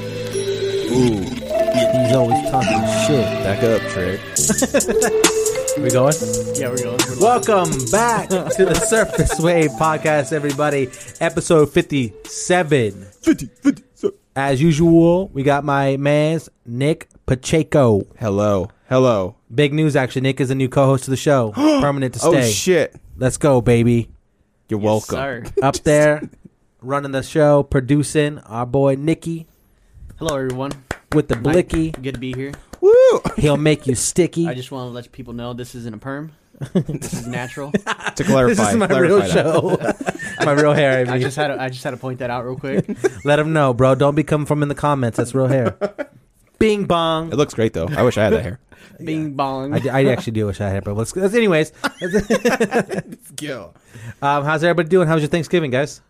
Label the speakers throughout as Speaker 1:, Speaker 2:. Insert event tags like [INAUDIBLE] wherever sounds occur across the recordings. Speaker 1: Ooh,
Speaker 2: He's always talking shit.
Speaker 1: back up, Trick.
Speaker 2: We going?
Speaker 3: Yeah, we're going.
Speaker 2: Welcome back to the Surface Wave Podcast, everybody. Episode 57. As usual, we got my man's Nick Pacheco.
Speaker 1: Hello, hello.
Speaker 2: Big news, actually. Nick is a new co host of the [GASPS] show, permanent to
Speaker 1: Oh
Speaker 2: stay.
Speaker 1: shit!
Speaker 2: Let's go, [LAUGHS] baby.
Speaker 1: You're welcome.
Speaker 3: Sir.
Speaker 2: Up there, running the show, producing our boy Nicky
Speaker 3: Hello, everyone.
Speaker 2: with the blicky.
Speaker 3: Good to be here.
Speaker 1: Woo! [LAUGHS]
Speaker 2: He'll make you sticky.
Speaker 3: I just want to let people know this isn't a perm. this is natural.
Speaker 1: To clarify,
Speaker 2: [LAUGHS] this is my
Speaker 1: clarify
Speaker 2: real
Speaker 1: that.
Speaker 2: show. [LAUGHS] my real hair, I
Speaker 3: I
Speaker 2: mean.
Speaker 3: just had to, I just had to point that out real
Speaker 2: [LAUGHS]
Speaker 3: quick.
Speaker 2: Let him know, bro. Don't be coming from in the comments. That's real hair.
Speaker 1: [LAUGHS]
Speaker 2: Bing bong.
Speaker 1: It looks great though. I wish I had
Speaker 2: [LAUGHS]
Speaker 1: that hair.
Speaker 3: Bing bong.
Speaker 2: I, d- I actually do wish I had, but let's. let's- Anyways,
Speaker 1: Yo.
Speaker 2: um, how's everybody doing? How was your Thanksgiving, guys?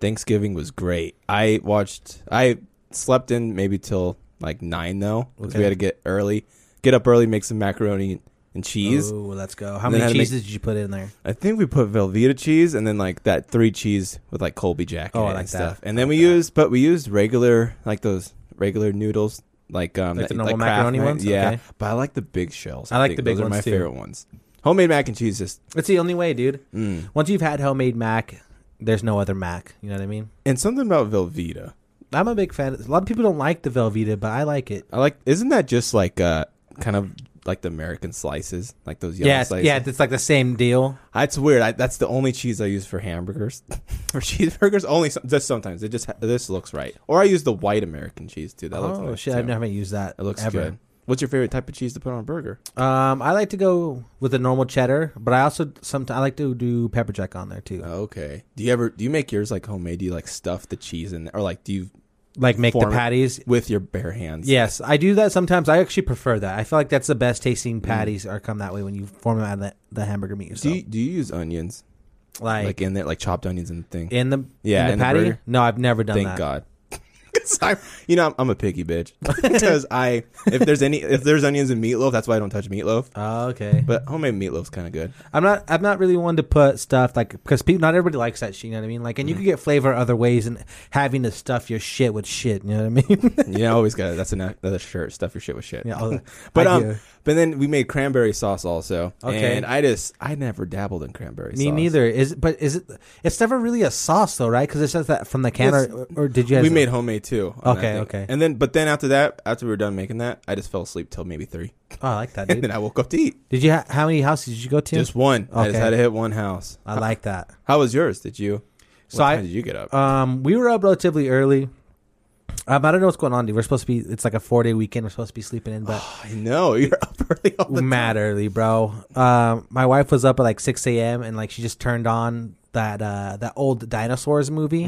Speaker 1: Thanksgiving was great. I watched. I slept in maybe till like nine though, 'cause
Speaker 2: Okay.
Speaker 1: we had to get early, get up early, make some macaroni and cheese.
Speaker 2: Ooh, let's go. How
Speaker 1: And then
Speaker 2: many
Speaker 1: had to make-
Speaker 2: cheeses did you put in there?
Speaker 1: I think we put Velveeta cheese and then like that three cheese with like Colby Jack. in
Speaker 2: Oh, I
Speaker 1: it
Speaker 2: like
Speaker 1: and stuff.
Speaker 2: that.
Speaker 1: And
Speaker 2: I
Speaker 1: then
Speaker 2: like
Speaker 1: we
Speaker 2: that.
Speaker 1: used, but we used regular like those regular noodles, like um,
Speaker 2: Like the
Speaker 1: that-
Speaker 2: normal
Speaker 1: Kraft
Speaker 2: macaroni
Speaker 1: ma-
Speaker 2: ones?
Speaker 1: Yeah,
Speaker 2: Okay.
Speaker 1: but I like the big shells.
Speaker 2: I like
Speaker 1: think
Speaker 2: the big
Speaker 1: those
Speaker 2: ones,
Speaker 1: are my
Speaker 2: too.
Speaker 1: favorite ones. Homemade mac and cheese just
Speaker 2: It's the only way, dude.
Speaker 1: mm.
Speaker 2: Once you've had homemade mac, there's no other mac. You know what I mean?
Speaker 1: and something about Velveeta.
Speaker 2: I'm a big fan. A lot of people don't like the Velveeta, but I like it.
Speaker 1: I like. Isn't that just like uh, kind of like the American slices, like those yellow
Speaker 2: Yeah, it's,
Speaker 1: slices?
Speaker 2: yeah, it's like the same deal.
Speaker 1: That's weird. I, that's the only cheese I use for hamburgers, [LAUGHS] for cheeseburgers. Only some, just sometimes it just ha- this looks right. Or I use the white American cheese too. That looks
Speaker 2: oh
Speaker 1: nice,
Speaker 2: shit,
Speaker 1: too.
Speaker 2: I haven't used that.
Speaker 1: It looks
Speaker 2: ever.
Speaker 1: good. What's your favorite type of cheese to put on a burger?
Speaker 2: Um, I like to go with the normal cheddar, but I also sometimes I like to do pepper jack on there too.
Speaker 1: Okay. Do you ever do you make yours like homemade? Do you like stuff the cheese in, or like do you
Speaker 2: like make
Speaker 1: form
Speaker 2: the
Speaker 1: it
Speaker 2: patties.
Speaker 1: with your bare hands?
Speaker 2: Yes, I do that sometimes. I actually prefer that. I feel like that's the best tasting patties are come that way when you form them out of the, the hamburger meat
Speaker 1: Mm. Do
Speaker 2: yourself.
Speaker 1: you, do you use onions
Speaker 2: like,
Speaker 1: like, in there, like chopped onions and thing?
Speaker 2: in the
Speaker 1: Yeah,
Speaker 2: in the
Speaker 1: in the
Speaker 2: patty?
Speaker 1: burger.
Speaker 2: no, I've never done
Speaker 1: Thank
Speaker 2: that.
Speaker 1: God. [LAUGHS] 'Cause I'm, you know, I'm, I'm a
Speaker 2: [LAUGHS]
Speaker 1: picky bitch [LAUGHS] because I if there's any if there's onions in meatloaf, that's why I don't touch meatloaf.
Speaker 2: Oh, okay,
Speaker 1: But homemade meatloaf's kind of good.
Speaker 2: I'm not. I'm not really one to put stuff like because people. Not everybody likes that shit. You know what I mean? Like,
Speaker 1: Mm.
Speaker 2: and you can get flavor other ways and having to stuff your shit with shit. You know what I
Speaker 1: [LAUGHS]
Speaker 2: mean?
Speaker 1: You know, always got that's an- another shirt. Stuff your shit with shit.
Speaker 2: yeah. I'll-
Speaker 1: [LAUGHS] But
Speaker 2: I
Speaker 1: um,
Speaker 2: do.
Speaker 1: but then we made cranberry sauce also.
Speaker 2: Okay.
Speaker 1: And I just I never dabbled in cranberry
Speaker 2: me
Speaker 1: sauce.
Speaker 2: neither. Is it- but is it? It's never really a sauce though, right? Because it says that from the can, or, or did you? Guys
Speaker 1: we made homemade too. on that
Speaker 2: Okay,
Speaker 1: thing.
Speaker 2: okay.
Speaker 1: And then, but then after that, after we were done making that, I just fell asleep till maybe three, [LAUGHS]
Speaker 2: Oh, I like that, dude.
Speaker 1: and then I woke up to eat.
Speaker 2: Did you? Ha- how many houses did you go to?
Speaker 1: Just one. I just
Speaker 2: Okay.
Speaker 1: had to hit one house.
Speaker 2: I like that.
Speaker 1: How was yours? Did you?
Speaker 2: So
Speaker 1: what
Speaker 2: I-
Speaker 1: time did you get up?
Speaker 2: Um, we were up relatively early. Um, I don't know what's going on, dude. We're supposed to be. It's like a four day weekend. We're supposed to be sleeping in, but
Speaker 1: I know [LAUGHS] you're up early. All
Speaker 2: [LAUGHS]
Speaker 1: the
Speaker 2: mad early, bro. Um, my wife was up at like six a.m. and like she just turned on that uh that old dinosaurs movie.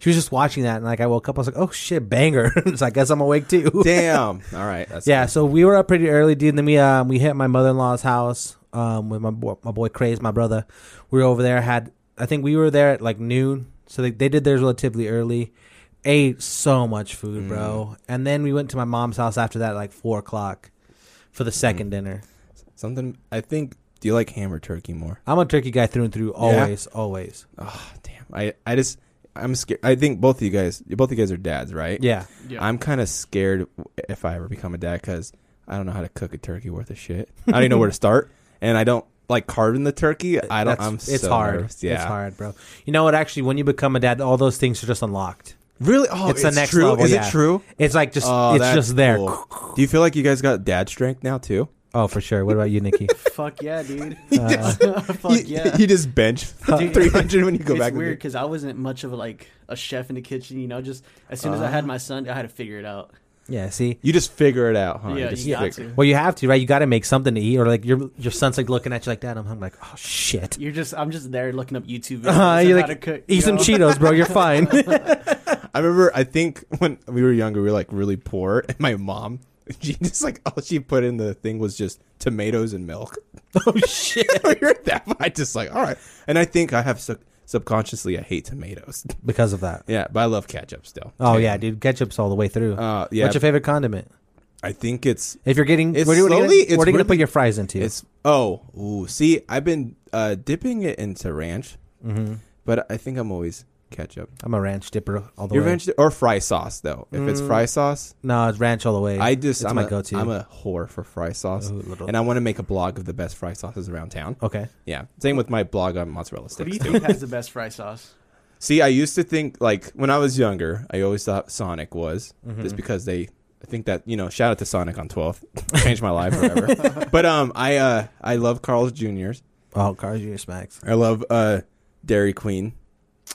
Speaker 2: She was just watching that, and like I woke up, I was like, oh shit, banger. [LAUGHS] so I guess I'm awake too.
Speaker 1: Damn. All right. That's
Speaker 2: Yeah,
Speaker 1: good.
Speaker 2: so we were up pretty early, dude. And then we um, we hit my mother in law's house um, with my boy, my boy Craze, my brother. We were over there. Had I think we were there at like noon, so they they did theirs relatively early. Ate so much
Speaker 1: Mm.
Speaker 2: food, bro. And then we went to my mom's house after that, at like four o'clock, for the
Speaker 1: Mm.
Speaker 2: second dinner.
Speaker 1: Something. I think. Do you like ham or turkey more?
Speaker 2: I'm a turkey guy through and through, always, always.
Speaker 1: Oh, damn. I I just I'm scared. I think both of you guys. Both of you guys are dads, right?
Speaker 2: Yeah,
Speaker 3: Yeah.
Speaker 1: I'm kind of scared if I ever become a dad because I don't know how to cook a turkey worth of shit. I don't even know where to start, and I don't like carving the turkey. I don't.
Speaker 2: That's-
Speaker 1: I'm
Speaker 2: it's
Speaker 1: so
Speaker 2: hard.
Speaker 1: nervous. Yeah,
Speaker 2: It's hard, bro. You know what? Actually, when you become a dad, all those things are just unlocked.
Speaker 1: Really? Oh,
Speaker 2: It's the next
Speaker 1: true?
Speaker 2: level,
Speaker 1: Is
Speaker 2: yeah.
Speaker 1: it true?
Speaker 2: It's like just,
Speaker 1: Oh,
Speaker 2: it's
Speaker 1: that's
Speaker 2: just there.
Speaker 1: cool. Do you feel like you guys got dad strength now too?
Speaker 2: Oh, for sure. What about you,
Speaker 1: [LAUGHS]
Speaker 2: Nikki?
Speaker 3: [LAUGHS] Fuck
Speaker 2: [LAUGHS]
Speaker 3: yeah, dude. [LAUGHS]
Speaker 2: Uh,
Speaker 1: you,
Speaker 3: Fuck
Speaker 1: [LAUGHS]
Speaker 3: yeah.
Speaker 1: you
Speaker 2: [LAUGHS]
Speaker 1: just bench [LAUGHS]
Speaker 3: Dude,
Speaker 1: 300 when you go
Speaker 3: it's
Speaker 1: back. to
Speaker 3: weird
Speaker 1: the-
Speaker 3: because I wasn't much of like a chef in the kitchen. You know, just as soon as I
Speaker 2: Uh-huh.
Speaker 3: had my son, I had to figure it out.
Speaker 2: yeah. See,
Speaker 1: You just figure it
Speaker 2: Oh,
Speaker 1: out, huh?
Speaker 3: yeah,
Speaker 1: just
Speaker 3: you got
Speaker 1: figure-
Speaker 3: to.
Speaker 2: Well, you have to, right? You got to make something to eat, or like your your son's like looking at you like that. I'm, hungry," like, oh
Speaker 3: [LAUGHS]
Speaker 2: shit.
Speaker 3: You're just I'm just there looking up
Speaker 2: [LAUGHS]
Speaker 3: YouTube videos
Speaker 2: Uh,
Speaker 3: of
Speaker 2: you're
Speaker 3: how
Speaker 2: like,
Speaker 3: to cook.
Speaker 2: eat
Speaker 3: you
Speaker 2: some
Speaker 3: know?
Speaker 2: Cheetos, bro. You're fine. [LAUGHS]
Speaker 1: I remember. I think when we were younger, we were like really poor, [LAUGHS] and my mom, she just like all she put in the thing was just tomatoes and milk.
Speaker 2: oh shit.
Speaker 1: [LAUGHS] I heard that, but I just like all right. And I think I have sub- subconsciously I hate tomatoes. [LAUGHS]
Speaker 2: Because of that.
Speaker 1: yeah, but I love ketchup still.
Speaker 2: Oh yeah, dude. Ketchup's all the way through.
Speaker 1: Uh, yeah.
Speaker 2: What's your favorite condiment?
Speaker 1: I think it's
Speaker 2: If you're getting,
Speaker 1: It's
Speaker 2: where, do you- what are
Speaker 1: slowly-
Speaker 2: you, gonna-
Speaker 1: it's
Speaker 2: what are you gonna
Speaker 1: really-
Speaker 2: put your fries into?
Speaker 1: it's oh ooh see I've been uh, dipping it into ranch,
Speaker 2: hmm
Speaker 1: but I think I'm always ketchup.
Speaker 2: I'm a ranch dipper all the
Speaker 1: Your
Speaker 2: way.
Speaker 1: ranch or fry sauce though. If it's
Speaker 2: Mm.
Speaker 1: fry sauce,
Speaker 2: No, it's ranch all the way.
Speaker 1: I just
Speaker 2: it's
Speaker 1: I'm
Speaker 2: my
Speaker 1: a,
Speaker 2: go-to.
Speaker 1: I'm a whore for fry sauce,
Speaker 2: Ooh, little-
Speaker 1: and I want to make a blog of the best fry sauces around town.
Speaker 2: okay.
Speaker 1: Yeah, same with my blog on mozzarella
Speaker 3: [LAUGHS] What do
Speaker 1: sticks.
Speaker 3: you think has the best fry sauce?
Speaker 1: See, I used to think like when I was younger, I always thought Sonic was
Speaker 2: Mm-hmm.
Speaker 1: just because they. I think that you know, shout out to Sonic on 12th, [LAUGHS] changed my life
Speaker 2: [LAUGHS]
Speaker 1: forever. but um, I uh, I love Carl's Juniors.
Speaker 2: Oh, Carl Jr. smacks.
Speaker 1: I love uh, Dairy Queen.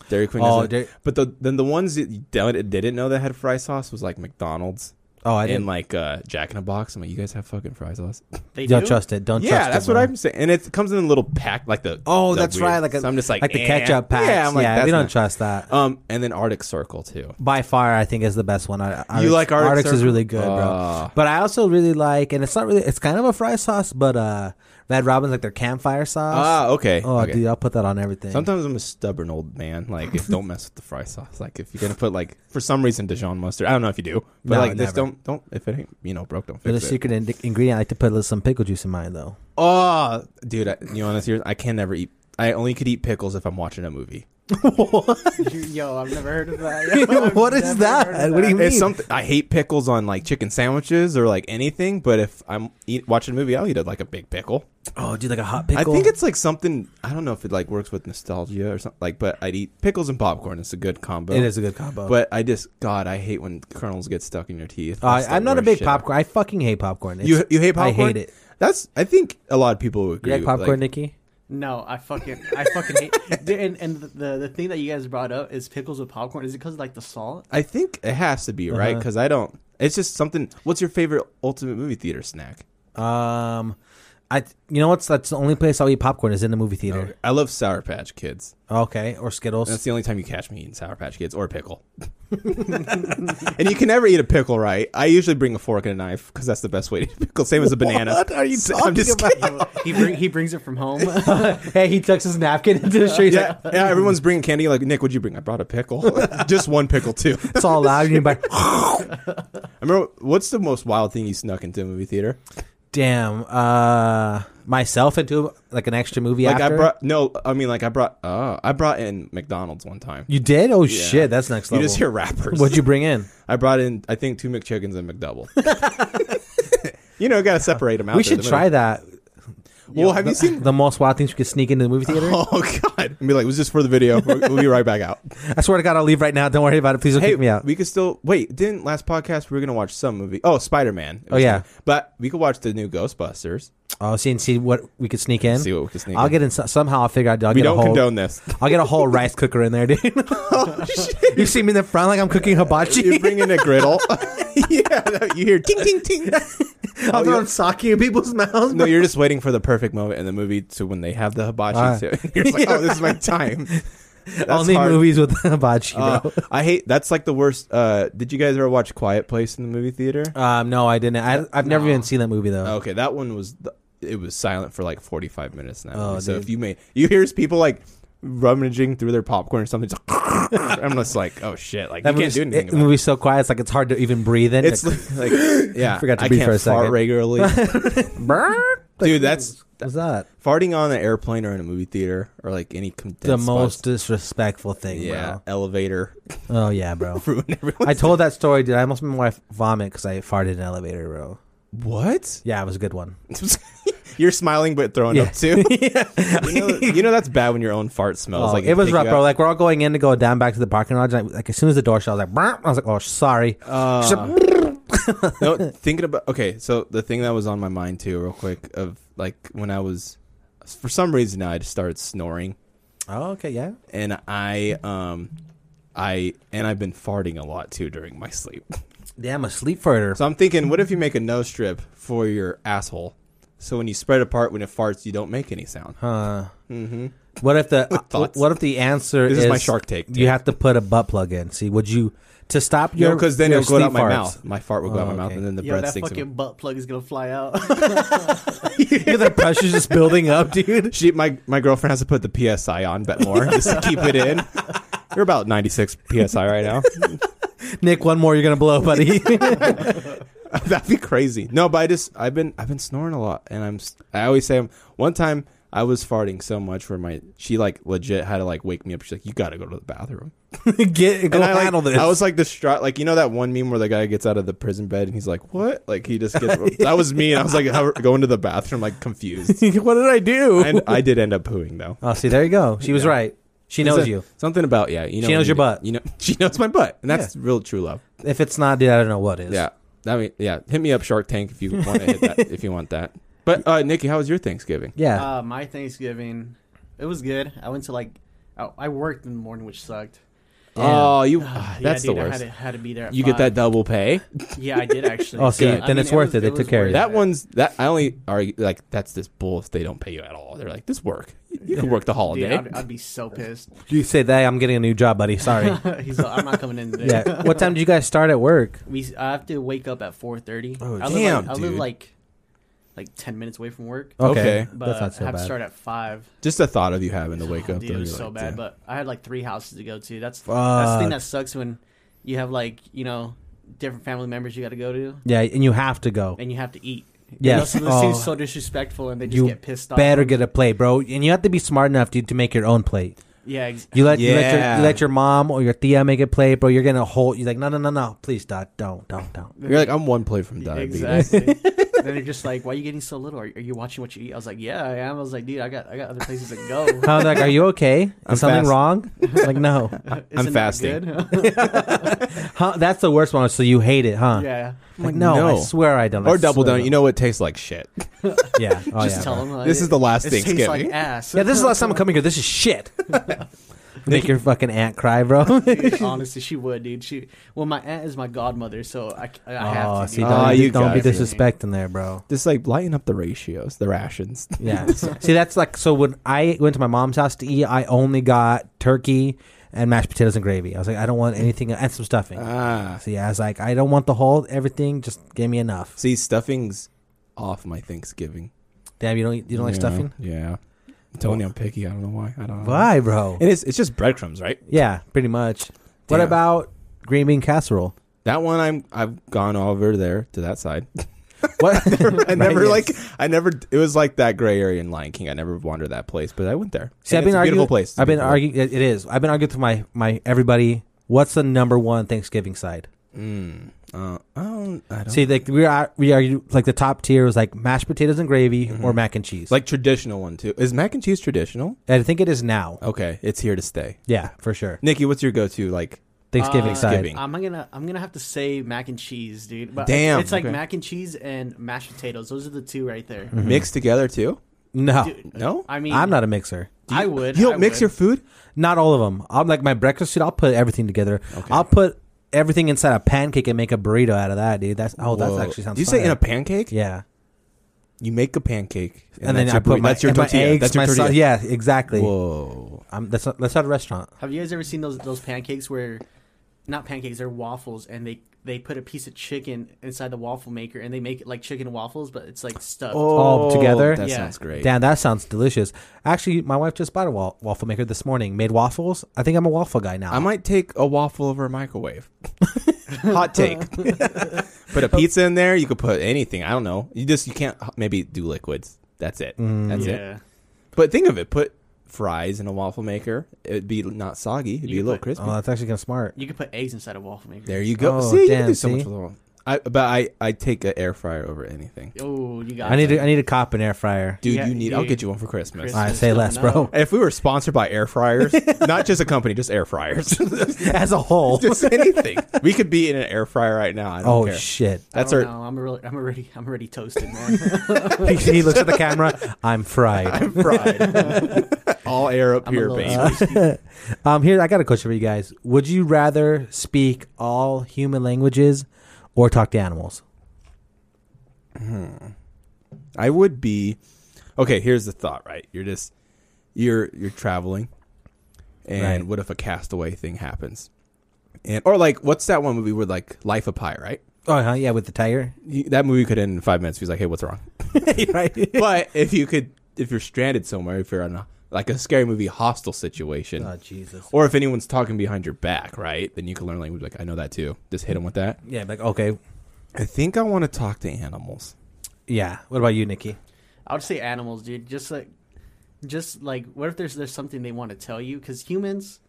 Speaker 1: Dairy Queen.
Speaker 2: Oh,
Speaker 1: is a-
Speaker 2: Dairy-
Speaker 1: but the, then the ones that you don't- didn't know that had fry sauce was like McDonald's
Speaker 2: Oh, I
Speaker 1: and
Speaker 2: didn't.
Speaker 1: like uh, Jack in a Box. I'm like, you guys have fucking fry sauce.
Speaker 3: They
Speaker 2: Don't
Speaker 3: do?
Speaker 2: trust it. Don't trust
Speaker 1: yeah,
Speaker 2: it.
Speaker 1: that's what
Speaker 2: bro.
Speaker 1: I'm saying. And it comes in a little pack, like the
Speaker 2: Oh,
Speaker 1: the
Speaker 2: that's
Speaker 1: weird-
Speaker 2: right, like a-
Speaker 1: so I'm just like
Speaker 2: Like the
Speaker 1: eh.
Speaker 2: ketchup packs. Yeah,
Speaker 1: I'm like, that's
Speaker 2: we don't
Speaker 1: not-
Speaker 2: trust that.
Speaker 1: Um, and then Arctic Circle too.
Speaker 2: By far, I think is the best one. I, I,
Speaker 1: You like Arctic
Speaker 2: Arctic's is
Speaker 1: Circle?
Speaker 2: really good, bro.
Speaker 1: Ah.
Speaker 2: But I also really like, and it's not really, it's kind of a fry sauce, but uh, Red Robin's like their campfire sauce.
Speaker 1: Ah, okay.
Speaker 2: oh,
Speaker 1: okay.
Speaker 2: dude, I'll put that on everything.
Speaker 1: Sometimes I'm a stubborn old man. Like, if don't mess with the fry sauce. Like, if you're gonna put like for some reason Dijon mustard, I don't know if you do, but
Speaker 2: No,
Speaker 1: like this,
Speaker 2: never.
Speaker 1: don't don't if it ain't you know broke, don't
Speaker 2: But a
Speaker 1: fix it.
Speaker 2: secret in- ingredient, I like to put a little- some pickle juice in mine though.
Speaker 1: Oh, dude, I, you know, honestly, I can never eat. I only could eat pickles if I'm watching a movie.
Speaker 3: [LAUGHS] Yo, I've never heard
Speaker 2: [LAUGHS]
Speaker 3: of that. [LAUGHS]
Speaker 2: What is that? What do you mean?
Speaker 1: It's something I hate pickles on like chicken sandwiches or like anything. But if I'm eat, watching a movie, I'll eat a, like a big pickle.
Speaker 2: Oh, dude, like a hot pickle.
Speaker 1: I think it's like something. I don't know if it like works with nostalgia or something. Like, but I'd eat pickles and popcorn. It's a good combo.
Speaker 2: it is a good combo.
Speaker 1: But I just God, I hate when kernels get stuck in your teeth.
Speaker 2: Uh,
Speaker 1: That's the
Speaker 2: I'm not a
Speaker 1: worst
Speaker 2: big
Speaker 1: shit.
Speaker 2: popcorn. I fucking hate popcorn. It's-
Speaker 1: You you hate
Speaker 2: I
Speaker 1: popcorn?
Speaker 2: hate it.
Speaker 1: That's I think a lot of people would
Speaker 2: You
Speaker 1: agree.
Speaker 2: like popcorn,
Speaker 1: like,
Speaker 2: Nikki?
Speaker 3: No, I fucking, I fucking hate. Dude, and and the the thing that you guys brought up is pickles with popcorn. Is it because like the salt?
Speaker 1: I think it has to be right
Speaker 2: Uh-huh.
Speaker 1: because I don't. It's just something. What's your favorite ultimate movie theater snack?
Speaker 2: Um, I you know what's that's the only place I'll eat popcorn is in the movie theater.
Speaker 1: I love Sour Patch Kids.
Speaker 2: Okay, or Skittles. [LAUGHS]
Speaker 1: That's the only time you catch me eating Sour Patch Kids or pickle. and you can never eat a pickle right. I usually bring a fork and a knife because that's the best way to eat a pickle. Same as a banana.
Speaker 2: What are you
Speaker 1: So-
Speaker 2: talking about?
Speaker 1: kidding.
Speaker 3: He bring, he brings it from home. [LAUGHS]
Speaker 2: hey, he tucks his napkin [LAUGHS] into the street.
Speaker 1: Yeah, yeah, everyone's bringing candy. Like Nick, what'd you bring? I brought a pickle, [LAUGHS] just one pickle too.
Speaker 2: It's all loud. And you're
Speaker 1: [LAUGHS]
Speaker 2: like,
Speaker 1: I remember. What's the most wild thing you snuck into a movie theater?
Speaker 2: damn. Uh, myself into like an extra movie
Speaker 1: Like
Speaker 2: after.
Speaker 1: I brought no. I mean, like I brought. Uh, I brought in McDonald's one time.
Speaker 2: you did? Oh
Speaker 1: Yeah.
Speaker 2: shit, that's next level.
Speaker 1: You just hear rappers.
Speaker 2: What'd you bring
Speaker 1: [LAUGHS]
Speaker 2: in?
Speaker 1: I brought in. I think two McChickens and McDouble. [LAUGHS] you know, gotta separate them out.
Speaker 2: we
Speaker 1: there.
Speaker 2: should try that.
Speaker 1: Well, Oh,
Speaker 2: [LAUGHS]
Speaker 1: have you seen?
Speaker 2: The most wild things you could sneak into the movie theater.
Speaker 1: Oh God! And be like, it was just for the video. We'll we'll be right
Speaker 2: [LAUGHS]
Speaker 1: back out.
Speaker 2: I swear to God, I'll leave right now. Don't worry about it. Please don't
Speaker 1: Hey,
Speaker 2: kick me out.
Speaker 1: we could still wait. Didn't last podcast we were gonna watch some movie? Oh, Spider Man.
Speaker 2: Oh, yeah.
Speaker 1: but we could watch the new Ghostbusters.
Speaker 2: oh, see and see what we could sneak in.
Speaker 1: See what we can sneak.
Speaker 2: I'll
Speaker 1: in.
Speaker 2: get in so- somehow. I'll figure out. I'll
Speaker 1: We
Speaker 2: get a
Speaker 1: don't
Speaker 2: whole,
Speaker 1: condone this. [LAUGHS]
Speaker 2: I'll get a whole rice cooker in there, dude. [LAUGHS]
Speaker 1: oh shit!
Speaker 2: you see me in the front like I'm cooking hibachi.
Speaker 1: You bring in
Speaker 2: [LAUGHS]
Speaker 1: a griddle. [LAUGHS] yeah, that- you hear ting ting ting.
Speaker 3: Oh,
Speaker 2: I'm
Speaker 1: you're-
Speaker 2: throwing sake in people's mouths.
Speaker 1: [LAUGHS] No, you're just waiting for the perfect moment in the movie to when they have the hibachi.
Speaker 2: Ah.
Speaker 1: So you're just like, oh, this is [LAUGHS] my time. That's
Speaker 2: Only
Speaker 1: hard.
Speaker 2: movies with [LAUGHS] hibachi,
Speaker 1: Uh,
Speaker 2: bro.
Speaker 1: I hate. That's like the worst. Uh, did you guys ever watch Quiet Place in the movie theater? Uh,
Speaker 2: Um, no, I didn't. I, I've never
Speaker 3: No.
Speaker 2: even seen that movie though.
Speaker 1: Okay, that one was. The, it was silent for like 45 minutes now.
Speaker 2: Oh,
Speaker 1: so
Speaker 2: dude.
Speaker 1: if you may, you hear people like rummaging through their popcorn or something.
Speaker 2: [LAUGHS]
Speaker 1: It's like, I'm just like, oh shit! Like
Speaker 2: that
Speaker 1: you
Speaker 2: movie's,
Speaker 1: can't do anything.
Speaker 2: it-
Speaker 1: about
Speaker 2: the
Speaker 1: it.
Speaker 2: movie's so quiet, it's like it's hard to even breathe in.
Speaker 1: It's
Speaker 2: [LAUGHS]
Speaker 1: like, like yeah.
Speaker 2: Forgot to
Speaker 1: I
Speaker 2: breathe
Speaker 1: can't
Speaker 2: for a
Speaker 1: fart
Speaker 2: second.
Speaker 1: regularly,
Speaker 2: [LAUGHS]
Speaker 1: dude. That's
Speaker 2: what's that?
Speaker 1: farting on an airplane or in a movie theater or like any condensed
Speaker 2: The most
Speaker 1: spots.
Speaker 2: disrespectful thing,
Speaker 1: yeah elevator
Speaker 2: bro. Oh yeah, bro.
Speaker 1: [LAUGHS] ruin everyone.
Speaker 2: I told that story, dude. I almost made my wife vomit because I farted in an elevator, bro.
Speaker 1: What?
Speaker 2: Yeah, it was a good one.
Speaker 1: [LAUGHS] You're smiling but throwing
Speaker 2: Yeah. [LAUGHS]
Speaker 1: up too. you, know, you know that's bad when your own fart smells.
Speaker 2: Oh,
Speaker 1: like
Speaker 2: it was
Speaker 1: picking
Speaker 2: rough, bro.
Speaker 1: up-
Speaker 2: Like we're all going in to go down back to the parking lot. And I, like as soon as the door shut, I was like, "Brr," I was like, oh, sorry. She's like, [LAUGHS]
Speaker 1: no, thinking about okay. So the thing that was on my mind too, real quick, of like when I was for some reason I just started snoring,
Speaker 2: oh, okay, yeah.
Speaker 1: and I um I and I've been farting a lot too during my sleep.
Speaker 2: Damn, a sleep farter.
Speaker 1: So I'm thinking, what if you make a nose strip for your asshole? So when you spread apart when it farts, you don't make any sound.
Speaker 2: Huh. Uh, What if the
Speaker 1: Mm-hmm. [LAUGHS] thoughts.
Speaker 2: what if the answer
Speaker 1: This
Speaker 2: is
Speaker 1: is my Shark Tank
Speaker 2: You
Speaker 1: take.
Speaker 2: have to put a butt plug in. See, would you to stop your
Speaker 1: because then
Speaker 2: your
Speaker 1: it'll go out
Speaker 2: sleep
Speaker 1: my
Speaker 2: farts. [LAUGHS]
Speaker 1: mouth. My fart will go out my
Speaker 2: Oh,
Speaker 1: mouth,
Speaker 2: okay.
Speaker 1: and then the
Speaker 3: Yo,
Speaker 1: breath
Speaker 3: that
Speaker 1: stinks. of-
Speaker 3: fucking butt plug is gonna fly out.
Speaker 2: Yeah, the pressure's just building up, dude.
Speaker 1: She, my my girlfriend has to put the psi on, but more just to keep it [LAUGHS] in. You're about 96 psi right now.
Speaker 2: Nick, one more, you're gonna blow, buddy.
Speaker 1: [LAUGHS] That'd be crazy. No, but I just I've been I've been snoring a lot, and I'm s- I always say I'm one time I was farting so much where my she like legit had to like wake me up. She's like, you got to go to the bathroom.
Speaker 2: [LAUGHS] Get go
Speaker 1: and I, like,
Speaker 2: handle this.
Speaker 1: I was like distraught. Like you know that one meme where the guy gets out of the prison bed and he's like, what? Like he just [LAUGHS] gets. that was me, and I was like [LAUGHS] how- going to the bathroom like [LAUGHS] confused.
Speaker 2: [LAUGHS] what did I do?
Speaker 1: And I did end up pooing though.
Speaker 2: [LAUGHS] oh, see, there you go. She was
Speaker 1: Yeah.
Speaker 2: right. She
Speaker 1: It's
Speaker 2: knows
Speaker 1: a-
Speaker 2: you.
Speaker 1: Something about yeah, you know.
Speaker 2: She knows
Speaker 1: when
Speaker 2: your butt.
Speaker 1: You know, [LAUGHS] she knows my butt, and that's real true love.
Speaker 2: If it's not, dude, I don't know what is.
Speaker 1: Yeah, I mean, yeah. Hit me up, Shark Tank, if you want to hit that. If you want that. But uh, Nikki, how was your Thanksgiving?
Speaker 2: [LAUGHS] Yeah.
Speaker 3: Uh, my Thanksgiving, it was good. I went to like, I, I worked in the morning, which sucked.
Speaker 2: Damn.
Speaker 1: Oh, you.
Speaker 3: Ah,
Speaker 1: ah,
Speaker 3: [SIGHS] yeah,
Speaker 1: that's
Speaker 3: dude,
Speaker 1: the
Speaker 3: I had
Speaker 1: worst.
Speaker 3: to, had to be there. At
Speaker 1: You get
Speaker 3: five.
Speaker 1: that double pay.
Speaker 3: Yeah, I did
Speaker 2: [LAUGHS]
Speaker 3: actually.
Speaker 2: Oh, see,
Speaker 3: Yeah,
Speaker 2: then it's worth it. They took care of
Speaker 3: worth
Speaker 2: it.
Speaker 1: That one's that. I only argue like that's this bull. If they don't pay you at all, they're like this work. You you can work the
Speaker 3: Dude,
Speaker 1: holiday.
Speaker 3: I'd, I'd be so pissed.
Speaker 2: you say that I'm getting a new job, buddy.
Speaker 3: [LAUGHS]
Speaker 2: Sorry.
Speaker 3: He's like, I'm not coming in today.
Speaker 2: yeah. What time did you guys start at work?
Speaker 3: We, I have to wake up at 4:30.
Speaker 1: Oh,
Speaker 3: I live
Speaker 1: damn,
Speaker 3: like, I live
Speaker 1: dude.
Speaker 3: like, like 10 minutes away from work.
Speaker 1: Okay.
Speaker 3: But
Speaker 2: That's not so
Speaker 3: I have
Speaker 2: bad.
Speaker 3: to start at five.
Speaker 1: Just the thought of you having to wake up.
Speaker 3: Dude,
Speaker 1: though,
Speaker 3: it was
Speaker 1: you're
Speaker 3: so
Speaker 1: like,
Speaker 3: bad.
Speaker 1: damn.
Speaker 3: But I had like three houses to go to. That's that's the thing that sucks when you have like you know different family members you got to go to,
Speaker 2: Yeah, and you have to go.
Speaker 3: and you have to eat. You
Speaker 2: Yes.
Speaker 3: know, so this
Speaker 2: Oh.
Speaker 3: seems so disrespectful, and they just
Speaker 2: You
Speaker 3: get pissed off.
Speaker 2: Better get a plate, bro. And you have to be smart enough, dude, to make your own plate.
Speaker 3: [LAUGHS] yeah. Ex-
Speaker 2: You let you let your
Speaker 1: Yeah.
Speaker 2: you let your mom or your tia make a plate, bro. You're gonna hold. You're like, no, no, no, no, please, dot, don't, don't,
Speaker 1: [LAUGHS]
Speaker 2: don't.
Speaker 1: you're like I'm one play from diabetes.
Speaker 3: Exactly.
Speaker 2: [LAUGHS]
Speaker 3: then they're just like, "Why are you getting so little? Are, are you watching what you eat?" I was like, "Yeah, I am." I was like, "Dude, I got I got other places to
Speaker 2: [LAUGHS]
Speaker 3: go."
Speaker 2: I was like, are you okay?
Speaker 1: I'm
Speaker 2: Is something
Speaker 1: fast. [LAUGHS]
Speaker 2: wrong? like, no.
Speaker 1: I'm
Speaker 3: Isn't that
Speaker 1: fasting.
Speaker 3: good? [LAUGHS]
Speaker 2: Huh? That's the worst one. So you hate it, huh?
Speaker 3: yeah.
Speaker 2: I'm like, no,
Speaker 1: No.
Speaker 2: I swear I don't. I
Speaker 1: [LAUGHS] Or double
Speaker 2: swear I
Speaker 1: down. You know what tastes like shit.
Speaker 2: don't. [LAUGHS] Yeah. Oh,
Speaker 3: just
Speaker 2: yeah,
Speaker 3: tell
Speaker 2: bro.
Speaker 3: them. Like,
Speaker 1: This is the last
Speaker 3: it tastes
Speaker 1: Thanksgiving.
Speaker 3: like ass.
Speaker 2: Yeah, this
Speaker 3: [LAUGHS]
Speaker 2: is the last time I'm coming here. This is
Speaker 1: [LAUGHS]
Speaker 2: shit. [LAUGHS] Make your fucking aunt cry, bro. [LAUGHS]
Speaker 3: Dude, honestly, she would, dude. She well, my aunt is my godmother, so I, I
Speaker 2: oh,
Speaker 3: have to.
Speaker 2: see,
Speaker 3: dude.
Speaker 2: don't,
Speaker 1: Oh,
Speaker 2: be-
Speaker 1: you
Speaker 2: don't be
Speaker 1: got it.
Speaker 2: disrespecting there, bro.
Speaker 1: Just like lighten up the ratios, the rations. [LAUGHS]
Speaker 2: Yeah. See, that's like so. When I went to my mom's house to eat, I only got turkey and mashed potatoes and gravy. I was like, I don't want anything and some stuffing.
Speaker 1: ah,
Speaker 2: See, I was like, I don't want the whole everything. Just give me enough.
Speaker 1: see, stuffing's off my Thanksgiving.
Speaker 2: Damn, you don't you don't like
Speaker 1: Yeah,
Speaker 2: stuffing?
Speaker 1: Yeah. I'm telling you, I'm picky. I don't know why. I don't know.
Speaker 2: Why, bro?
Speaker 1: It is. It's just breadcrumbs, right?
Speaker 2: yeah, pretty much. What
Speaker 1: Damn.
Speaker 2: about green bean casserole?
Speaker 1: That one, I'm. I've gone over there to that [LAUGHS] side.
Speaker 2: What? [LAUGHS]
Speaker 1: I never
Speaker 2: yes.
Speaker 1: like. I never. It was like that gray area in Lion King. I never wandered that place, but I went there.
Speaker 2: See,
Speaker 1: And
Speaker 2: I've been
Speaker 1: it's a
Speaker 2: arguing.
Speaker 1: beautiful place. It's a
Speaker 2: I've been
Speaker 1: beautiful-
Speaker 2: arguing. It it is. I've been arguing with my my everybody. What's the number one Thanksgiving side?
Speaker 1: Mm, uh, I don't. I don't.
Speaker 2: See, like we are we are like the top tier was like mashed potatoes and gravy or mac and cheese.
Speaker 1: Mm-hmm. like traditional one too. Is mac and cheese traditional?
Speaker 2: I think it is now.
Speaker 1: Okay, it's here to stay.
Speaker 2: Yeah, for sure.
Speaker 1: Nikki, what's your go-to? Like,
Speaker 2: Thanksgiving
Speaker 3: Uh,
Speaker 2: side.
Speaker 1: Thanksgiving.
Speaker 3: I'm gonna I'm gonna have to say mac and cheese, dude. But
Speaker 1: Damn.
Speaker 3: it's like
Speaker 1: Okay.
Speaker 3: mac and cheese and mashed potatoes. Those are the two right there.
Speaker 1: mixed together too?
Speaker 2: No,
Speaker 3: Dude,
Speaker 1: No,
Speaker 3: I mean,
Speaker 2: Mm-hmm. I'm not a mixer.
Speaker 3: I would.
Speaker 1: You don't
Speaker 3: I
Speaker 1: mix
Speaker 3: would.
Speaker 1: your food.
Speaker 2: Not all of them. I'm like my breakfast food. I'll put everything together. I'll put everything inside a pancake and make a burrito out of that, dude. That's oh, that
Speaker 1: Whoa.
Speaker 2: actually sounds.
Speaker 1: Do you say in
Speaker 2: fire.
Speaker 1: a pancake?
Speaker 2: Yeah,
Speaker 1: You make a pancake,
Speaker 2: and, then
Speaker 1: that's
Speaker 2: I
Speaker 1: your
Speaker 2: put
Speaker 1: burrito.
Speaker 2: my,
Speaker 1: that's your
Speaker 2: and my
Speaker 1: tortilla.
Speaker 2: eggs,
Speaker 1: that's your
Speaker 2: my
Speaker 1: tortilla.
Speaker 2: sauce. Yeah, exactly.
Speaker 1: Whoa.
Speaker 2: I'm, that's not, that's not a restaurant.
Speaker 3: Have you guys ever seen those those pancakes where, not pancakes, they're waffles, and they they put a piece of chicken inside the waffle maker, and they make it like chicken waffles, but it's like stuffed.
Speaker 2: all together?
Speaker 1: That
Speaker 3: Yeah.
Speaker 1: sounds great.
Speaker 2: Damn, that sounds delicious. Actually, my wife just bought a wa- waffle maker this morning. Made waffles. I think I'm a waffle guy now.
Speaker 1: I might take a waffle over
Speaker 2: [LAUGHS]
Speaker 1: a microwave. Hot take. put a pizza in there. You could put anything. I don't know. You just you can't maybe do liquids. That's it.
Speaker 2: Mm.
Speaker 1: That's it.
Speaker 3: yeah.
Speaker 1: But think of it. Put fries in a waffle maker. It'd be not soggy. It'd
Speaker 3: You
Speaker 1: be a little
Speaker 3: put-
Speaker 1: crispy.
Speaker 2: oh, that's actually kind of smart.
Speaker 3: You could put eggs inside a waffle maker.
Speaker 1: there you go.
Speaker 2: Oh,
Speaker 1: see, you
Speaker 2: damn,
Speaker 1: can do so much
Speaker 2: see?
Speaker 1: with all. I but I I take an air fryer over anything.
Speaker 3: Oh, you got.
Speaker 2: I need
Speaker 3: it.
Speaker 2: to, I need to cop an air
Speaker 3: [LAUGHS]
Speaker 2: fryer.
Speaker 1: Dude,
Speaker 3: Yeah,
Speaker 1: you need. I'll
Speaker 3: dude.
Speaker 1: get you one for Christmas.
Speaker 2: All right, say less, [LAUGHS] bro.
Speaker 1: [LAUGHS] If we were sponsored by air fryers, not just a company, just air fryers,
Speaker 2: As a whole.
Speaker 1: [LAUGHS] just anything, we could be in an air fryer right now. I don't
Speaker 2: Oh
Speaker 1: care.
Speaker 2: shit!
Speaker 1: That's
Speaker 3: I
Speaker 1: our [LAUGHS]
Speaker 3: don't know. I'm really, I'm already, I'm already toasted, man.
Speaker 2: [LAUGHS] he, he looks at the camera. I'm
Speaker 3: [LAUGHS]
Speaker 2: fried.
Speaker 1: fried. [LAUGHS] All air up
Speaker 3: I'm
Speaker 1: here,
Speaker 3: a
Speaker 1: baby.
Speaker 3: little toasty.
Speaker 2: Um, here I got a question for you guys. Would you rather speak all human languages or talk to animals?
Speaker 1: I would be okay. Here's the thought, right? You're just you're you're traveling, and
Speaker 2: Right.
Speaker 1: what if a castaway thing happens? And or like, what's that one movie where like Life of Pi, right?
Speaker 2: Oh, huh, yeah, with the tiger,
Speaker 1: You- That movie could end in five minutes. He's like, hey, what's [LAUGHS] wrong?
Speaker 2: [LAUGHS] right?
Speaker 1: but if you could, if you're stranded somewhere, if you're on a, like a scary movie hostile situation,
Speaker 2: [LAUGHS] Oh Jesus!
Speaker 1: or if anyone's talking behind your back, right? Then you can learn language. Like I know that too. Just hit him with that.
Speaker 2: Yeah, like okay,
Speaker 1: I think I want to talk to animals.
Speaker 2: Yeah. What about you, Nikki?
Speaker 3: I would say animals, dude. Just like, just like, what if there's there's something they want to tell you? Because humans,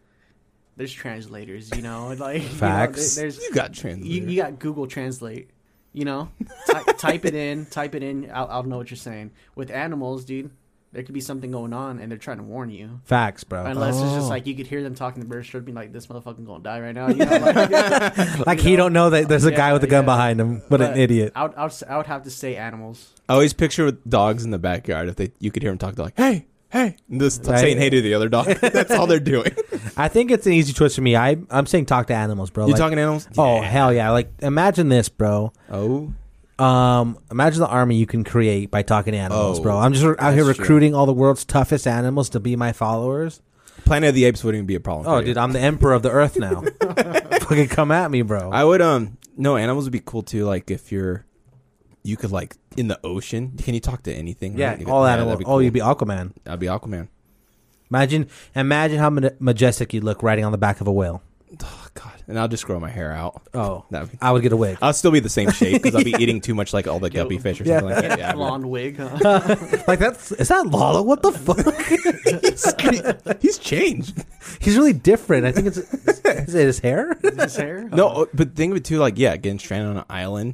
Speaker 3: there's translators, you know, like [LAUGHS] you know,
Speaker 2: Facts.
Speaker 3: there- there's
Speaker 1: You got trans.
Speaker 3: you, you got Google Translate. You know, Ty- [LAUGHS] type it in, type it in. I'll, I'll know what you're saying. With animals, dude, there could be something going on, and they're trying to warn you.
Speaker 2: Facts, bro.
Speaker 3: Unless it's
Speaker 1: Oh.
Speaker 3: just like you could hear them talking to birds, should be like, "This motherfucking gonna die right now." You know, like, [LAUGHS]
Speaker 2: Oh. [LAUGHS] like
Speaker 3: you
Speaker 2: he
Speaker 3: know.
Speaker 2: don't know that there's a guy
Speaker 3: Yeah,
Speaker 2: with a gun
Speaker 3: yeah.
Speaker 2: behind him. What
Speaker 3: But
Speaker 2: an idiot.
Speaker 3: I would, I would, s- I would have to say [LAUGHS] animals.
Speaker 1: I always picture with dogs in the backyard if they you could hear them talk. They're like, "Hey, hey," and just
Speaker 2: Right.
Speaker 1: saying "Hey" to the other dog. [LAUGHS] That's all [LAUGHS] they're doing.
Speaker 2: I think it's an easy choice for me. I I'm saying talk to animals, bro.
Speaker 1: You
Speaker 2: Like,
Speaker 1: talking animals?
Speaker 2: Oh
Speaker 1: Yeah.
Speaker 2: hell yeah! Like imagine this, bro.
Speaker 1: Oh,
Speaker 2: Um, imagine the army you can create by talking to animals,
Speaker 1: Oh,
Speaker 2: bro. I'm just out here
Speaker 1: that's true.
Speaker 2: recruiting all the world's toughest animals to be my followers.
Speaker 1: Planet of the Apes wouldn't even be a problem.
Speaker 2: Oh,
Speaker 1: for you.
Speaker 2: dude, I'm the emperor of the earth
Speaker 1: [LAUGHS]
Speaker 2: now. Fucking come at me, bro.
Speaker 1: I would um no animals would be cool too. Like if you're, you could like in the ocean. Can you talk to anything?
Speaker 2: yeah,
Speaker 1: right? You could-
Speaker 2: all
Speaker 1: that'd
Speaker 2: animals.
Speaker 1: be
Speaker 2: Oh,
Speaker 1: cool.
Speaker 2: you'd be Aquaman.
Speaker 1: I'd be Aquaman.
Speaker 2: Imagine, imagine how ma- majestic you'd look riding on the back of a whale.
Speaker 1: Oh God, and I'll just grow my hair out.
Speaker 2: Oh,
Speaker 1: That would be,
Speaker 2: I would get a
Speaker 1: [LAUGHS]
Speaker 2: wig.
Speaker 1: I'll still be the same shape because I'll
Speaker 2: [LAUGHS]
Speaker 1: be eating too much like all the guppy fish or
Speaker 2: Yeah.
Speaker 1: something like
Speaker 2: [LAUGHS]
Speaker 1: that. Yeah, I'd be-
Speaker 3: Blonde wig. [LAUGHS] Huh?
Speaker 2: like that's is that Lala? What the fuck? [LAUGHS]
Speaker 1: [LAUGHS] he's changed.
Speaker 2: He's really different. I think it's is it his hair?
Speaker 3: His hair.
Speaker 1: No, uh, but think of it too. Like yeah, getting stranded on an island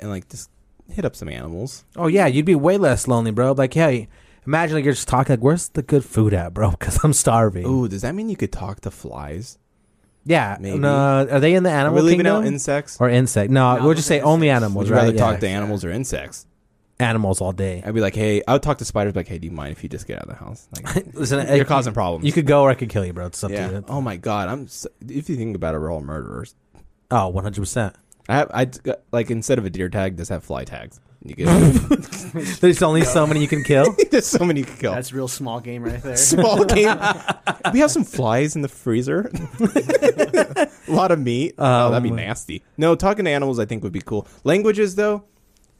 Speaker 1: and like just hit up some animals.
Speaker 2: Oh yeah, you'd be way less lonely, bro. Like hey, imagine like you're just talking like, where's the good food at, bro? [LAUGHS] Because I'm starving.
Speaker 1: Oh, does that mean you could talk to flies?
Speaker 2: yeah,
Speaker 1: maybe.
Speaker 2: no, are they in the
Speaker 1: Are
Speaker 2: animal
Speaker 1: we leaving
Speaker 2: kingdom
Speaker 1: out insects?
Speaker 2: or insect? No,
Speaker 3: No,
Speaker 2: we'll just say
Speaker 3: those are
Speaker 2: only
Speaker 3: insects.
Speaker 2: animals.
Speaker 1: Would you
Speaker 2: right?
Speaker 1: rather
Speaker 2: Yeah.
Speaker 1: talk to animals or insects?
Speaker 2: animals all day?
Speaker 1: I'd be like, hey, I would talk to spiders. Like, hey, do you mind if you just get out of the house?
Speaker 2: [LAUGHS]
Speaker 1: Like,
Speaker 2: Listen,
Speaker 1: you're
Speaker 2: I-
Speaker 1: causing problems.
Speaker 2: You could go or I could kill you, bro. It's up to
Speaker 1: yeah.
Speaker 2: you.
Speaker 1: Oh my god, I'm. So, if you think about it, we're all murderers.
Speaker 2: Oh, 100%.
Speaker 1: I have, I like instead of a deer tag, just have fly tags. You get
Speaker 2: [LAUGHS] [LAUGHS] There's only so many you can kill.
Speaker 1: [LAUGHS] there's so many you can kill.
Speaker 3: Oh, That's real small game right there.
Speaker 1: Small game. [LAUGHS] we have some flies in the freezer. [LAUGHS] a lot of meat. oh, that'd be
Speaker 2: Um,
Speaker 1: nasty. No, talking to animals, I think would be cool. Languages, though,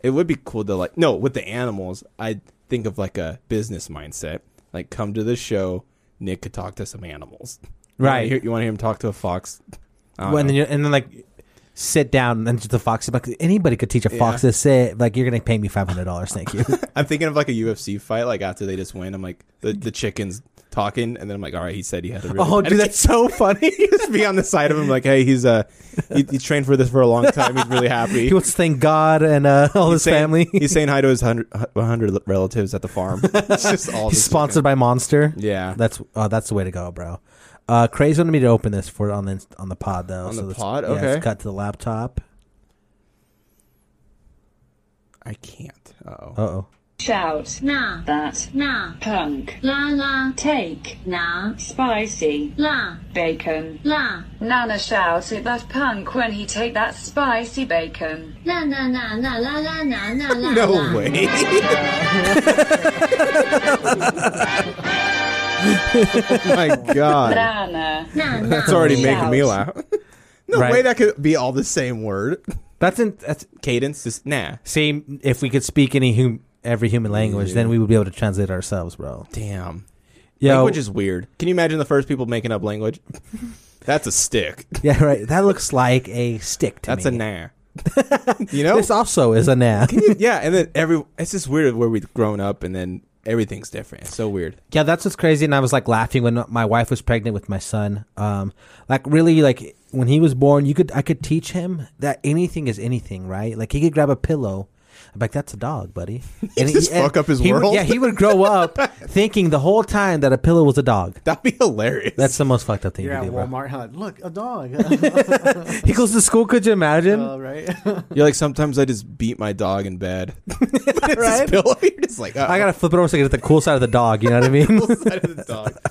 Speaker 1: it would be cool to like. No, with the animals, I think of like a business mindset. Like, come to the show. Nick could talk to some animals. You,
Speaker 2: Right.
Speaker 1: want to hear him talk to a fox? [LAUGHS] I don't
Speaker 2: When,
Speaker 1: know.
Speaker 2: then you and then, like, sit down and just the fox is like, anybody could teach a fox
Speaker 1: Yeah.
Speaker 2: to sit. Like, you're going to pay me $500. Thank
Speaker 1: [LAUGHS]
Speaker 2: you.
Speaker 1: I'm thinking of like a UFC fight. Like after they just win, I'm like the, the chickens talking, and then I'm like, all right, he said he had a. Really
Speaker 2: oh,
Speaker 1: bad
Speaker 2: dude,
Speaker 1: [LAUGHS]
Speaker 2: that's so funny.
Speaker 1: just be on the side of him like, hey, he's uh, he, he trained for this for a long time. He's really happy.
Speaker 2: [LAUGHS] he wants to thank God and uh, [LAUGHS] all his
Speaker 1: saying,
Speaker 2: family.
Speaker 1: He's saying hi to his hundred hundred relatives at
Speaker 2: [LAUGHS]
Speaker 1: the farm. It's just all
Speaker 2: He's
Speaker 1: this
Speaker 2: sponsored by Monster.
Speaker 1: fucking- yeah,
Speaker 2: That's oh, that's the way to go, bro. Uh, Craze wanted me to open this for on the inst- on the pod though.
Speaker 1: On
Speaker 2: so
Speaker 1: the
Speaker 2: let's-
Speaker 1: pod?
Speaker 2: yeah, let's
Speaker 1: Okay.
Speaker 2: cut to the laptop.
Speaker 1: I can't.
Speaker 2: Uh
Speaker 1: Oh,
Speaker 2: oh.
Speaker 4: Shout. Nah. That. Nah. Punk. La la. Take. Nah. Spicy. La. Bacon. La. Nana shouts at that punk when he take that spicy bacon. Na na na na la la na na la.
Speaker 1: [LAUGHS]
Speaker 2: [LAUGHS]
Speaker 1: no way. oh my
Speaker 4: uh,
Speaker 1: god,
Speaker 4: Nana. Na, na.
Speaker 1: that's already making
Speaker 4: Shout.
Speaker 1: me laugh. No
Speaker 2: Right.
Speaker 1: way that could be all the same word.
Speaker 2: That's in that's
Speaker 1: Cadence, just nah.
Speaker 2: see if we could speak any hum, every human language, then we would be able to translate ourselves, bro.
Speaker 1: Damn.
Speaker 2: Yo,
Speaker 1: Language is weird. Can you imagine the first people making up [LAUGHS] language? That's a stick.
Speaker 2: [LAUGHS] yeah, right. That looks like a stick to
Speaker 1: That's a
Speaker 2: me.
Speaker 1: nah. [LAUGHS] you know?
Speaker 2: This also
Speaker 1: [LAUGHS]
Speaker 2: is a nap.
Speaker 1: yeah, and then every it's just weird where we've grown up and then everything's different. It's so weird. [LAUGHS]
Speaker 2: Yeah, that's what's crazy. And I was like laughing when my wife was pregnant with my son. Um, like really, like when he was born, you could I could teach him that anything is anything, right? Like he could grab a pillow. I'm like, that's a dog,
Speaker 1: [LAUGHS]
Speaker 2: buddy. And
Speaker 1: just fuck up his
Speaker 2: he would-
Speaker 1: world?
Speaker 2: yeah, he would grow
Speaker 1: [LAUGHS]
Speaker 2: up thinking the whole time that a pillow was a dog.
Speaker 1: That'd be hilarious.
Speaker 2: That's the most fucked up thing
Speaker 3: You're
Speaker 2: you
Speaker 3: at
Speaker 2: do, bro.
Speaker 3: Walmart, huh? Look, a dog. [LAUGHS]
Speaker 2: He goes to school. Could you imagine?
Speaker 3: Uh, right. [LAUGHS]
Speaker 1: You're like sometimes I just beat my dog in [LAUGHS] bed. right? Pillow. You're just like oh, [LAUGHS]
Speaker 2: I gotta flip it over so I get the cool side of the dog. You know what I mean?
Speaker 1: side of the dog. [LAUGHS]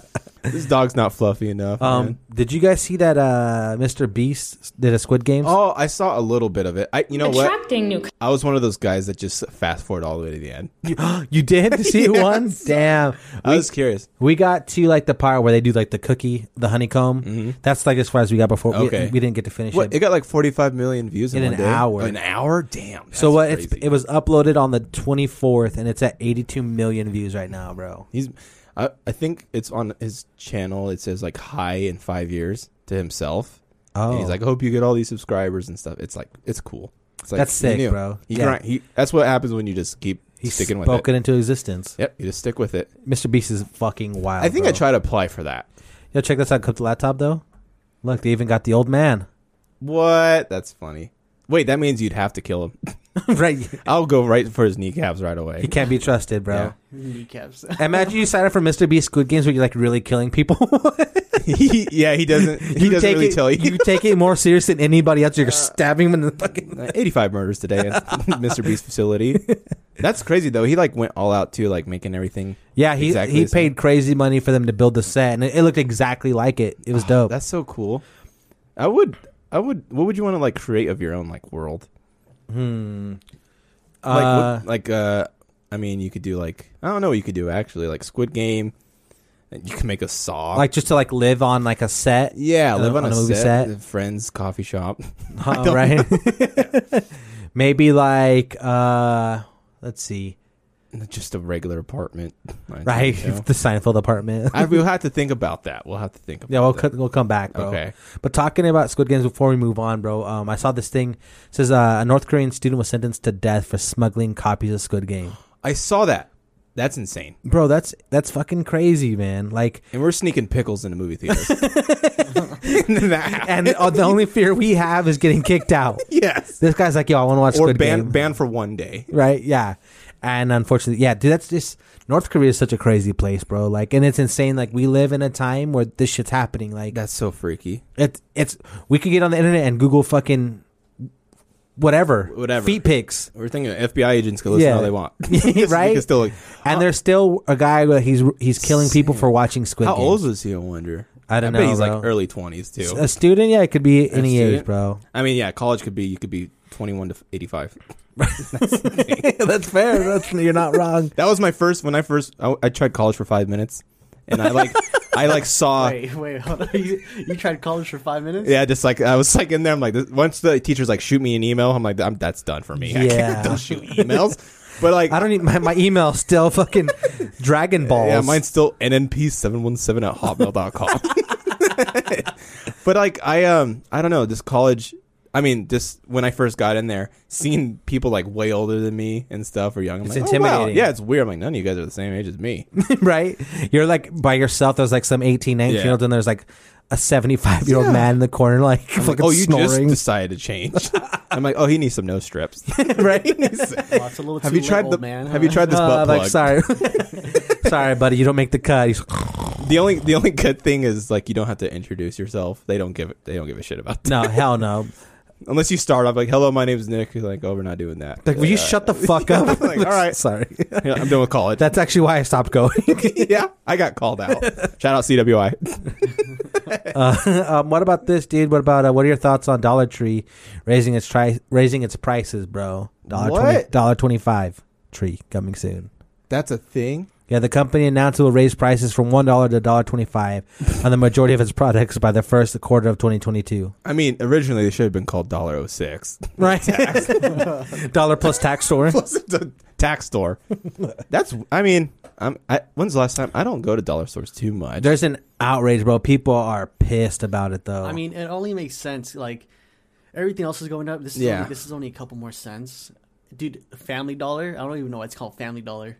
Speaker 1: this dog's not fluffy enough.
Speaker 2: Um,
Speaker 1: man.
Speaker 2: did you guys see that uh, Mr. Beast did a Squid Games?
Speaker 1: Oh, I saw a little bit of it. I, you know what?
Speaker 5: attracting new
Speaker 1: I was one of those guys that just fast forward all the way to the end.
Speaker 2: [GASPS] You did
Speaker 1: [LAUGHS]
Speaker 2: see it one? Damn.
Speaker 1: I was curious.
Speaker 2: We got to like the part where they do like the cookie, the honeycomb. That's like as far as we got before. We-
Speaker 1: Mm-hmm. Okay.
Speaker 2: We, didn't get to finish
Speaker 1: What? It
Speaker 2: it.
Speaker 1: got like 45 million views in,
Speaker 2: In
Speaker 1: one
Speaker 2: an
Speaker 1: day?
Speaker 2: hour.
Speaker 1: An hour? Damn. that's
Speaker 2: So what? It's,
Speaker 1: crazy.
Speaker 2: it was uploaded on the 24th, and it's at 82 million views right now, bro.
Speaker 1: He's, I, I think it's on his channel. It says like hi in five years to himself.
Speaker 2: Oh,
Speaker 1: And he's like, I hope you get all these subscribers and stuff. It's like, it's cool. It's like,
Speaker 2: That's
Speaker 1: he
Speaker 2: sick,
Speaker 1: knew.
Speaker 2: bro.
Speaker 1: He
Speaker 2: Yeah.
Speaker 1: grind- he- that's what happens when you just keep
Speaker 2: He
Speaker 1: sticking with
Speaker 2: spoke
Speaker 1: it.
Speaker 2: it into existence.
Speaker 1: Yep, you just stick with it.
Speaker 2: Mr. Beast is fucking wild.
Speaker 1: I think
Speaker 2: bro.
Speaker 1: I try to apply for that.
Speaker 2: Yo, check this out. Cooked laptop though. Look, they even got the old man. [LAUGHS]
Speaker 1: What? That's funny. Wait, that means you'd have to kill him.
Speaker 2: right.
Speaker 1: I'll go right for his kneecaps right
Speaker 2: He [LAUGHS]
Speaker 1: away. [LAUGHS]
Speaker 2: can't be trusted, bro.
Speaker 3: Kneecaps.
Speaker 1: Uh,
Speaker 2: Imagine you sign up for Mr. Beast Squid Games where you're like really killing people. [LAUGHS]
Speaker 1: He- yeah, he doesn't. He
Speaker 2: You
Speaker 1: doesn't
Speaker 2: take
Speaker 1: really
Speaker 2: it,
Speaker 1: tell you.
Speaker 2: take it more serious than anybody else. You're stabbing him in the fucking.
Speaker 1: Uh, 85 murders today at
Speaker 2: [LAUGHS]
Speaker 1: Mr. Beast facility. That's crazy though. He like went all out too, like making everything.
Speaker 2: Yeah, he
Speaker 1: Exactly
Speaker 2: he
Speaker 1: the same.
Speaker 2: paid crazy money for them to build the set, and it, it looked exactly like it. It was dope.
Speaker 1: Ah, That's so cool. I would, I would. What would you want to like create of your own like world? Like,
Speaker 2: Hmm. Uh,
Speaker 1: what, like, uh, I mean, you could do like I don't know what you could do actually, like Squid Game. You can make a saw.
Speaker 2: like just to like live on like a set,
Speaker 1: yeah,
Speaker 2: uh,
Speaker 1: live on,
Speaker 2: on
Speaker 1: a,
Speaker 2: a movie
Speaker 1: set, [LAUGHS]
Speaker 2: set.
Speaker 1: friends coffee shop. [LAUGHS]
Speaker 2: huh, right? [LAUGHS] Maybe like uh, let's see,
Speaker 1: Just a regular apartment, I
Speaker 2: right?
Speaker 1: think, you know?
Speaker 2: [LAUGHS] the Seinfeld apartment.
Speaker 1: I, we'll have to think about that. We'll have to think
Speaker 2: [LAUGHS]
Speaker 1: about.
Speaker 2: Yeah,
Speaker 1: [LAUGHS]
Speaker 2: we'll,
Speaker 1: that.
Speaker 2: cut we'll come back, bro.
Speaker 1: Okay.
Speaker 2: But talking about Squid Games before we move on, bro, um, I saw this thing. It says uh, a North Korean student was sentenced to death for smuggling copies of Squid Game.
Speaker 1: I saw that. That's insane.
Speaker 2: Bro, that's that's fucking crazy, man. Like,
Speaker 1: And we're sneaking pickles into movie theaters. [LAUGHS] and then that
Speaker 2: and
Speaker 1: happened. [LAUGHS]
Speaker 2: uh, the only fear we have is getting kicked out.
Speaker 1: yes.
Speaker 2: This guy's like, yo, I want to watch
Speaker 1: Or
Speaker 2: Squid
Speaker 1: ban
Speaker 2: Game,
Speaker 1: ban for one day.
Speaker 2: right? Yeah, and unfortunately, yeah, dude, that's just North Korea is such a crazy place, bro. Like, and it's insane. Like, we live in a time where this shit's happening. Like,
Speaker 1: That's so freaky.
Speaker 2: It's it's we could get on the internet and Google fucking whatever,
Speaker 1: Whatever.
Speaker 2: feet pics,
Speaker 1: We're thinking FBI agents can listen
Speaker 2: Yeah.
Speaker 1: all
Speaker 2: [LAUGHS]
Speaker 1: they want. [LAUGHS] This nigga's
Speaker 2: Right?
Speaker 1: still like,
Speaker 2: and there's still a guy that he's he's killing people for watching Squid
Speaker 1: how
Speaker 2: Game.
Speaker 1: old is he? I wonder.
Speaker 2: I don't
Speaker 1: bet
Speaker 2: know,
Speaker 1: He's like
Speaker 2: bro.
Speaker 1: early twenties too.
Speaker 2: a student? Yeah, it could be any
Speaker 1: student?
Speaker 2: age, bro. [LAUGHS]
Speaker 1: I mean, yeah, college could be. You could be twenty-one to eighty-five.
Speaker 2: That's fair. That's, you're not wrong.
Speaker 1: That was my first when I first I, I tried college for five minutes, and I like I like saw.
Speaker 3: [LAUGHS] wait, wait, hold on. You, you tried college for five minutes?
Speaker 1: Yeah, just like I was [LAUGHS] like in there. I'm like, this, once the teacher's like, shoot me an email. I'm like, I'm, that's done for me. I
Speaker 2: Yeah.
Speaker 1: can't, don't shoot emails. But like,
Speaker 2: [LAUGHS] I don't need my, my email still
Speaker 1: [LAUGHS]
Speaker 2: fucking Dragon Balls.
Speaker 1: Yeah, mine's still nnp717 at
Speaker 2: [LAUGHS]
Speaker 1: hotmail.com. [LAUGHS] but like I um I don't know, this college I mean, just when I first got in there, seeing people like way older than me and stuff or young, I'm
Speaker 2: It's
Speaker 1: like, oh, wow.
Speaker 2: intimidating.
Speaker 1: Yeah, it's weird. I'm like, none of you guys are the same age as me.
Speaker 2: right. You're like by yourself. There's like some 18, 19 year old,
Speaker 1: Yeah.
Speaker 2: and there's like a 75 year old man in the corner, like [LAUGHS] fucking
Speaker 1: oh, you
Speaker 2: snoring.
Speaker 1: just decided to change. [LAUGHS] I'm like, oh, he needs some nose strips. [LAUGHS]
Speaker 2: right.
Speaker 3: Lots a little
Speaker 1: have
Speaker 3: too
Speaker 1: you tried
Speaker 3: lit,
Speaker 1: the
Speaker 3: old man,
Speaker 1: Have you
Speaker 3: huh?
Speaker 1: tried this
Speaker 2: Uh,
Speaker 1: butt plug?
Speaker 2: like
Speaker 1: [LAUGHS]
Speaker 2: sorry, sorry, buddy. You don't make the cut. He's-
Speaker 1: The only the only good thing is like you don't have to introduce yourself. They don't give they don't give a shit about that.
Speaker 2: no, hell no.
Speaker 1: Unless you start off like, hello, my name's Nick. You're like, oh, we're not doing that.
Speaker 2: Like, will you shut the fuck up?
Speaker 1: Like, all
Speaker 2: [LAUGHS]
Speaker 1: right.
Speaker 2: sorry.
Speaker 1: Yeah, [LAUGHS] I'm done with college.
Speaker 2: That's actually why I stopped going. [LAUGHS]
Speaker 1: [LAUGHS] yeah, I got called out. Shout out CWI.
Speaker 2: um, what about this, dude? What about uh, what are your thoughts on Dollar Tree raising its tri- raising its prices, bro? Dollar
Speaker 1: What?
Speaker 2: dollar twenty five tree coming soon.
Speaker 1: That's a thing.
Speaker 2: Yeah, the company announced it will raise prices from one dollar to dollar twenty five on the majority of its products by the first quarter of twenty twenty two.
Speaker 1: I mean, originally they should have been called Dollar 06.
Speaker 2: Right, dollar plus tax store.
Speaker 1: [LAUGHS] Plus it's a
Speaker 2: [LAUGHS]
Speaker 1: tax store. That's. I mean, I'm. I, when's the last time I don't go to dollar stores too much?
Speaker 2: There's an outrage, bro. People are pissed about it, though.
Speaker 3: I mean, it only makes sense. Like everything else is going up. This is
Speaker 1: Yeah.
Speaker 3: only, this is only a couple more cents, dude. Family Dollar. I don't even know why it's called Family Dollar.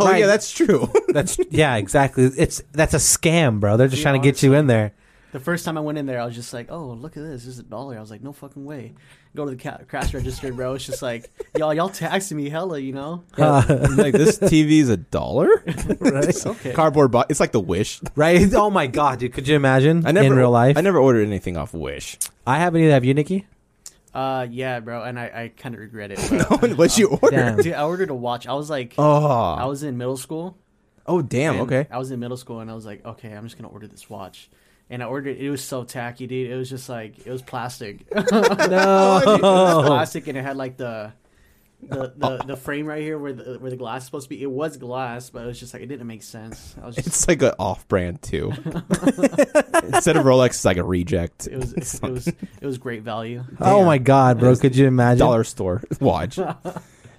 Speaker 1: oh
Speaker 2: right.
Speaker 1: yeah, that's
Speaker 2: [LAUGHS]
Speaker 1: true. [LAUGHS]
Speaker 2: that's yeah, exactly. It's that's a scam, bro. They're just
Speaker 3: Yeah,
Speaker 2: trying to get you in there.
Speaker 3: The first time I went in there, I was just like, "Oh, look at this! This is a dollar." I was like, "No fucking way!" Go to the ca- cash register, bro. It's just like, [LAUGHS] y'all, y'all taxing me hella, you know?
Speaker 1: I'm like this TV's a dollar.
Speaker 2: [LAUGHS]
Speaker 1: [LAUGHS]
Speaker 2: Right?
Speaker 3: Okay.
Speaker 1: Cardboard box. It's like the Wish.
Speaker 2: [LAUGHS] right? Oh my god, dude! Could you imagine
Speaker 1: I never
Speaker 2: in real life?
Speaker 1: I never ordered anything off Wish.
Speaker 2: I haven't either. Have you, Nikki?
Speaker 3: uh, yeah, bro. And I, I kind of regret it.
Speaker 1: [LAUGHS]
Speaker 3: but-
Speaker 1: Unless you order.
Speaker 2: Damn.
Speaker 3: Dude, I ordered a watch. I was like, I
Speaker 1: Oh.
Speaker 3: was in middle school.
Speaker 1: Oh damn.
Speaker 3: and
Speaker 1: Okay.
Speaker 3: I was in middle school and I was like, okay, I'm just gonna order this watch. And I ordered it. It was so tacky, dude. It was just like it was plastic. [LAUGHS] no, it
Speaker 2: [LAUGHS] Oh
Speaker 1: Oh.
Speaker 3: was plastic, and it had like the the,
Speaker 1: [LAUGHS]
Speaker 3: the, the frame right here where the where the glass is supposed to be. It was glass, but it was just like it didn't make sense. I was just
Speaker 1: It's like an off-brand too. [LAUGHS] Instead of Rolex, it's like a reject.
Speaker 3: it was it was it was great value.
Speaker 2: Oh my god, bro! Could you imagine?
Speaker 1: dollar store [LAUGHS]
Speaker 2: [LAUGHS]
Speaker 1: watch.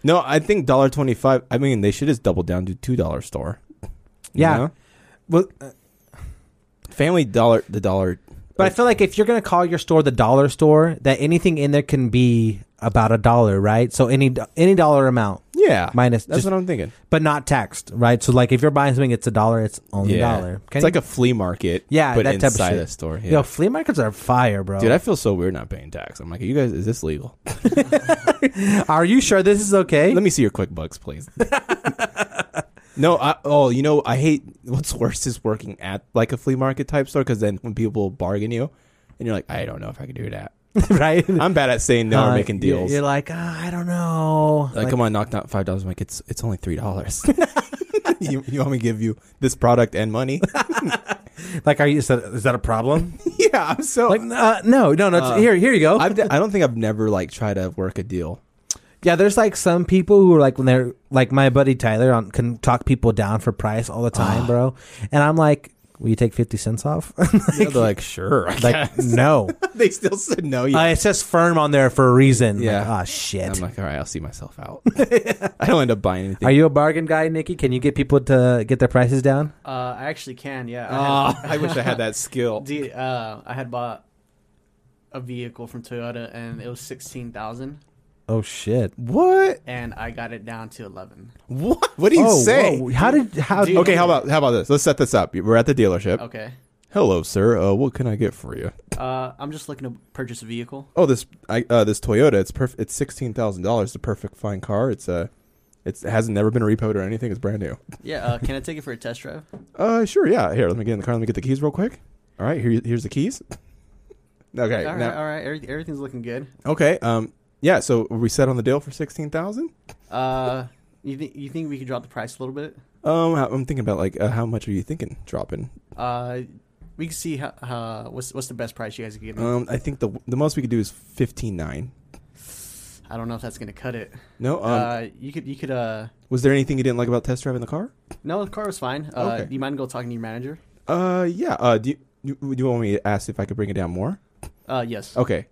Speaker 1: no, I think dollar twenty five. I mean, they should just double down to two dollar store. You
Speaker 2: Yeah.
Speaker 1: know?
Speaker 2: Well, uh,
Speaker 1: family dollar the dollar.
Speaker 2: but I feel like if you're gonna call your store the dollar store, that anything in there can be about a dollar, right? So any do- any dollar amount,
Speaker 1: Yeah,
Speaker 2: Minus-
Speaker 1: That's
Speaker 2: just-
Speaker 1: what I'm thinking.
Speaker 2: but not taxed, right? So like if you're buying something, it's a dollar. It's only a
Speaker 1: Yeah,
Speaker 2: dollar.
Speaker 1: it's like a flea market.
Speaker 2: Yeah,
Speaker 1: but
Speaker 2: that type of
Speaker 1: inside
Speaker 2: shit.
Speaker 1: a store. Yeah.
Speaker 2: yo flea markets are fire, bro.
Speaker 1: Dude, I feel so weird not paying tax. I'm like, you guys, is this legal?
Speaker 2: are you sure this is okay?
Speaker 1: Let me see your QuickBooks, please. no, I, oh, you know, I hate what's worse is working at like a flea market type store because then when people bargain you, and you're like, I don't know if I can do that.
Speaker 2: [LAUGHS] right?
Speaker 1: I'm bad at saying no
Speaker 2: Uh,
Speaker 1: or making
Speaker 2: you're-
Speaker 1: deals.
Speaker 2: You're like, "Ah, I don't know.
Speaker 1: like, come on, knock down five dollars. I'm like, it's it's only three dollars. [LAUGHS] you, you want me to give you this product and money?
Speaker 2: like, are you? Is that, is that a
Speaker 1: [LAUGHS]
Speaker 2: problem?
Speaker 1: yeah, I'm so.
Speaker 2: like, uh, no, no, no. it's- here, here you go.
Speaker 1: I've, d- I don't think I've never like tried to work a deal.
Speaker 2: Yeah, there's like some people who are like when they're like my buddy Tyler on can talk people down for price all the time, bro. And I'm like, will you take fifty cents off? [LAUGHS]
Speaker 1: You know, they're like, sure. I
Speaker 2: like,
Speaker 1: guess.
Speaker 2: no.
Speaker 1: [LAUGHS] they still said no. Yeah.
Speaker 2: Uh, it says firm on there for a reason. Yeah. Like,
Speaker 1: Yeah.
Speaker 2: oh shit.
Speaker 1: [LAUGHS] I'm like, all right, I'll see myself out. [LAUGHS] I don't end up buying anything.
Speaker 2: are you a bargain guy, Nikki? Can you get people to get their prices down?
Speaker 3: Uh, I actually can. Yeah. [LAUGHS] I
Speaker 1: Ah, [LAUGHS] I wish I had that skill.
Speaker 3: [LAUGHS] had, D- uh, I had bought a vehicle from Toyota and it was sixteen thousand,
Speaker 2: Oh shit.
Speaker 1: What?
Speaker 3: and I got it down to eleven.
Speaker 1: What? What do you
Speaker 2: oh,
Speaker 1: say?
Speaker 2: whoa. how did how?
Speaker 3: Dude.
Speaker 1: Okay, how about how about this? Let's set this up. We're at the dealership.
Speaker 3: Okay.
Speaker 1: Hello, sir. Uh, what can I get for you?
Speaker 3: Uh, I'm just looking to purchase a vehicle.
Speaker 1: Oh, this I, uh, this Toyota. It's perfect. It's sixteen thousand dollars. It's a perfect fine car. It's uh, it's it hasn't never been repoed or anything. It's brand new.
Speaker 3: Yeah. Uh, can I take it for a test drive?
Speaker 1: Uh, sure. Yeah. Here, let me get in the car. Let me get the keys real quick. All right. Here, here's the keys. [LAUGHS] okay.
Speaker 3: All right.
Speaker 1: now-
Speaker 3: All right. every- Everything's looking good.
Speaker 1: Okay. Um. Yeah. So are we set on the deal for sixteen thousand.
Speaker 3: Uh, you think you think we could drop the price a little bit?
Speaker 1: Um. I- I'm thinking about like uh, how much are you thinking dropping?
Speaker 3: Uh, we can see how, uh, what's what's the best price you guys can give me.
Speaker 1: Um. I think the the most we could do is fifteen nine.
Speaker 3: I don't know if that's gonna cut it.
Speaker 1: No. Um.
Speaker 3: uh, you could you could uh,
Speaker 1: was there anything you didn't like about test driving the car?
Speaker 3: no, the car was fine. Uh,
Speaker 1: Okay.
Speaker 3: do you mind go talking to your manager?
Speaker 1: Uh. Yeah. Uh. Do you, you, do you want me to ask if I could bring it down more?
Speaker 3: Uh, yes.
Speaker 1: Okay.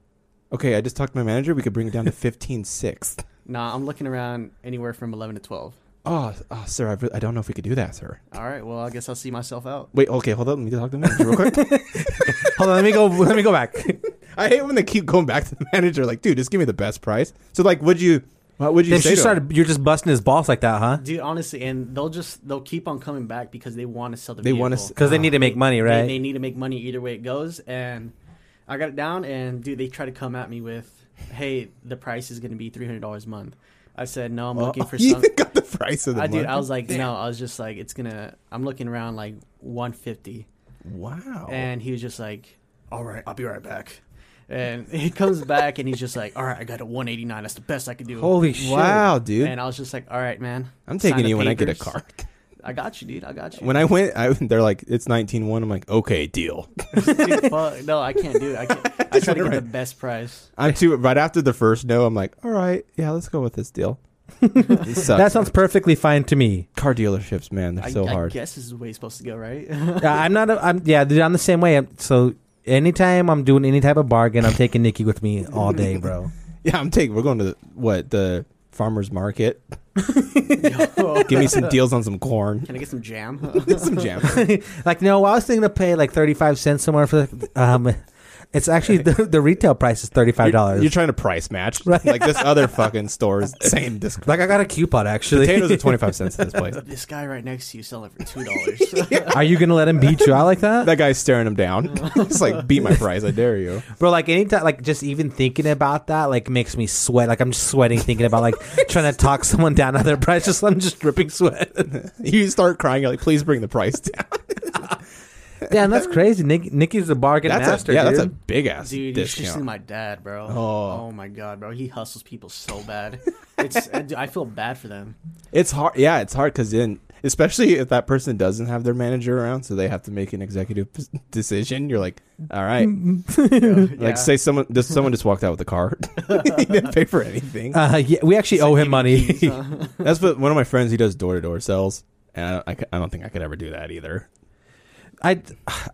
Speaker 1: Okay. I just talked to my manager. We could bring it [LAUGHS] down to fifteen [LAUGHS] six.
Speaker 3: Nah, I'm looking around anywhere from eleven to twelve.
Speaker 1: Oh, oh, sir. I, re- I don't know if we could do that, sir.
Speaker 3: All right. Well, I guess I'll see myself out.
Speaker 1: Wait. Okay. Hold on. Let me talk to the manager real quick. [LAUGHS]
Speaker 2: Hold on, let me go. Let me go back.
Speaker 1: I hate when they keep going back to the manager, like, dude, just give me the best price. So, like, would you, what would you
Speaker 2: Then
Speaker 1: say?
Speaker 2: she
Speaker 1: to
Speaker 2: started. You're just busting his balls like that, huh?
Speaker 3: Dude, honestly, and they'll just they'll keep on coming back because they want to sell the
Speaker 1: They
Speaker 3: vehicle.
Speaker 1: wanna s-
Speaker 2: Because they need to make money,
Speaker 3: They-
Speaker 2: right?
Speaker 3: They, need to make money either way it goes. And I got it down, and dude, they try to come at me with, "Hey, the price is going to be three hundred dollars a month." I said, "No, I'm
Speaker 1: him? [LAUGHS]
Speaker 3: looking for
Speaker 1: you
Speaker 3: some."
Speaker 1: even got Oh, the price of the
Speaker 3: I dude,
Speaker 1: month?
Speaker 3: I was like, "No," I was just like, "It's gonna." I'm looking around like one fifty,
Speaker 1: wow.
Speaker 3: and he was just like, "All right, I'll be right back."
Speaker 1: [LAUGHS]
Speaker 3: And he comes back, and he's just like, "All right, I got a one eighty nine. That's the best I could do."
Speaker 2: Holy shit!
Speaker 1: wow, dude.
Speaker 3: And I was just like, "All right, man."
Speaker 1: I'm
Speaker 3: sign
Speaker 1: taking
Speaker 3: the
Speaker 1: you when I get a
Speaker 3: papers."
Speaker 1: car.
Speaker 3: [LAUGHS] I got you, dude. I got you.
Speaker 1: When I went, I, [LAUGHS] they're like, it's 19 1. I'm like, okay, deal.
Speaker 3: Dude, fuck, no, I can't do it.
Speaker 1: [LAUGHS]
Speaker 3: I can't. I try to get
Speaker 1: Right.
Speaker 3: the best price.
Speaker 1: I'm too, right after the first no, I'm like, all right, yeah, let's go with this [LAUGHS] deal. it sucks.
Speaker 2: That sounds perfectly fine to me.
Speaker 1: car dealerships, man. They're
Speaker 3: I,
Speaker 1: so
Speaker 3: I
Speaker 1: hard.
Speaker 3: guess this is the way it's supposed to
Speaker 1: [LAUGHS]
Speaker 3: go, right? [LAUGHS]
Speaker 2: Uh, I'm not. A, I'm yeah. dude, I'm the same way. I'm, so anytime I'm doing any type of bargain, I'm taking Nikki with me all day, bro. [LAUGHS]
Speaker 1: Yeah, I'm taking, we're going to the, what, the farmer's market? Give me [LAUGHS] some deals on some corn,
Speaker 3: Can I get some jam? [LAUGHS]
Speaker 1: some jam.
Speaker 2: like no, I was thinking of pay like 35 cents somewhere for. Um, it's actually the, the retail price is 35
Speaker 1: You're, you're
Speaker 2: dollars.
Speaker 1: trying to price [LAUGHS] match,
Speaker 2: Right.
Speaker 1: like this other fucking store is saying [LAUGHS] this.
Speaker 2: Like I got a coupon actually.
Speaker 1: Potatoes are twenty five cents at this place.
Speaker 3: this guy right next to you selling for
Speaker 1: [LAUGHS]
Speaker 3: two dollars.
Speaker 2: [LAUGHS] Are you gonna let him beat you out like that,
Speaker 1: That guy's staring him down. [LAUGHS] It's like, beat my price, I dare [LAUGHS] you.
Speaker 2: bro? Like anytime, like just even thinking about that, like makes me sweat. Like I'm just sweating thinking about [LAUGHS] like trying to talk someone down on their price. Just I'm just dripping sweat.
Speaker 1: You start crying. You're like, please bring the price down.
Speaker 2: Damn, [LAUGHS] that's crazy. Nick, Nikki's a bargain
Speaker 1: That's
Speaker 2: master.
Speaker 1: a yeah,
Speaker 2: dude.
Speaker 1: that's a big ass
Speaker 3: [LAUGHS] Dude, you should see
Speaker 1: discount.
Speaker 3: my dad, bro.
Speaker 1: Oh.
Speaker 3: my god, bro. He hustles people so bad.
Speaker 1: [LAUGHS]
Speaker 3: It's uh, dude, I feel bad for them.
Speaker 1: It's hard. Yeah, it's hard because then, especially if that person doesn't have their manager around, so they have to make an executive p- decision. You're like, all right,
Speaker 2: Mm,
Speaker 3: Yeah.
Speaker 1: like say someone, just someone just walked out with a car. [LAUGHS] he didn't pay for anything.
Speaker 2: Uh, yeah, we actually owe him money. [LAUGHS]
Speaker 1: That's what one of my friends. He does door to door sales, and I, I, c- I don't think I could ever do that either.
Speaker 2: I,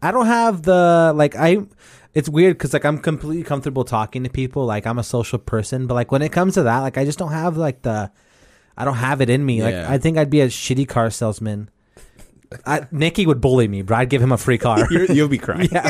Speaker 2: I don't have the like I. It's weird because like I'm completely comfortable talking to people. Like I'm a social person, but like when it comes to that, like I just don't have like the, I don't have it in me. Like
Speaker 1: Yeah.
Speaker 2: I think I'd be a shitty car salesman. I, Nikki would bully me, but I'd give him a free car.
Speaker 1: [LAUGHS]
Speaker 2: [LAUGHS]
Speaker 1: You're, you'll be crying.
Speaker 2: yeah,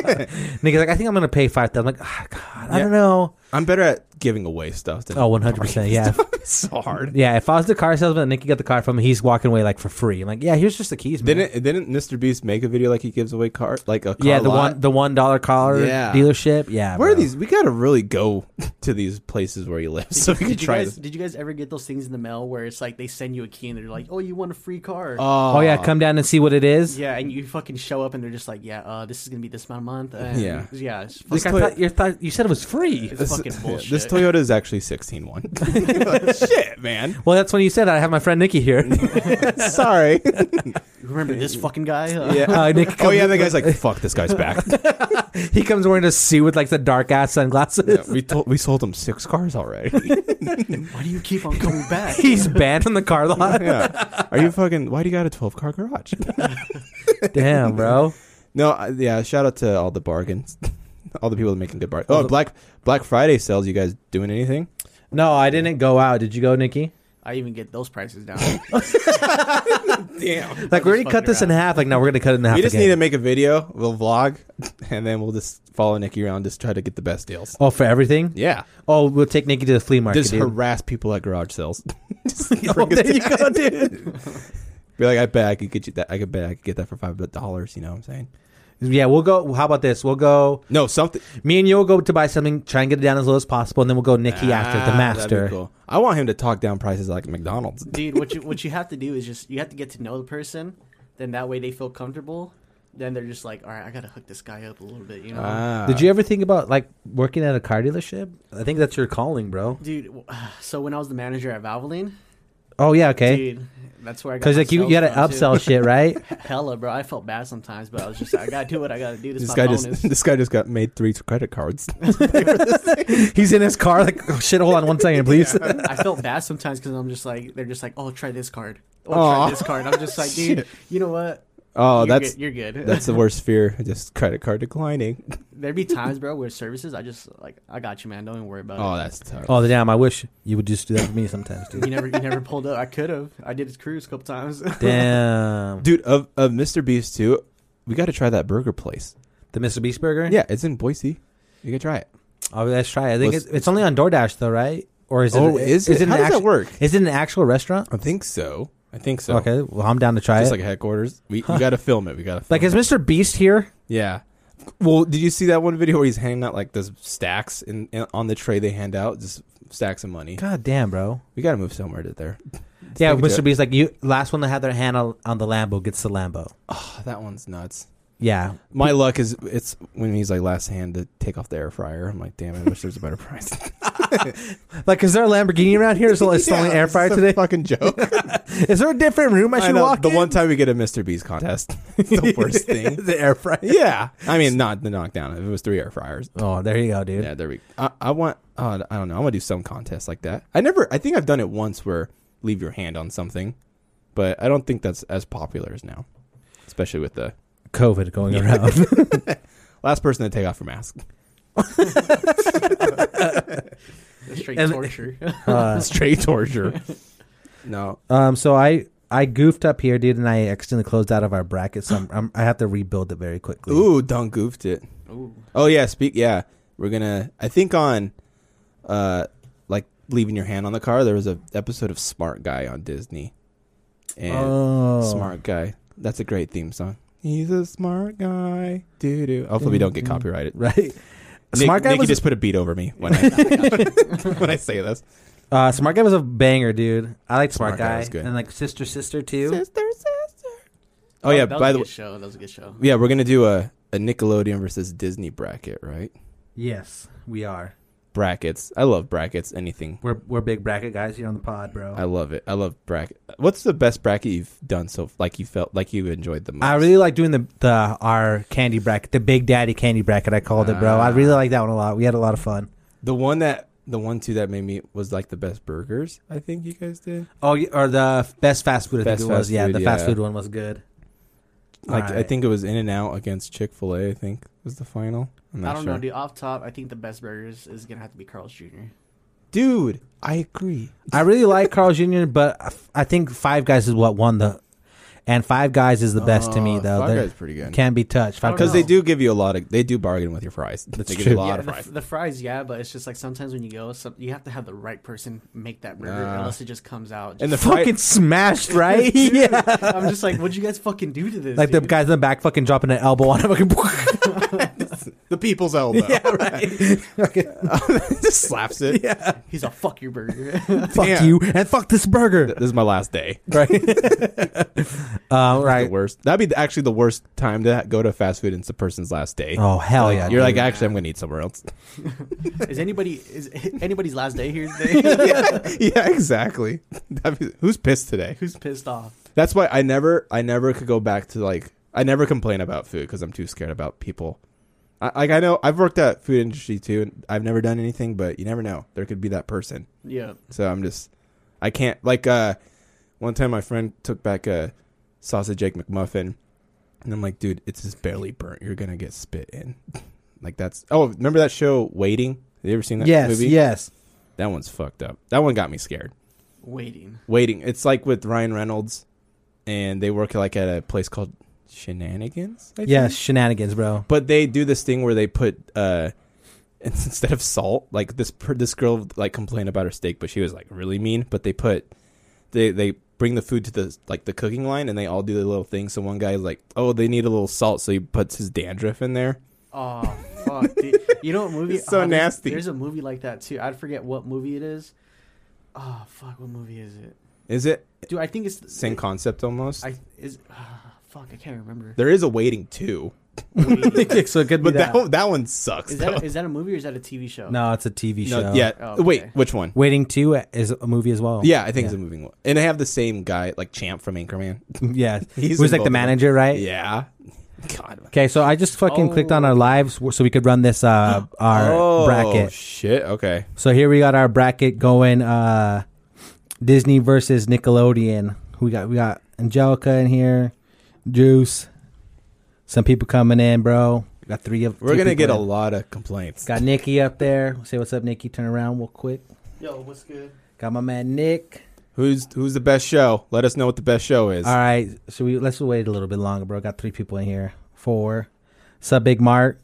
Speaker 2: Nikki's like I think I'm gonna pay five thousand. I'm like, ah God, I
Speaker 1: Yeah.
Speaker 2: don't know.
Speaker 1: I'm better at giving away stuff than
Speaker 2: Oh, 100%. Yeah.
Speaker 1: [LAUGHS] it's so
Speaker 2: [LAUGHS]
Speaker 1: hard.
Speaker 2: Yeah, if I was the car salesman and Nikki got the car from me, he's walking away like for free. I'm like, yeah, here's just the keys. Man.
Speaker 1: Didn't didn't Mr. Beast make a video like he gives away car like a car
Speaker 2: yeah, the
Speaker 1: lot?
Speaker 2: one the one dollar car
Speaker 1: Yeah.
Speaker 2: dealership. Yeah,
Speaker 1: Where are
Speaker 2: bro.
Speaker 1: these? We gotta really go [LAUGHS] to these places where you live so we can
Speaker 3: Did you
Speaker 1: try
Speaker 3: guys
Speaker 1: this.
Speaker 3: did you guys ever get those things in the mail where it's like they send you a key and they're like, "Oh, you want a free car?"
Speaker 1: Uh,
Speaker 2: Oh yeah, come down and see what it is.
Speaker 3: yeah, and you fucking show up and they're just like, "Yeah, uh, this is gonna be this amount of month." And
Speaker 1: Yeah.
Speaker 3: yeah, it's
Speaker 2: Like,
Speaker 1: This
Speaker 2: I
Speaker 1: Toy-
Speaker 2: thought, you thought you said it was free.
Speaker 3: It's fucking bullshit.
Speaker 1: [LAUGHS] This Toyota is actually sixteen
Speaker 3: [LAUGHS]
Speaker 1: one. Shit, man.
Speaker 2: Well, that's when you said that. I have my friend Nikki here.
Speaker 1: Sorry.
Speaker 3: Remember this fucking guy? Uh,
Speaker 1: [LAUGHS]
Speaker 2: Uh, Nick,
Speaker 1: Oh yeah, the guy's like, fuck, this guy's [LAUGHS] back.
Speaker 2: he comes wearing a suit with like the dark ass sunglasses.
Speaker 1: Yeah, we told we sold him six cars already.
Speaker 3: Why do you keep on coming back?
Speaker 2: [LAUGHS] He's banned from the car lot.
Speaker 1: [LAUGHS] [LAUGHS] yeah. Are you fucking? Why do you got a twelve car [LAUGHS] garage?
Speaker 2: Damn, bro.
Speaker 1: No, I- yeah. Shout out to all the bargains, [LAUGHS] all the people that are making good bargains. Oh, Black Black Friday sales. You guys doing anything?
Speaker 2: No, I didn't go out. Did you go, Nikki?
Speaker 3: I even get those prices down.
Speaker 1: Damn.
Speaker 2: Like we already cut
Speaker 3: fucking
Speaker 2: this in half. Like no, we're gonna cut it in half.
Speaker 1: We just
Speaker 2: again.
Speaker 1: need to make a video. We'll vlog, [LAUGHS] and then we'll just follow Nikki around, just try to get the best deals.
Speaker 2: Oh, for everything?
Speaker 1: Yeah,
Speaker 2: Oh, we'll take Nikki to the flea market.
Speaker 1: just
Speaker 2: dude.
Speaker 1: harass people at garage sales. [LAUGHS] Just
Speaker 2: [LAUGHS] Oh,
Speaker 1: bring us
Speaker 2: there you
Speaker 1: down.
Speaker 2: go, dude. [LAUGHS]
Speaker 1: Be like, I bet I could get you that. I could bet I could get that for five dollars. You know what I'm saying?
Speaker 2: yeah, we'll go. How about this? We'll go.
Speaker 1: No, something.
Speaker 2: Me and you will go to buy something, try and get it down as low as possible, and then we'll go Nikki after
Speaker 1: Ah,
Speaker 2: the
Speaker 1: that'd be
Speaker 2: master.
Speaker 1: cool. I want him to talk down prices like McDonald's.
Speaker 3: Dude, what you what you have to do is just you have to get to know the person, then that way they feel comfortable. Then they're just like, all right, I gotta hook this guy up a little bit, you know.
Speaker 1: Ah.
Speaker 2: Did you ever think about like working at a car dealership? I think that's your calling, bro.
Speaker 3: Dude, w- [SIGHS] so when I was the manager at Valvoline,
Speaker 2: Oh yeah,
Speaker 1: Eh?
Speaker 2: okay.
Speaker 3: dude, that's where I got
Speaker 2: Because
Speaker 3: my
Speaker 2: like you, you
Speaker 3: sales
Speaker 2: gotta
Speaker 3: from, too.
Speaker 2: upsell shit, [LAUGHS] right?
Speaker 3: Hella, bro. I felt bad sometimes, but I was just I gotta do what I gotta do. This, is
Speaker 1: This
Speaker 3: my
Speaker 1: guy
Speaker 3: bonus.
Speaker 1: just [LAUGHS] this guy just got made three credit [LAUGHS] cards.
Speaker 2: He's in his car, like oh, shit. Hold on one [LAUGHS] second, please.
Speaker 3: I felt bad sometimes because I'm just like they're just like, oh, try this card, oh,
Speaker 1: Aw.
Speaker 3: try this card. I'm just
Speaker 1: [LAUGHS]
Speaker 3: like, dude, you know what?
Speaker 1: Oh,
Speaker 3: you're
Speaker 1: that's [LAUGHS]
Speaker 3: good. you're good. [LAUGHS]
Speaker 1: that's the worst fear. Just credit card declining.
Speaker 3: There'd be times, bro, where services, I just like, I got you, man. Don't even worry about
Speaker 1: Oh,
Speaker 3: it.
Speaker 1: that's tough.
Speaker 2: oh damn, I wish you would just do that for me sometimes, dude. [LAUGHS]
Speaker 3: You never, you never pulled up. I could have. I did his cruise a couple times. [LAUGHS]
Speaker 2: Damn.
Speaker 1: Oh, Dude, of of Mr. Beast too, we got to try that burger place.
Speaker 2: The Mr. Beast burger.
Speaker 1: Yeah, it's in Boise. You can try it.
Speaker 2: Oh, let's try. it. I think
Speaker 1: Let's-
Speaker 2: it's, it's only on DoorDash though, right? Or is it?
Speaker 1: Oh, is it?
Speaker 2: an
Speaker 1: How does that
Speaker 2: actu-
Speaker 1: work?
Speaker 2: Is it an actual restaurant?
Speaker 1: I think so. I think so.
Speaker 2: Okay, well I'm down to try
Speaker 1: Just
Speaker 2: it.
Speaker 1: like headquarters. We, we got to film it. We got to
Speaker 2: like is Mr. Beast here?
Speaker 1: Yeah. Well, did you see that one video where he's handing out like those stacks in, in on the tray they hand out just stacks of money?
Speaker 2: God damn, bro.
Speaker 1: We got to move somewhere
Speaker 2: [SIGHS]
Speaker 1: to there.
Speaker 2: yeah,
Speaker 1: take a
Speaker 2: Mr.
Speaker 1: dip.
Speaker 2: Beast like you last one that had their hand on, on the Lambo gets the Lambo.
Speaker 1: Oh, that one's nuts.
Speaker 2: Yeah.
Speaker 1: My luck is it's when he's like last hand to take off the air fryer. I'm like, damn, I wish there was a better price.
Speaker 2: Like is there a Lamborghini around here? [LAUGHS] Is
Speaker 1: [LAUGHS]
Speaker 2: there like stolen air fryer
Speaker 1: It's a
Speaker 2: today?
Speaker 1: Fucking joke.
Speaker 2: Is there a different room [LAUGHS] I
Speaker 1: I
Speaker 2: should
Speaker 1: know,
Speaker 2: walk
Speaker 1: the
Speaker 2: in?
Speaker 1: one time we get a Mr. Beast contest, [LAUGHS]
Speaker 2: [LAUGHS]
Speaker 1: it's the worst thing.
Speaker 2: the air fryer.
Speaker 1: Yeah, I mean, not the knockdown. If it was three air fryers,
Speaker 2: Oh, there you go, dude.
Speaker 1: yeah, there we. I, I want. Uh, I don't know. I want to do some contest like that. I never. I think I've done it once where leave your hand on something, but I don't think that's as popular as now, especially with the
Speaker 2: COVID going
Speaker 1: [LAUGHS]
Speaker 2: around. [LAUGHS]
Speaker 1: last person to take off your [LAUGHS] mask.
Speaker 3: Straight
Speaker 2: And-
Speaker 3: torture. [LAUGHS]
Speaker 2: uh,
Speaker 1: [LAUGHS] Straight torture. no,
Speaker 2: um so I I goofed up here, dude, and I accidentally closed out of our bracket, so I'm, I'm, I have to rebuild it very quickly.
Speaker 1: Ooh, Don goofed it.
Speaker 3: Ooh.
Speaker 1: Oh yeah, speak. Yeah, we're gonna. I think on, uh, like leaving your hand on the car. There was a episode of Smart Guy on Disney, and
Speaker 2: Oh.
Speaker 1: Smart Guy. That's a great theme song. He's a smart guy. Doo doo. Hopefully, we don't get copyrighted.
Speaker 2: Right.
Speaker 1: Nick,
Speaker 2: Smart guy
Speaker 1: Nikki
Speaker 2: was
Speaker 1: just put a beat over me when I [LAUGHS] when I say this.
Speaker 2: uh, smart guy was a banger, dude. I like smart,
Speaker 1: Smart Guy
Speaker 2: guy,
Speaker 1: was good.
Speaker 2: and like sister sister too.
Speaker 1: Sister, sister. Oh yeah.
Speaker 3: that was
Speaker 1: By
Speaker 3: a
Speaker 1: the
Speaker 3: good
Speaker 1: way,
Speaker 3: show. That was a good show.
Speaker 1: yeah, we're gonna do a a Nickelodeon versus Disney bracket, right?
Speaker 2: Yes, we are.
Speaker 1: Brackets. I love brackets. Anything
Speaker 2: We're we're big bracket guys here on the pod, bro.
Speaker 1: I
Speaker 2: I,
Speaker 1: love it. I love bracket. What's the best bracket you've done so like you felt like you enjoyed the most?
Speaker 2: really like doing the the our candy bracket, the Big Daddy candy bracket. I called it, bro. I really like that one a lot. We had a lot of fun.
Speaker 1: the one that the one too that made me was like the best burgers. I think you guys did.
Speaker 2: Oh, y- or the f- best fast food. I
Speaker 1: Best
Speaker 2: think it was.
Speaker 1: fast
Speaker 2: Yeah,
Speaker 1: food,
Speaker 2: the fast
Speaker 1: yeah.
Speaker 2: food one was good.
Speaker 1: Like I
Speaker 2: Alright.
Speaker 1: think it was In and Out against Chick Fil A. I think was the final. I'm not
Speaker 3: I don't
Speaker 1: sure.
Speaker 3: know, dude. Off top, I think the best burgers is gonna have to be Carl's Jr.
Speaker 1: Dude, I agree.
Speaker 2: I really like Carl's Jr., but I f- I think Five Guys is what won the. And Five Guys is the best to me
Speaker 1: Uh,
Speaker 2: though.
Speaker 1: Five
Speaker 2: They're-
Speaker 1: Guys is pretty good.
Speaker 2: Can't be touched. Five
Speaker 1: Because
Speaker 2: Guys.
Speaker 3: know.
Speaker 1: they do give you a lot of, they do bargain with your fries. they give you
Speaker 2: true.
Speaker 1: a lot
Speaker 3: Yeah,
Speaker 1: of
Speaker 3: the,
Speaker 1: fries.
Speaker 3: f- the fries, yeah, but it's just like sometimes when you go, some, you have to have the right person make that burger,
Speaker 1: Nah.
Speaker 3: unless it just comes out.
Speaker 1: and the fry,
Speaker 2: fucking smashed, right?
Speaker 1: [LAUGHS]
Speaker 2: yeah.
Speaker 3: I'm just like, what'd you guys fucking do to
Speaker 2: [LAUGHS]
Speaker 3: this?
Speaker 2: Like the
Speaker 3: dude?
Speaker 2: guys in the back fucking dropping an elbow on him. [LAUGHS]
Speaker 1: the people's [LAUGHS] elbow
Speaker 2: yeah, right.
Speaker 1: just slaps it.
Speaker 2: yeah.
Speaker 3: He's a fuck
Speaker 1: [LAUGHS]
Speaker 3: your burger.
Speaker 2: Fuck
Speaker 1: Damn.
Speaker 2: you and fuck this burger.
Speaker 1: [LAUGHS] This is my last day.
Speaker 2: Right. [LAUGHS] uh,
Speaker 1: The
Speaker 2: right.
Speaker 1: worst. That'd be actually the worst time to go to fast food. and It's a person's last day.
Speaker 2: Oh hell yeah. dude.
Speaker 1: You're like, actually, I'm gonna eat
Speaker 2: [LAUGHS]
Speaker 1: somewhere else.
Speaker 3: is anybody is anybody's last day here today?
Speaker 1: [LAUGHS] yeah, exactly. That'd be- who's pissed today?
Speaker 3: Who's pissed off?
Speaker 1: That's why I never, I never could go back to like, I never complain about food because I'm too scared about people. I, like I know I've worked at food industry too, and I've never done anything, but you never know. There could be that person.
Speaker 3: Yeah.
Speaker 1: So I'm just, I can't like. uh One time, my friend took back a sausage egg McMuffin, and I'm like, dude, it's just barely burnt. You're gonna get spit in. [LAUGHS] like that's. Oh, remember that show Waiting? Have you ever seen that
Speaker 2: yes,
Speaker 1: movie?
Speaker 2: yes.
Speaker 1: That one's fucked up. That one got me scared.
Speaker 3: Waiting.
Speaker 1: Waiting. It's like with Ryan Reynolds, and they work like at a place called Shenanigans. I think?
Speaker 2: Yes, shenanigans, [LAUGHS] bro.
Speaker 1: but they do this thing where they put uh [LAUGHS] instead of salt like this per- this girl like complained about her steak but she was like really mean but they put they they bring the food to the like the cooking line and they all do the little thing so one guy's like oh they need a little salt so he puts his dandruff in there
Speaker 3: Oh fuck! dude. You know what movie?
Speaker 1: It's so
Speaker 3: oh, there's-
Speaker 1: nasty.
Speaker 3: There's a movie like that too. I forget what movie it is. Oh fuck! What movie is it?
Speaker 1: is it
Speaker 3: Dude, I think it's
Speaker 1: same concept almost
Speaker 3: I is ah, fuck. I can't
Speaker 1: [LAUGHS]
Speaker 3: remember.
Speaker 1: there is a waiting too
Speaker 3: Waiting.
Speaker 2: so it could be
Speaker 1: but
Speaker 2: that.
Speaker 1: that one, that one sucks
Speaker 3: Is
Speaker 1: though.
Speaker 3: that is that a movie or is that a TV show?
Speaker 2: no, it's a TV show.
Speaker 1: no, yeah
Speaker 3: Oh,
Speaker 1: wait
Speaker 3: okay.
Speaker 1: which one
Speaker 2: Waiting Two is a movie as well.
Speaker 1: yeah i think it's a moving one and they have the same guy like champ from anchorman
Speaker 2: [LAUGHS] yeah.
Speaker 1: [LAUGHS] He's
Speaker 2: Who's
Speaker 1: in
Speaker 2: like
Speaker 1: both
Speaker 2: the
Speaker 1: of them.
Speaker 2: manager, right?
Speaker 1: [LAUGHS] yeah Oh. god
Speaker 2: Okay, so I just fucking clicked on our lives w- so we could run this uh
Speaker 1: [GASPS]
Speaker 2: our
Speaker 1: Oh,
Speaker 2: bracket.
Speaker 1: shit okay
Speaker 2: So here we got our bracket going. Uh Disney versus Nickelodeon. We got we got Angelica in here, Juice. Some people coming in, bro. We got three of.
Speaker 1: We're
Speaker 2: three
Speaker 1: going to
Speaker 2: people
Speaker 1: get a
Speaker 2: in.
Speaker 1: lot of complaints.
Speaker 2: Got Nikki up there. Say what's up, Nikki. Turn around real quick.
Speaker 3: Yo, what's good?
Speaker 2: Got my man Nick.
Speaker 1: Who's who's the best show? Let us know what the best show is.
Speaker 2: All right, so we let's wait a little bit longer, bro. Got three people in here. Four. Sub Big Mart.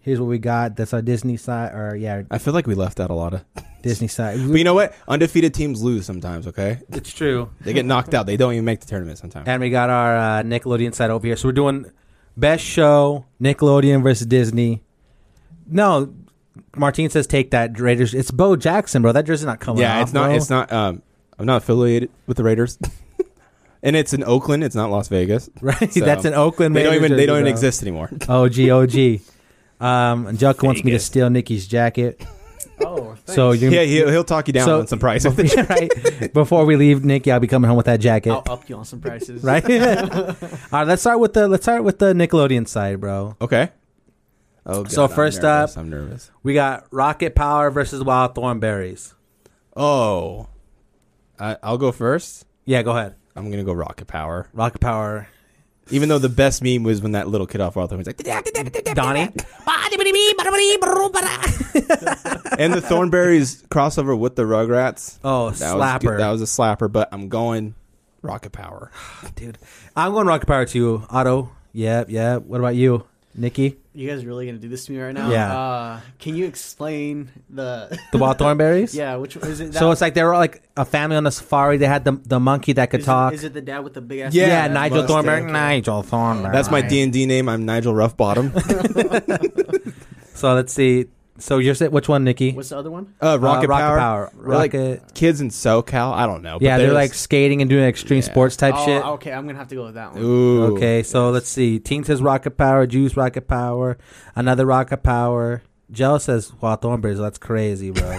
Speaker 2: Here's what we got. That's our Disney side, or yeah,
Speaker 1: I feel like we left out a lot of.
Speaker 2: Disney side.
Speaker 1: But you know what? Undefeated teams lose sometimes, okay?
Speaker 2: It's true.
Speaker 1: They get knocked out. They don't even make the tournament sometimes.
Speaker 2: And we got our uh, Nickelodeon side over here. So we're doing best show Nickelodeon versus Disney. No, Martine says take that Raiders. It's Bo Jackson, bro. That jersey's not coming.
Speaker 1: [LAUGHS] yeah,
Speaker 2: off,
Speaker 1: it's not
Speaker 2: bro.
Speaker 1: it's not um I'm not affiliated with the Raiders. [LAUGHS] and it's in Oakland, it's not Las Vegas.
Speaker 2: [LAUGHS] right.
Speaker 1: so-
Speaker 2: That's an Oakland.
Speaker 1: They don't
Speaker 2: Raiders
Speaker 1: even
Speaker 2: jersey,
Speaker 1: they don't even
Speaker 2: bro.
Speaker 1: exist anymore.
Speaker 2: OG OG. Um, and Juck wants me to
Speaker 1: Vegas.
Speaker 2: steal Nikki's jacket.
Speaker 3: Oh, thanks.
Speaker 2: So you're
Speaker 1: yeah, he'll, he'll talk you down on some [LAUGHS] price.
Speaker 2: Yeah, right. Before we leave, Nikki, I'll be coming home with that jacket.
Speaker 3: I'll up you on some
Speaker 2: [LAUGHS]
Speaker 3: prices,
Speaker 2: Right. [LAUGHS] All right. Let's start with the let's start with the Nickelodeon side, bro.
Speaker 1: okay. Oh,
Speaker 2: So
Speaker 1: God, I'm
Speaker 2: first
Speaker 1: nervous.
Speaker 2: up-
Speaker 1: I'm nervous.
Speaker 2: We got Rocket Power versus Wild Thornberries.
Speaker 1: Oh. I, I'll go first.
Speaker 2: Yeah, go ahead.
Speaker 1: I'm going to go Rocket Power.
Speaker 2: Rocket Power.
Speaker 1: Even though the best meme was when that little kid off Wild Thorns like,
Speaker 3: [LAUGHS]
Speaker 2: Donnie.
Speaker 1: and the Thornberries crossover with the Rugrats.
Speaker 2: Oh,
Speaker 1: That Was
Speaker 2: slapper,
Speaker 1: good. That was a slapper, but I'm going Rocket Power.
Speaker 2: dude. I'm going Rocket Power too. Otto. Yep, yep. What about you, Nikki?
Speaker 3: You guys really gonna do this to me right now?
Speaker 2: Yeah.
Speaker 3: Uh, can you explain the?
Speaker 2: The Wild Thornberries.
Speaker 3: [LAUGHS] yeah, which is it? That,
Speaker 2: So it's like they were like a family on a safari. They had the the monkey that could
Speaker 3: is
Speaker 2: talk.
Speaker 3: It, is it the dad with the big ass?
Speaker 1: Yeah,
Speaker 2: yeah,
Speaker 1: that
Speaker 2: Nigel
Speaker 1: must
Speaker 2: Thornberry.
Speaker 1: have-
Speaker 2: Nigel Thornberry.
Speaker 1: That's my
Speaker 3: Nice.
Speaker 1: D and D name. I'm
Speaker 2: [LAUGHS]
Speaker 1: Nigel Roughbottom.
Speaker 2: So let's see. So you're saying which one, Nikki?
Speaker 3: What's the other one?
Speaker 1: Uh, Rocket,
Speaker 2: Rocket
Speaker 1: Power.
Speaker 2: Power.
Speaker 1: They're like
Speaker 2: Rocket-
Speaker 1: kids in SoCal. I don't know. but
Speaker 2: yeah, they're
Speaker 1: there's-
Speaker 2: like skating and doing extreme
Speaker 1: Yeah.
Speaker 2: sports type
Speaker 3: oh,
Speaker 2: shit.
Speaker 3: okay. I'm gonna have to go with that one.
Speaker 1: Ooh.
Speaker 2: Okay, so let's see. Teen says rocket power, Juice rocket power, another rocket power. Joe says Wild Thornberries. That's crazy,
Speaker 1: [LAUGHS]
Speaker 2: bro.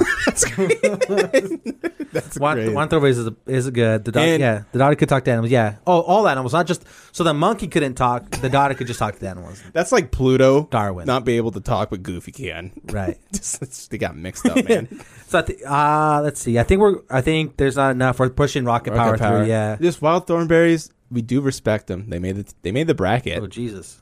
Speaker 1: That's
Speaker 2: Wild,
Speaker 1: crazy.
Speaker 2: Wild Thornberries is, is good. The daughter,
Speaker 1: And-
Speaker 2: yeah, the daughter could talk to animals. Yeah. Oh, all animals, not just. So the monkey couldn't talk. The daughter could just talk to the animals.
Speaker 1: That's like Pluto.
Speaker 2: Darwin.
Speaker 1: Not be able to talk, but Goofy can.
Speaker 2: Right.
Speaker 1: [LAUGHS] Just, it's- they got mixed up,
Speaker 2: [LAUGHS]
Speaker 1: man.
Speaker 2: So I th- uh, let's see. I think we're. I think there's not enough. We're pushing rocket, power,
Speaker 1: Rocket Power.
Speaker 2: through. Yeah.
Speaker 1: Just Wild Thornberries. We do respect them. They made the they made the bracket.
Speaker 2: Oh Jesus.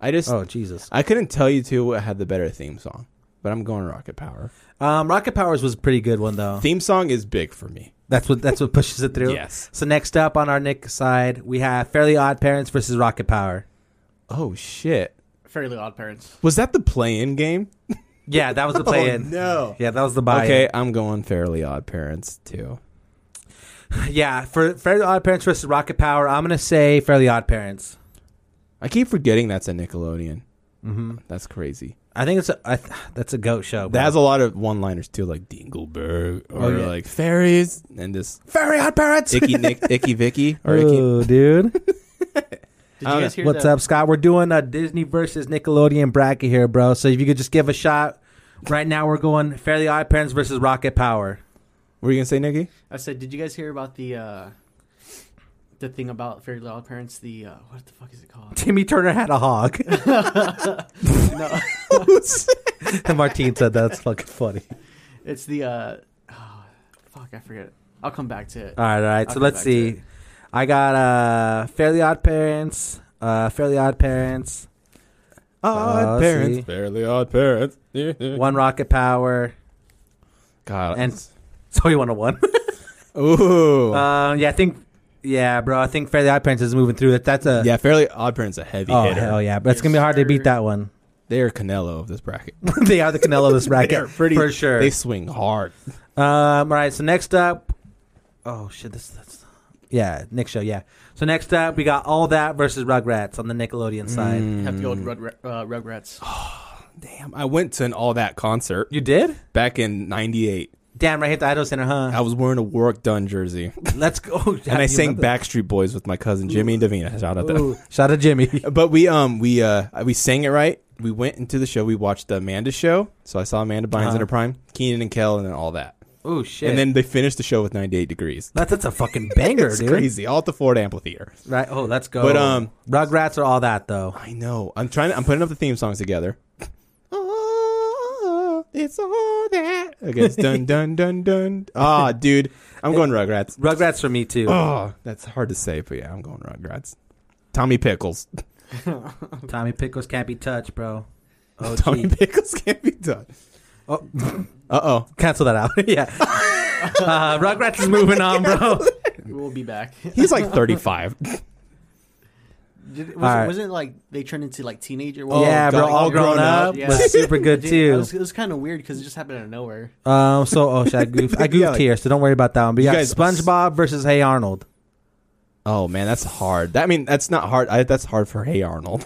Speaker 1: I just
Speaker 2: Oh Jesus.
Speaker 1: I couldn't tell you two what had the better theme song, but I'm going Rocket Power.
Speaker 2: Um, rocket powers was a pretty good one though.
Speaker 1: Theme song is big for me.
Speaker 2: That's what that's what pushes it through.
Speaker 1: Yes.
Speaker 2: So next up on our Nick side, we have Fairly Odd Parents versus Rocket Power.
Speaker 1: Oh shit!
Speaker 3: Fairly Odd Parents.
Speaker 1: Was that the play-in game?
Speaker 2: Yeah,
Speaker 1: [LAUGHS]
Speaker 2: that was the play in.
Speaker 1: Oh, no.
Speaker 2: Yeah, that was the buy.
Speaker 1: Okay, I'm going Fairly Odd Parents too.
Speaker 2: Yeah, for Fairly Odd Parents versus Rocket Power, I'm gonna say Fairly Odd Parents.
Speaker 1: I keep forgetting that's a Nickelodeon. Mm-hmm. That's crazy.
Speaker 2: I think it's a I th- that's a goat show.
Speaker 1: That
Speaker 2: bro.
Speaker 1: has a lot of one-liners too, like Dingleberg or
Speaker 2: Oh, yeah.
Speaker 1: like fairies and just
Speaker 2: Fairly Odd Parents.
Speaker 1: Icky
Speaker 2: [LAUGHS]
Speaker 1: Nick, Icky Vicky or Icky.
Speaker 2: Oh, dude.
Speaker 3: Did
Speaker 1: I
Speaker 3: you
Speaker 1: don't
Speaker 3: guys hear
Speaker 2: What's
Speaker 3: the-
Speaker 2: up, Scott? We're doing a Disney versus Nickelodeon bracket here, bro. So if you could just give a shot. Right now, we're going Fairly Odd Parents versus Rocket Power. [LAUGHS]
Speaker 1: What are you gonna say, Nikki?
Speaker 3: I said, did you guys hear about the uh, the thing about Fairly Odd Parents? The uh, what the fuck is
Speaker 2: [LAUGHS]
Speaker 3: it called?
Speaker 2: Timmy Turner had a hog, [LAUGHS]
Speaker 3: no, [LAUGHS]
Speaker 2: and Martine said that's fucking funny.
Speaker 3: it's the uh, oh, fuck. I forget. I'll come back to it.
Speaker 2: All right, all right.
Speaker 3: I'll
Speaker 2: so
Speaker 3: come
Speaker 2: let's
Speaker 3: back to
Speaker 2: see.
Speaker 3: it.
Speaker 2: I got uh Fairly Odd Parents, uh Fairly Odd Parents,
Speaker 1: Odd
Speaker 2: Uh,
Speaker 1: parents,
Speaker 2: see.
Speaker 1: Ah, fairly odd parents. [LAUGHS]
Speaker 2: One Rocket Power, [LAUGHS]
Speaker 1: God,
Speaker 2: and so you want to one.
Speaker 1: [LAUGHS] ooh,
Speaker 2: um, yeah, I think. Yeah, bro. I think Fairly Odd Parents is moving through. That that's a
Speaker 1: yeah, fairly odd parents a heavy
Speaker 2: Oh
Speaker 1: hitter.
Speaker 2: hell yeah, but it's
Speaker 3: Yes,
Speaker 2: gonna be hard to beat
Speaker 3: sir.
Speaker 2: that one. [LAUGHS]
Speaker 1: They are Canelo of this bracket.
Speaker 2: they are the Canelo of this
Speaker 1: They
Speaker 2: bracket
Speaker 1: are pretty
Speaker 2: for sure.
Speaker 1: They swing hard.
Speaker 2: Um, all right, so next up, oh shit, this that's yeah, Nick show, yeah. So next up, we got all that versus Rugrats on the Nickelodeon side.
Speaker 1: Mm.
Speaker 3: Have to go with Rug, uh, Rugrats.
Speaker 1: Damn, I went to an all that concert
Speaker 2: You did?
Speaker 1: back in '98.
Speaker 2: Damn, right here at the Idol Center, huh?
Speaker 1: I was wearing a Warwick Dunn jersey,
Speaker 2: Let's go.
Speaker 1: [LAUGHS] and I sang Backstreet Boys with my cousin Jimmy and Davina. Shout out to them.
Speaker 2: Shout out
Speaker 1: [LAUGHS]
Speaker 2: Jimmy.
Speaker 1: But we um we uh we sang it right. We went into the show. We watched the Amanda show. So I saw Amanda Bynes in her prime, Keenan and Kel, and then all that.
Speaker 2: Oh Uh-huh. shit.
Speaker 1: And then they finished the show with 98 degrees.
Speaker 2: that's that's a
Speaker 1: [LAUGHS]
Speaker 2: fucking banger,
Speaker 1: It's
Speaker 2: dude.
Speaker 1: crazy. All at the Ford Amphitheater.
Speaker 2: Right. Oh, let's go.
Speaker 1: But, um,
Speaker 2: Rugrats or all that though.
Speaker 1: I know. I'm trying. To, I'm putting up the theme songs together. Oh, it's all that. Okay, it's dun dun dun dun. Ah, dude, I'm going Rugrats.
Speaker 2: Rugrats for me too.
Speaker 1: Oh, that's hard to say, but yeah, I'm going Rugrats. Tommy Pickles.
Speaker 2: Oh, Tommy Pickles can't be touched,
Speaker 1: [LAUGHS]
Speaker 2: bro. Oh,
Speaker 1: Tommy
Speaker 2: gee.
Speaker 1: Pickles can't be done.
Speaker 2: Oh.
Speaker 1: Uh oh.
Speaker 2: cancel that out. [LAUGHS]
Speaker 1: [LAUGHS]
Speaker 2: yeah. Uh, Rugrats is moving on, bro.
Speaker 3: We'll be [LAUGHS] back.
Speaker 2: [LAUGHS]
Speaker 1: He's like 35.
Speaker 3: Did, was
Speaker 2: right.
Speaker 3: it, wasn't it like they turned into like teenager?
Speaker 1: Oh,
Speaker 2: yeah, bro.
Speaker 1: God,
Speaker 2: All, grown, up, was
Speaker 3: [LAUGHS]
Speaker 2: super
Speaker 1: [LAUGHS]
Speaker 2: good
Speaker 3: Dude, I
Speaker 2: too.
Speaker 3: was- it was kind of weird because it just happened out of nowhere.
Speaker 2: [LAUGHS]
Speaker 3: [LAUGHS]
Speaker 2: Um, so oh shit, I goofed, I goofed
Speaker 1: [LAUGHS] Yeah, like-
Speaker 2: here, so don't worry about that one. But
Speaker 1: You
Speaker 2: yeah,
Speaker 1: guys-
Speaker 2: SpongeBob versus Hey Arnold.
Speaker 1: Oh man, that's hard. That, I mean, that's not hard. I, that's hard for Hey Arnold.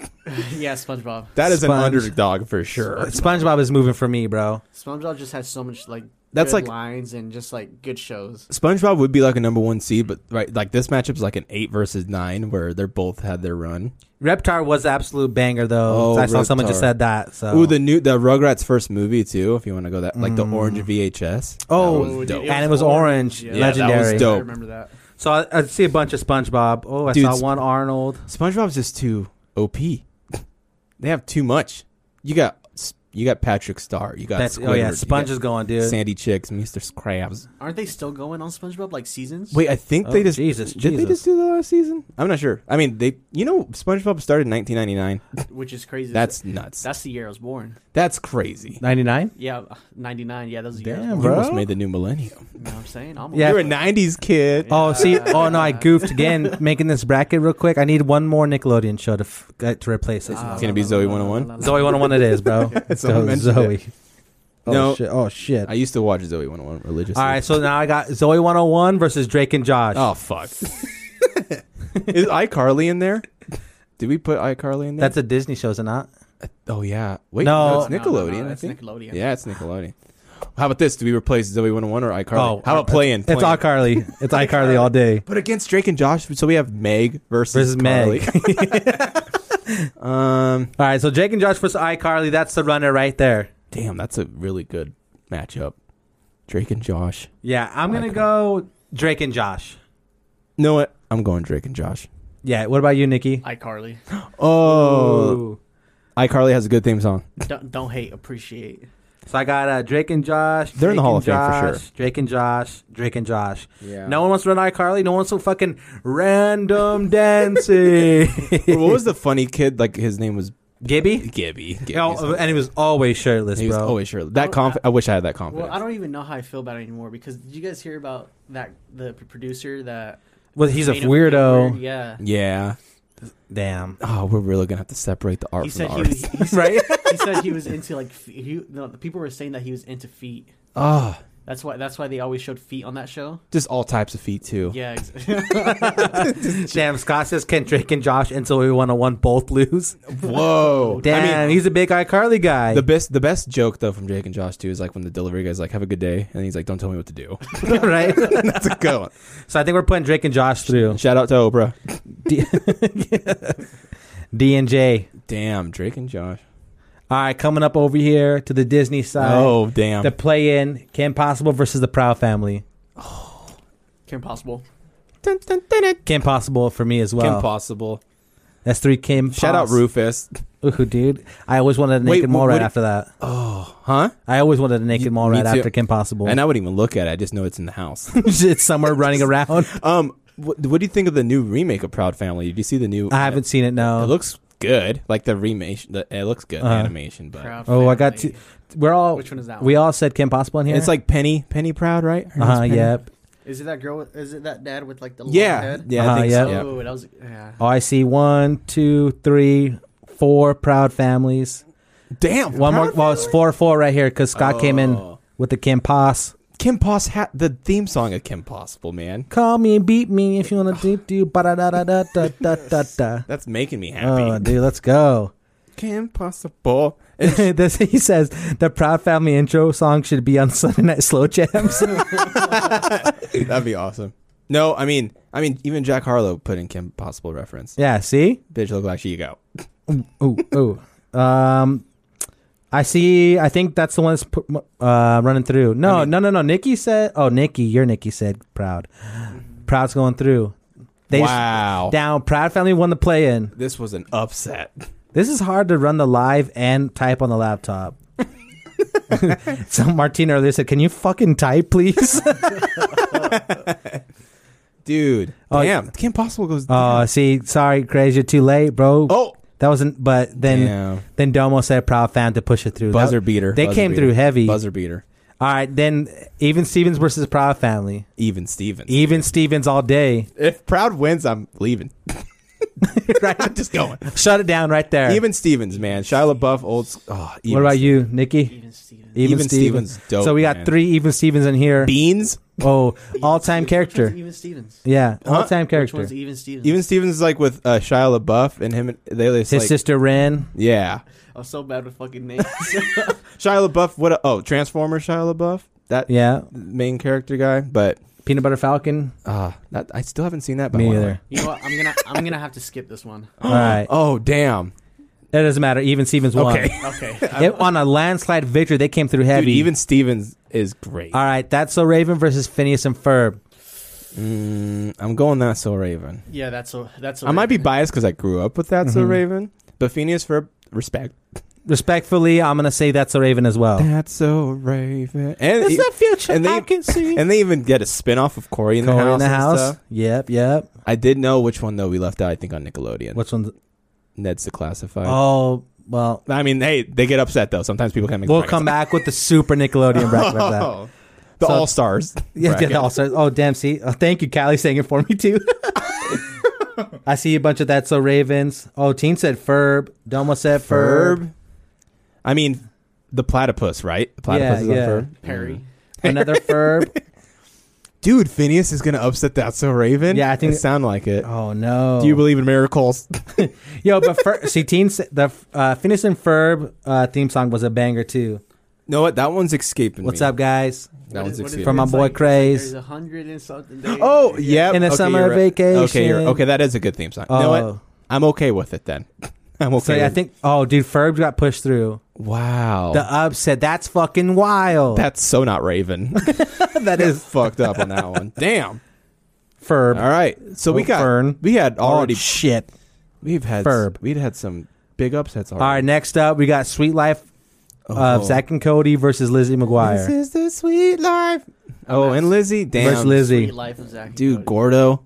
Speaker 3: yeah, SpongeBob.
Speaker 1: That is an
Speaker 2: Sponge.
Speaker 1: underdog for sure.
Speaker 2: SpongeBob is moving for me, bro.
Speaker 3: SpongeBob just has so much like
Speaker 1: That's
Speaker 3: good
Speaker 1: like-
Speaker 3: lines and just like good shows.
Speaker 1: SpongeBob would be like a number one seed, but right, like this matchup's like an eight versus nine, where they're both had their run.
Speaker 2: Reptar was absolute banger though.
Speaker 1: Oh,
Speaker 2: I saw someone
Speaker 1: Reptar.
Speaker 2: just said that. So
Speaker 1: Ooh, the new the Rugrats first movie too. If you want to go that, like the orange VHS.
Speaker 2: Oh,
Speaker 1: That was
Speaker 3: dude,
Speaker 1: dope.
Speaker 2: And it was orange.
Speaker 1: Yeah, that was
Speaker 2: Legendary.
Speaker 1: dope.
Speaker 3: I remember that.
Speaker 2: So I, I see a bunch of SpongeBob. Oh, I
Speaker 1: Dude,
Speaker 2: saw
Speaker 1: Sp-
Speaker 2: one Arnold.
Speaker 1: SpongeBob's just too op. [LAUGHS] they have too much. You got you got Patrick Star. You got
Speaker 2: That's oh yeah,
Speaker 1: Squidward, you
Speaker 2: Sponge
Speaker 1: got
Speaker 2: is going, dude.
Speaker 1: Sandy Chicks, Mr. Krabs.
Speaker 3: Aren't they still going on SpongeBob like seasons?
Speaker 1: Wait, I think
Speaker 2: Oh,
Speaker 1: they just
Speaker 2: Jesus,
Speaker 1: did they
Speaker 2: Jesus.
Speaker 1: just do the last season? I'm not sure. I mean, they you know SpongeBob started in 1999.
Speaker 3: which is crazy.
Speaker 1: That's nuts. That's,
Speaker 3: that's the year I was born.
Speaker 1: crazy.
Speaker 2: Ninety nine.
Speaker 3: Yeah, ninety nine. Yeah, that was the year. I was
Speaker 2: Damn,
Speaker 3: born.
Speaker 1: You
Speaker 2: Bro.
Speaker 1: almost made the new millennium.
Speaker 3: You know what I'm saying? I'm
Speaker 2: Yeah.
Speaker 1: You're a 90s kid.
Speaker 2: Oh, see. Oh no, I goofed again, [LAUGHS] making this bracket real quick. I need one more Nickelodeon show to f- get- to replace this.
Speaker 1: gonna
Speaker 3: Uh,
Speaker 1: be Zoe 101?
Speaker 2: Zoe 101 it is,
Speaker 1: [LAUGHS]
Speaker 2: bro. Let's
Speaker 1: Someone
Speaker 2: go,
Speaker 1: mentioned
Speaker 2: Zoe. Oh
Speaker 1: No.
Speaker 2: shit. Oh shit.
Speaker 1: I used to watch Zoe 101 religiously.
Speaker 2: All right, so now I got Zoe 101 versus Drake and Josh.
Speaker 1: Oh fuck. [LAUGHS] Is iCarly in there? Did we put iCarly in there?
Speaker 2: That's a Disney show, is it not?
Speaker 1: oh yeah. Wait,
Speaker 2: No.
Speaker 1: it's
Speaker 3: No, no, no,
Speaker 1: Nickelodeon. I
Speaker 3: that's
Speaker 1: think.
Speaker 3: Nickelodeon.
Speaker 1: Yeah, it's Nickelodeon. How about this? Do we replace Zoe 101 or iCarly?
Speaker 2: Oh,
Speaker 1: How about playing?
Speaker 2: It's [LAUGHS] iCarly. It's iCarly all day.
Speaker 1: But against Drake and Josh, so we have Meg versus,
Speaker 2: Versus Meg.
Speaker 1: Carly.
Speaker 2: [LAUGHS]
Speaker 1: [LAUGHS] um,
Speaker 2: All right, so Drake and Josh versus iCarly. That's the runner right there.
Speaker 1: damn, that's a really good matchup. Drake and Josh.
Speaker 2: Yeah, I'm gonna go Drake and Josh.
Speaker 1: You know what? I'm going Drake and Josh.
Speaker 2: Yeah. What about you, Nikki?
Speaker 3: iCarly.
Speaker 1: Oh,
Speaker 2: Ooh.
Speaker 1: iCarly has a good theme song.
Speaker 3: [LAUGHS] Don't, don't hate, appreciate.
Speaker 2: So I got uh, Drake and Josh.
Speaker 1: They're in the
Speaker 2: Drake
Speaker 1: Hall
Speaker 2: and
Speaker 1: of Fame for
Speaker 2: Josh,
Speaker 1: sure.
Speaker 2: Drake and Josh. Drake and Josh.
Speaker 1: Yeah.
Speaker 2: No one wants to run iCarly. No one wants to fucking random dancing. [LAUGHS]
Speaker 1: what was the funny kid? Like his name was
Speaker 2: Gibby.
Speaker 1: [LAUGHS] Gibby. Gibby's
Speaker 2: Oh, and he was always shirtless,
Speaker 1: he was
Speaker 2: bro.
Speaker 1: always sure. That conf- I wish I had that confidence.
Speaker 3: Well, I don't even know how I feel about it anymore because did you guys hear about that the p- producer that
Speaker 2: well, he's a
Speaker 3: made him feel
Speaker 2: weirdo.
Speaker 3: weird? Yeah.
Speaker 1: yeah.
Speaker 2: Damn.
Speaker 1: Oh, we're really gonna have to separate the art
Speaker 3: He
Speaker 1: from the
Speaker 3: said he,
Speaker 1: artist.
Speaker 3: was, he,
Speaker 2: [LAUGHS]
Speaker 3: said-
Speaker 2: Right?
Speaker 3: he said he was into like fe- he, no, the people were saying that he was into feet.
Speaker 1: Ah,
Speaker 3: That's why that's why they always showed feet on that show.
Speaker 1: just all types of feet
Speaker 2: Oh.
Speaker 1: too.
Speaker 3: Yeah, ex- [LAUGHS]
Speaker 2: Damn. Scott says Kendrick and Josh and Zoe 101 both lose.
Speaker 1: [LAUGHS] Whoa.
Speaker 2: Damn.
Speaker 1: I mean,
Speaker 2: he's a big iCarly guy. [LAUGHS]
Speaker 1: the best the best joke though from Jake and Josh too is like when the delivery guy's like, "Have a good day," and he's like, "Don't tell me what to do." [LAUGHS]
Speaker 2: right?
Speaker 1: That's a good one.
Speaker 2: so I think we're putting Drake and Josh [LAUGHS] through.
Speaker 1: Shout out to Oprah.
Speaker 2: D, D and J.
Speaker 1: Damn, Drake and Josh.
Speaker 2: All right, coming up over here to the Disney side.
Speaker 1: oh damn.
Speaker 2: The play in Kim Possible versus the Proud Family.
Speaker 3: Kim Possible.
Speaker 1: Dun, dun, dun, dun.
Speaker 2: Kim Possible for me as well.
Speaker 1: Kim Possible.
Speaker 2: That's three Kim.
Speaker 1: Shout out
Speaker 2: Poss-
Speaker 1: Rufus.
Speaker 2: Ooh, dude. I always wanted a
Speaker 1: Wait,
Speaker 2: naked mall
Speaker 1: what-
Speaker 2: right
Speaker 1: what-
Speaker 2: after that.
Speaker 1: Oh, Huh?
Speaker 2: I always wanted a naked mall
Speaker 1: me
Speaker 2: right
Speaker 1: too.
Speaker 2: after Kim Possible. [LAUGHS]
Speaker 1: And I wouldn't even look at it. I just know it's in the house.
Speaker 2: it's somewhere
Speaker 1: [LAUGHS]
Speaker 2: running around.
Speaker 1: um, what, what do you think of the new remake of Proud Family? Did you see the new?
Speaker 2: I haven't seen it. No.
Speaker 1: It looks good. Like the remake. The, it looks good. the
Speaker 2: Uh-huh.
Speaker 1: animation, but
Speaker 3: Proud
Speaker 2: oh, I got
Speaker 3: family.
Speaker 2: two. We're all.
Speaker 3: Which one is that
Speaker 2: We all said Kim Possible in here.
Speaker 1: it's like Penny. Penny Proud, right? Her
Speaker 2: Uh huh.
Speaker 1: name's Penny?
Speaker 2: Yep.
Speaker 3: Is it that girl? with- Is it that dad with like the long
Speaker 1: Yeah.
Speaker 3: head?
Speaker 1: Yeah. I
Speaker 2: Uh-huh,
Speaker 1: think
Speaker 2: yep.
Speaker 1: so.
Speaker 3: Oh, that was yeah.
Speaker 2: Oh, I see one, two, three, four proud families.
Speaker 1: Damn.
Speaker 2: One more.
Speaker 1: Proud
Speaker 2: Well, it's
Speaker 1: Family?
Speaker 2: four, four right here because Scott came in
Speaker 1: Oh.
Speaker 2: with the Kim Poss.
Speaker 1: Kim Poss had the theme song of Kim Possible, man.
Speaker 2: Call me and beat me if you want to deep do ba da da da da da da da da.
Speaker 1: That's making me happy.
Speaker 2: Oh, dude, let's go.
Speaker 1: [LAUGHS]
Speaker 2: [LAUGHS]
Speaker 1: Kim Possible. [LAUGHS]
Speaker 2: this, he says the Proud Family intro song should be on Sunday Night Slow Jams. [LAUGHS]
Speaker 1: That'd be awesome. No, I mean, I mean, even Jack Harlow put in Kim Possible reference.
Speaker 2: yeah, see?
Speaker 1: Bitch, look like she go.
Speaker 2: Ooh, ooh. Um, I see. I think that's the one that's put, uh, running through. No,
Speaker 1: I mean-
Speaker 2: no, no, no. Nikki said. Oh, Nikki, your Nikki said proud. Proud's going through. They just-
Speaker 1: wow.
Speaker 2: down. Proud family won the play in.
Speaker 1: this was an upset. [LAUGHS]
Speaker 2: This is hard to run the live and type on the laptop. [LAUGHS] so Martine earlier said, "Can you fucking type,
Speaker 1: [LAUGHS]
Speaker 2: please?"
Speaker 1: Dude.
Speaker 2: Oh,
Speaker 1: damn. Kim Possible goes.
Speaker 2: Oh, see, sorry, crazy, you're too late, bro.
Speaker 1: oh.
Speaker 2: that wasn't. But then,
Speaker 1: Damn.
Speaker 2: then Domo said, "Proud fan to push it through."
Speaker 1: Buzzer
Speaker 2: That-
Speaker 1: beater.
Speaker 2: They
Speaker 1: Buzzer
Speaker 2: came
Speaker 1: beater.
Speaker 2: through heavy.
Speaker 1: Buzzer beater.
Speaker 2: All right, then even Stevens versus Proud Family.
Speaker 1: Even Steven.
Speaker 2: Even Stevens all
Speaker 1: [LAUGHS]
Speaker 2: day. [LAUGHS]
Speaker 1: if Proud wins, I'm leaving. [LAUGHS]
Speaker 2: right?
Speaker 1: I'm just going.
Speaker 2: Shut it down right there.
Speaker 1: Even Stevens, man. Shia LaBeouf, old. s- Oh, even
Speaker 2: what about
Speaker 1: Stevens.
Speaker 2: you, Nikki?
Speaker 3: Even Steven.
Speaker 1: Even Stevens, dope,
Speaker 2: so we got
Speaker 1: man.
Speaker 2: three even Stevens in here.
Speaker 1: Beans?
Speaker 2: oh, all time
Speaker 3: Which
Speaker 2: character.
Speaker 1: [LAUGHS]
Speaker 3: one's Even Stevens.
Speaker 2: Yeah,
Speaker 1: Huh?
Speaker 2: all time
Speaker 3: Which
Speaker 2: character.
Speaker 3: one's Even Stevens?
Speaker 1: Even Stevens is like with uh, Shia LaBeouf and him. And they just
Speaker 2: His
Speaker 1: like,
Speaker 2: sister Ren.
Speaker 1: yeah.
Speaker 3: I'm so bad with fucking names.
Speaker 1: Shia LaBeouf. What? A, oh, Transformer Shia LaBeouf. That
Speaker 2: Yeah,
Speaker 1: main character guy. But
Speaker 2: Peanut Butter Falcon.
Speaker 1: uh, that, I still haven't seen that. but I
Speaker 2: Me
Speaker 1: wanna-
Speaker 2: either.
Speaker 3: you know what? I'm gonna I'm gonna have to skip this one.
Speaker 2: all right,
Speaker 1: [GASPS] [GASPS] Oh damn.
Speaker 2: it doesn't matter. Even Stevens won.
Speaker 1: Okay.
Speaker 3: Okay.
Speaker 2: [LAUGHS] It, on a landslide victory, they came through heavy.
Speaker 1: Dude, even Stevens is great.
Speaker 2: all right, that's so Raven versus Phineas and Ferb.
Speaker 1: Mm, I'm going that So Raven.
Speaker 3: Yeah, that's a that's. a
Speaker 1: I might be biased because I grew up with that So
Speaker 2: Mm-hmm.
Speaker 1: Raven. But Phineas for respect.
Speaker 2: Respectfully, I'm gonna say that's so Raven as well.
Speaker 1: That's So Raven. And
Speaker 2: It's the future
Speaker 1: and they-
Speaker 2: I can see.
Speaker 1: and they even get a spin off of Corey in the
Speaker 2: Corey
Speaker 1: house.
Speaker 2: in the
Speaker 1: and
Speaker 2: house.
Speaker 1: stuff.
Speaker 2: Yep, yep.
Speaker 1: I did know which one though we left out. I think on Nickelodeon.
Speaker 2: Which one's
Speaker 1: Ned's the Classified.
Speaker 2: Oh well,
Speaker 1: I mean, hey, they get upset though. Sometimes people can make.
Speaker 2: we'll
Speaker 1: fun of
Speaker 2: come back with the super Nickelodeon bracket of
Speaker 1: us. [LAUGHS]
Speaker 2: that.
Speaker 1: Oh. The
Speaker 2: So-
Speaker 1: All Stars.
Speaker 2: [LAUGHS] Yeah, yeah, also. Oh damn, see, oh, thank you, Callie, saying it for me too. [LAUGHS] I see a bunch of that. So Ravens. Oh, Teen said Ferb. Domo said Ferb.
Speaker 1: Ferb. [LAUGHS] I mean, the platypus, right? The
Speaker 2: Yeah,
Speaker 1: platypus is on
Speaker 2: yeah.
Speaker 1: Ferb.
Speaker 3: [LAUGHS] Perry.
Speaker 2: Another Ferb.
Speaker 1: Dude, Phineas is gonna upset that so Raven.
Speaker 2: Yeah, I think-
Speaker 1: it sound like it.
Speaker 2: Oh no.
Speaker 1: Do you believe in miracles?
Speaker 2: Yo, but Fer- see, Teen said the uh, Phineas and Ferb uh, theme song was a banger too.
Speaker 1: no, what? That one's escaping.
Speaker 2: What's
Speaker 1: me.
Speaker 2: up, guys?
Speaker 1: That
Speaker 3: What
Speaker 1: one's
Speaker 3: is- what is
Speaker 1: escaping.
Speaker 2: From
Speaker 1: me.
Speaker 2: my
Speaker 3: it's
Speaker 2: boy Craze.
Speaker 3: There's a hundred and something. Days.
Speaker 1: oh, yeah.
Speaker 2: In a summer vacation.
Speaker 1: Okay, you're, okay, that is a good theme song. You know
Speaker 2: Oh.
Speaker 1: what? I'm okay with it then. [LAUGHS] I'm okay.
Speaker 2: So yeah, I
Speaker 1: with-
Speaker 2: think. Oh, dude, Ferb got pushed through.
Speaker 1: Wow.
Speaker 2: The upset. That's fucking wild.
Speaker 1: That's so not
Speaker 2: [LAUGHS]
Speaker 1: Raven. [LAUGHS]
Speaker 2: that
Speaker 1: is fucked up on that one. Damn.
Speaker 2: Ferb.
Speaker 1: [LAUGHS] All right. So we
Speaker 2: Oh,
Speaker 1: got
Speaker 2: Fern.
Speaker 1: we had already
Speaker 2: Oh, shit.
Speaker 1: we've had
Speaker 2: Ferb.
Speaker 1: we'd had some big upsets already.
Speaker 2: All right, next up, we got Sweet Life of
Speaker 1: Oh.
Speaker 2: Zach and Cody versus Lizzie
Speaker 1: This
Speaker 2: McGuire.
Speaker 1: is the sweet life. Oh, and Lizzie. Damn.
Speaker 2: Versus Lizzie.
Speaker 3: Sweet [LAUGHS] life of Zach. and
Speaker 1: Dude,
Speaker 3: Cody.
Speaker 1: Gordo.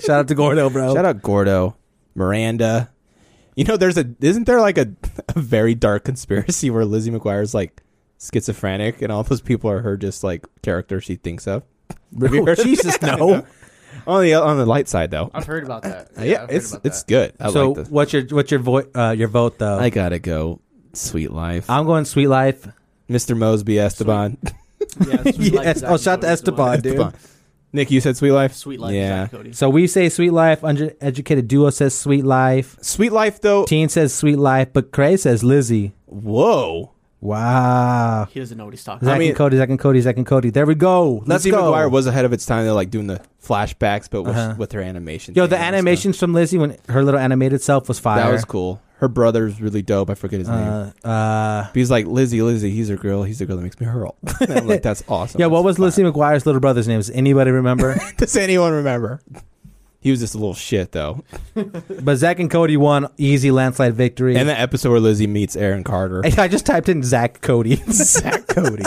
Speaker 2: Shout out to Gordo, bro.
Speaker 1: Shout out Gordo. Miranda. You know, there's a isn't there like a, [LAUGHS] a very dark conspiracy where Lizzie McGuire's like schizophrenic and all those people are her just like character she thinks of. Have you
Speaker 2: Oh,
Speaker 1: heard of
Speaker 2: Jesus, [LAUGHS]
Speaker 1: that?
Speaker 2: no.
Speaker 1: on the on the light side though.
Speaker 3: I've heard about
Speaker 2: Uh,
Speaker 3: that.
Speaker 1: Yeah,
Speaker 3: I've heard
Speaker 1: it's
Speaker 3: about
Speaker 1: it's
Speaker 3: that.
Speaker 1: good. I
Speaker 2: so
Speaker 1: like this.
Speaker 2: what's your what's your vo- uh, your vote though?
Speaker 1: I gotta go. Sweet life,
Speaker 2: I'm going Sweet Life.
Speaker 1: Mr. Mosby Esteban.
Speaker 3: Yeah,
Speaker 2: [LAUGHS]
Speaker 3: Sweet Life
Speaker 2: Yes.
Speaker 3: is
Speaker 2: Oh, shout out
Speaker 3: actually
Speaker 2: to Esteban,
Speaker 3: what
Speaker 2: dude.
Speaker 1: Esteban. Nick, you said sweet life.
Speaker 3: it's- Sweet Life
Speaker 1: Yeah.
Speaker 3: is Cody.
Speaker 2: So we say Sweet Life. Under educated duo says Sweet Life.
Speaker 1: Sweet life though.
Speaker 2: Teen says Sweet Life, but Cray says Lizzie.
Speaker 1: Whoa.
Speaker 2: Wow.
Speaker 3: He doesn't know what he's talking
Speaker 2: Zach
Speaker 3: about.
Speaker 1: mean-
Speaker 2: and Cody, Zach and Cody, Zach and Cody. There we go. Let's
Speaker 1: Lizzie
Speaker 2: go.
Speaker 1: McGuire was ahead of its time. They're like doing the flashbacks, but with,
Speaker 2: Uh-huh.
Speaker 1: with her animation.
Speaker 2: Yo, the
Speaker 1: thing and
Speaker 2: animations from Lizzie when her little animated self was
Speaker 1: stuff.
Speaker 2: fire.
Speaker 1: That was cool. Her brother's really dope. I forget his name.
Speaker 2: Uh, uh,
Speaker 1: But he's like Lizzie, Lizzie. He's a girl. He's the girl that makes me hurl. [LAUGHS] And I'm like that's
Speaker 2: [LAUGHS]
Speaker 1: awesome.
Speaker 2: yeah, what was
Speaker 1: That's
Speaker 2: Lizzie McGuire's little brother's name? Does anybody
Speaker 1: [LAUGHS]
Speaker 2: remember?
Speaker 1: fire. Does anyone remember? He was just a little shit though.
Speaker 2: but Zach and Cody won easy landslide victory.
Speaker 1: And the episode where Lizzie meets Aaron Carter,
Speaker 2: [LAUGHS] I just typed in Zach
Speaker 1: [LAUGHS]
Speaker 2: Cody.
Speaker 1: Zach Cody.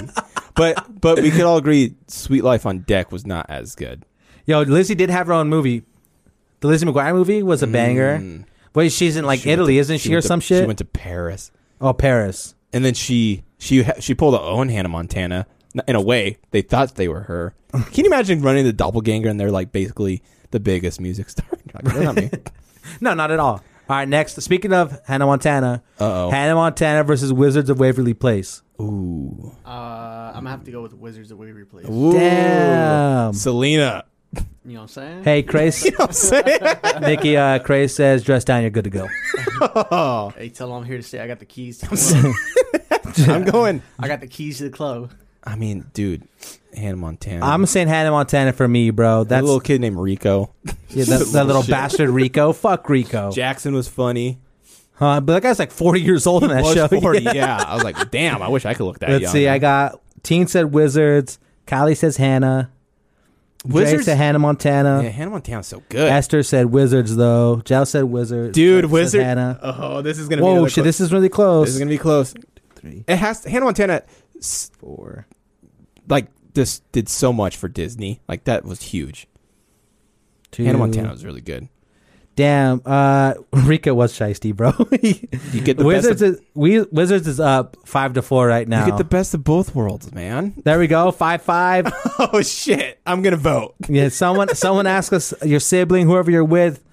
Speaker 1: But but we could all agree, Sweet Life on Deck was not as good.
Speaker 2: [LAUGHS] Yo, Lizzie did have her own movie. The Lizzie McGuire movie was a banger. Wait, she's in like
Speaker 1: Mm. She went
Speaker 2: Italy,
Speaker 1: to-
Speaker 2: isn't she, or
Speaker 1: went to-
Speaker 2: some
Speaker 1: She
Speaker 2: shit?
Speaker 1: went to Paris.
Speaker 2: oh, Paris.
Speaker 1: and then she she ha- she pulled her own Hannah Montana. In a way, they thought they were
Speaker 2: [LAUGHS]
Speaker 1: her. Can you imagine running the doppelganger and they're like basically the biggest music star? [LAUGHS] You're Like, "That's
Speaker 2: [LAUGHS]
Speaker 1: not me.
Speaker 2: No, not at all. All right, next. Speaking of Hannah Montana,
Speaker 1: Uh-oh.
Speaker 2: Hannah Montana versus Wizards of Waverly Place.
Speaker 1: Ooh.
Speaker 3: Uh, I'm gonna have to go with Wizards of Waverly Place.
Speaker 1: Ooh.
Speaker 2: Damn.
Speaker 1: Selena.
Speaker 3: You know what I'm saying?
Speaker 2: Hey,
Speaker 1: [LAUGHS]
Speaker 2: Crace,
Speaker 1: I'm saying?
Speaker 2: Nikki, uh, Crace says, dress down, you're good to
Speaker 1: [LAUGHS]
Speaker 2: go.
Speaker 3: Hey, tell them I'm here to stay. I got the keys.
Speaker 2: [LAUGHS]
Speaker 3: To the club.
Speaker 1: I'm going.
Speaker 3: I got the keys to the club.
Speaker 1: I mean, dude, Hannah Montana.
Speaker 2: I'm saying Hannah Montana for me, bro.
Speaker 1: that
Speaker 2: That's
Speaker 1: little kid
Speaker 2: [LAUGHS]
Speaker 1: named Rico.
Speaker 2: yeah, that, that little bastard Rico. Fuck
Speaker 1: [LAUGHS]
Speaker 2: Rico.
Speaker 1: Jackson was funny.
Speaker 2: Huh, but that guy's like 40 years old in
Speaker 1: [LAUGHS]
Speaker 2: that
Speaker 1: Was
Speaker 2: show. [LAUGHS]
Speaker 1: 40,
Speaker 2: Yeah.
Speaker 1: yeah. I was like, damn, I wish I could look that
Speaker 2: Let's
Speaker 1: young.
Speaker 2: see. I got Teen said Wizards. Kylie says Hannah. Wizards
Speaker 1: Wizards.
Speaker 2: said Hannah
Speaker 1: yeah,
Speaker 2: Montana.
Speaker 1: Hannah Montana's so good.
Speaker 2: Esther said Wizards though. Jel said Wizards.
Speaker 1: dude,
Speaker 2: Said
Speaker 1: Wizard.
Speaker 2: Hannah.
Speaker 1: Oh, this is gonna be.
Speaker 2: Whoa,
Speaker 1: another
Speaker 2: shit!
Speaker 1: clo-
Speaker 2: This is really close.
Speaker 1: this is gonna be close.
Speaker 2: Three,
Speaker 1: It has Hannah Montana. s-
Speaker 2: four.
Speaker 1: like this did so much for Disney. Like that was huge.
Speaker 2: Two.
Speaker 1: Hannah Montana was really good.
Speaker 2: Damn. Uh, [LAUGHS] Rico was shiesty, bro. [LAUGHS]
Speaker 1: You get the
Speaker 2: Wizards
Speaker 1: best. Of,
Speaker 2: is we, Wizards is up five to four right now.
Speaker 1: You get the best of both worlds, man. [LAUGHS]
Speaker 2: there we go. Five five.
Speaker 1: Oh shit! I'm gonna vote.
Speaker 2: yeah. Someone someone ask us your sibling, whoever you're with.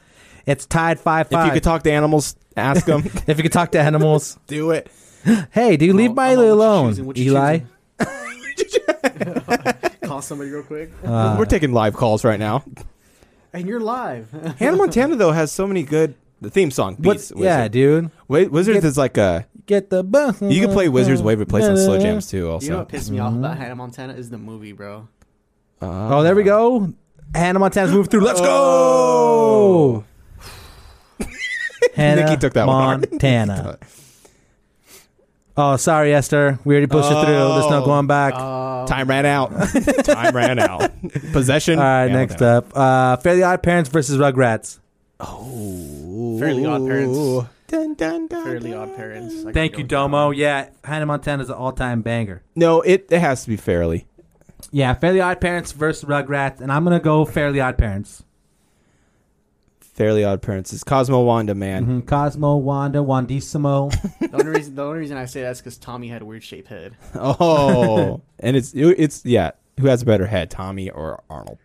Speaker 2: It's tied five
Speaker 1: If
Speaker 2: five.
Speaker 1: you could talk to animals, ask
Speaker 2: [LAUGHS]
Speaker 1: them.
Speaker 2: if you could talk to animals.
Speaker 1: Do it.
Speaker 2: [LAUGHS] Hey, do you leave
Speaker 3: Oh,
Speaker 2: Miley
Speaker 3: I'm on what you choosing,
Speaker 2: alone,
Speaker 3: what you
Speaker 2: Eli?
Speaker 3: choosing. [LAUGHS] Call somebody real quick.
Speaker 2: Uh,
Speaker 1: We're taking live calls right now.
Speaker 3: and you're live. [LAUGHS]
Speaker 1: Hannah Montana though has so many good the theme song
Speaker 2: What's
Speaker 1: beats.
Speaker 2: yeah,
Speaker 1: Wizard.
Speaker 2: dude?
Speaker 1: Wi- Wizards
Speaker 2: Get-
Speaker 1: is like a
Speaker 2: Get the bus.
Speaker 1: you can play Wizards Wave Replace on slow jams too.
Speaker 3: you know
Speaker 1: Also,
Speaker 3: what pissed me off about
Speaker 2: Mm-hmm.
Speaker 3: Hannah Montana is the movie, bro.
Speaker 2: Oh, there we go. Hannah Montana's moved through. Let's go.
Speaker 1: Oh.
Speaker 2: Hannah
Speaker 1: [LAUGHS] Nikki took that one hard. [LAUGHS]
Speaker 2: Montana. oh, sorry, Esther. We already pushed it through. There's no
Speaker 1: Oh.
Speaker 2: going back. All
Speaker 3: Uh,
Speaker 1: time ran out. time ran out. [LAUGHS] Possession.
Speaker 2: right,
Speaker 1: Hannah
Speaker 2: next
Speaker 1: Montana.
Speaker 2: up, uh, Fairly Odd Parents versus Rugrats.
Speaker 3: Fairly Odd Parents.
Speaker 1: Ooh. Dun, dun, dun,
Speaker 3: Fairly
Speaker 1: dun.
Speaker 3: Odd Parents. I
Speaker 2: Thank
Speaker 3: gotta
Speaker 2: you,
Speaker 3: go with
Speaker 2: Domo. Yeah, Hannah Montana's an all-time banger.
Speaker 1: No, it, it has to be fairly.
Speaker 2: Yeah, Fairly Odd Parents versus Rugrats, and I'm gonna go Fairly Odd Parents.
Speaker 1: Fairly Odd Parents is Cosmo Wanda, man.
Speaker 2: Mhm, Cosmo, Wanda, Wandissimo. [LAUGHS]
Speaker 3: that. The only reason the only reason I say that is because Tommy had a weird shaped head. [LAUGHS]
Speaker 1: Mm-hmm. [LAUGHS] Oh, and it's it's yeah. Who has a better head, Tommy or [LAUGHS] Arnold?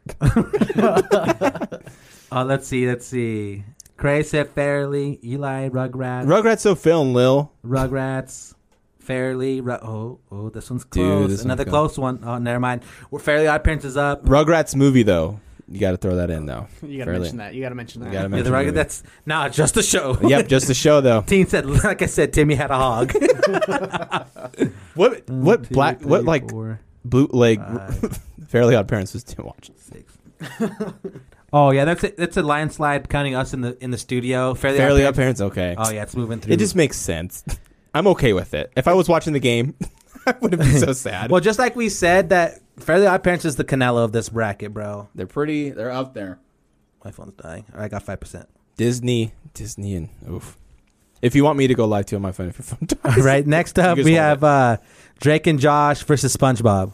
Speaker 2: Uh, let's see, let's see. Cray said Fairly, Eli, Rugrats,
Speaker 1: Rugrats so Phil and Lil.
Speaker 2: Rugrats, Fairly. Ru- oh, oh, this one's
Speaker 1: Dude,
Speaker 2: close.
Speaker 1: this one's
Speaker 2: Another
Speaker 1: good.
Speaker 2: close one. Oh, never mind. We're Fairly Odd Parents is up.
Speaker 1: Rugrats movie though. You got to throw that in though.
Speaker 3: You gotta
Speaker 1: Fairly.
Speaker 3: mention that. You gotta mention that.
Speaker 1: You gotta
Speaker 2: Yeah,
Speaker 1: mention
Speaker 2: the Rug-
Speaker 1: movie.
Speaker 2: that's not just the show.
Speaker 1: Yep, just the show though.
Speaker 2: [LAUGHS] Teen said, like I said, Timmy had a hog.
Speaker 1: [LAUGHS] What [LAUGHS] what
Speaker 2: Two,
Speaker 1: black what
Speaker 2: three,
Speaker 1: like
Speaker 2: four,
Speaker 1: bootleg
Speaker 2: five,
Speaker 1: [LAUGHS] Fairly Odd Parents was to watch?
Speaker 2: six. [LAUGHS] oh yeah, that's it. That's a lion slide counting us in the in the studio. Fairly, Odd
Speaker 1: Fairly Odd
Speaker 2: Parents.
Speaker 1: Parents, okay.
Speaker 2: Oh yeah, it's moving through.
Speaker 1: it just makes sense. [LAUGHS] I'm okay with it. If I was watching the game, [LAUGHS] I would have been so sad.
Speaker 2: well, just like we said that Fairly Odd Parents is the Canelo of this bracket, bro.
Speaker 5: They're pretty. They're up there.
Speaker 2: My phone's dying. I got five
Speaker 1: [LAUGHS]
Speaker 2: percent.
Speaker 1: Disney, Disney, and oof. If you want me to go live too on my phone, if your phone dies.
Speaker 2: All
Speaker 1: [LAUGHS]
Speaker 2: right, next up
Speaker 1: just
Speaker 2: we
Speaker 1: hold
Speaker 2: have uh, Drake and Josh versus SpongeBob.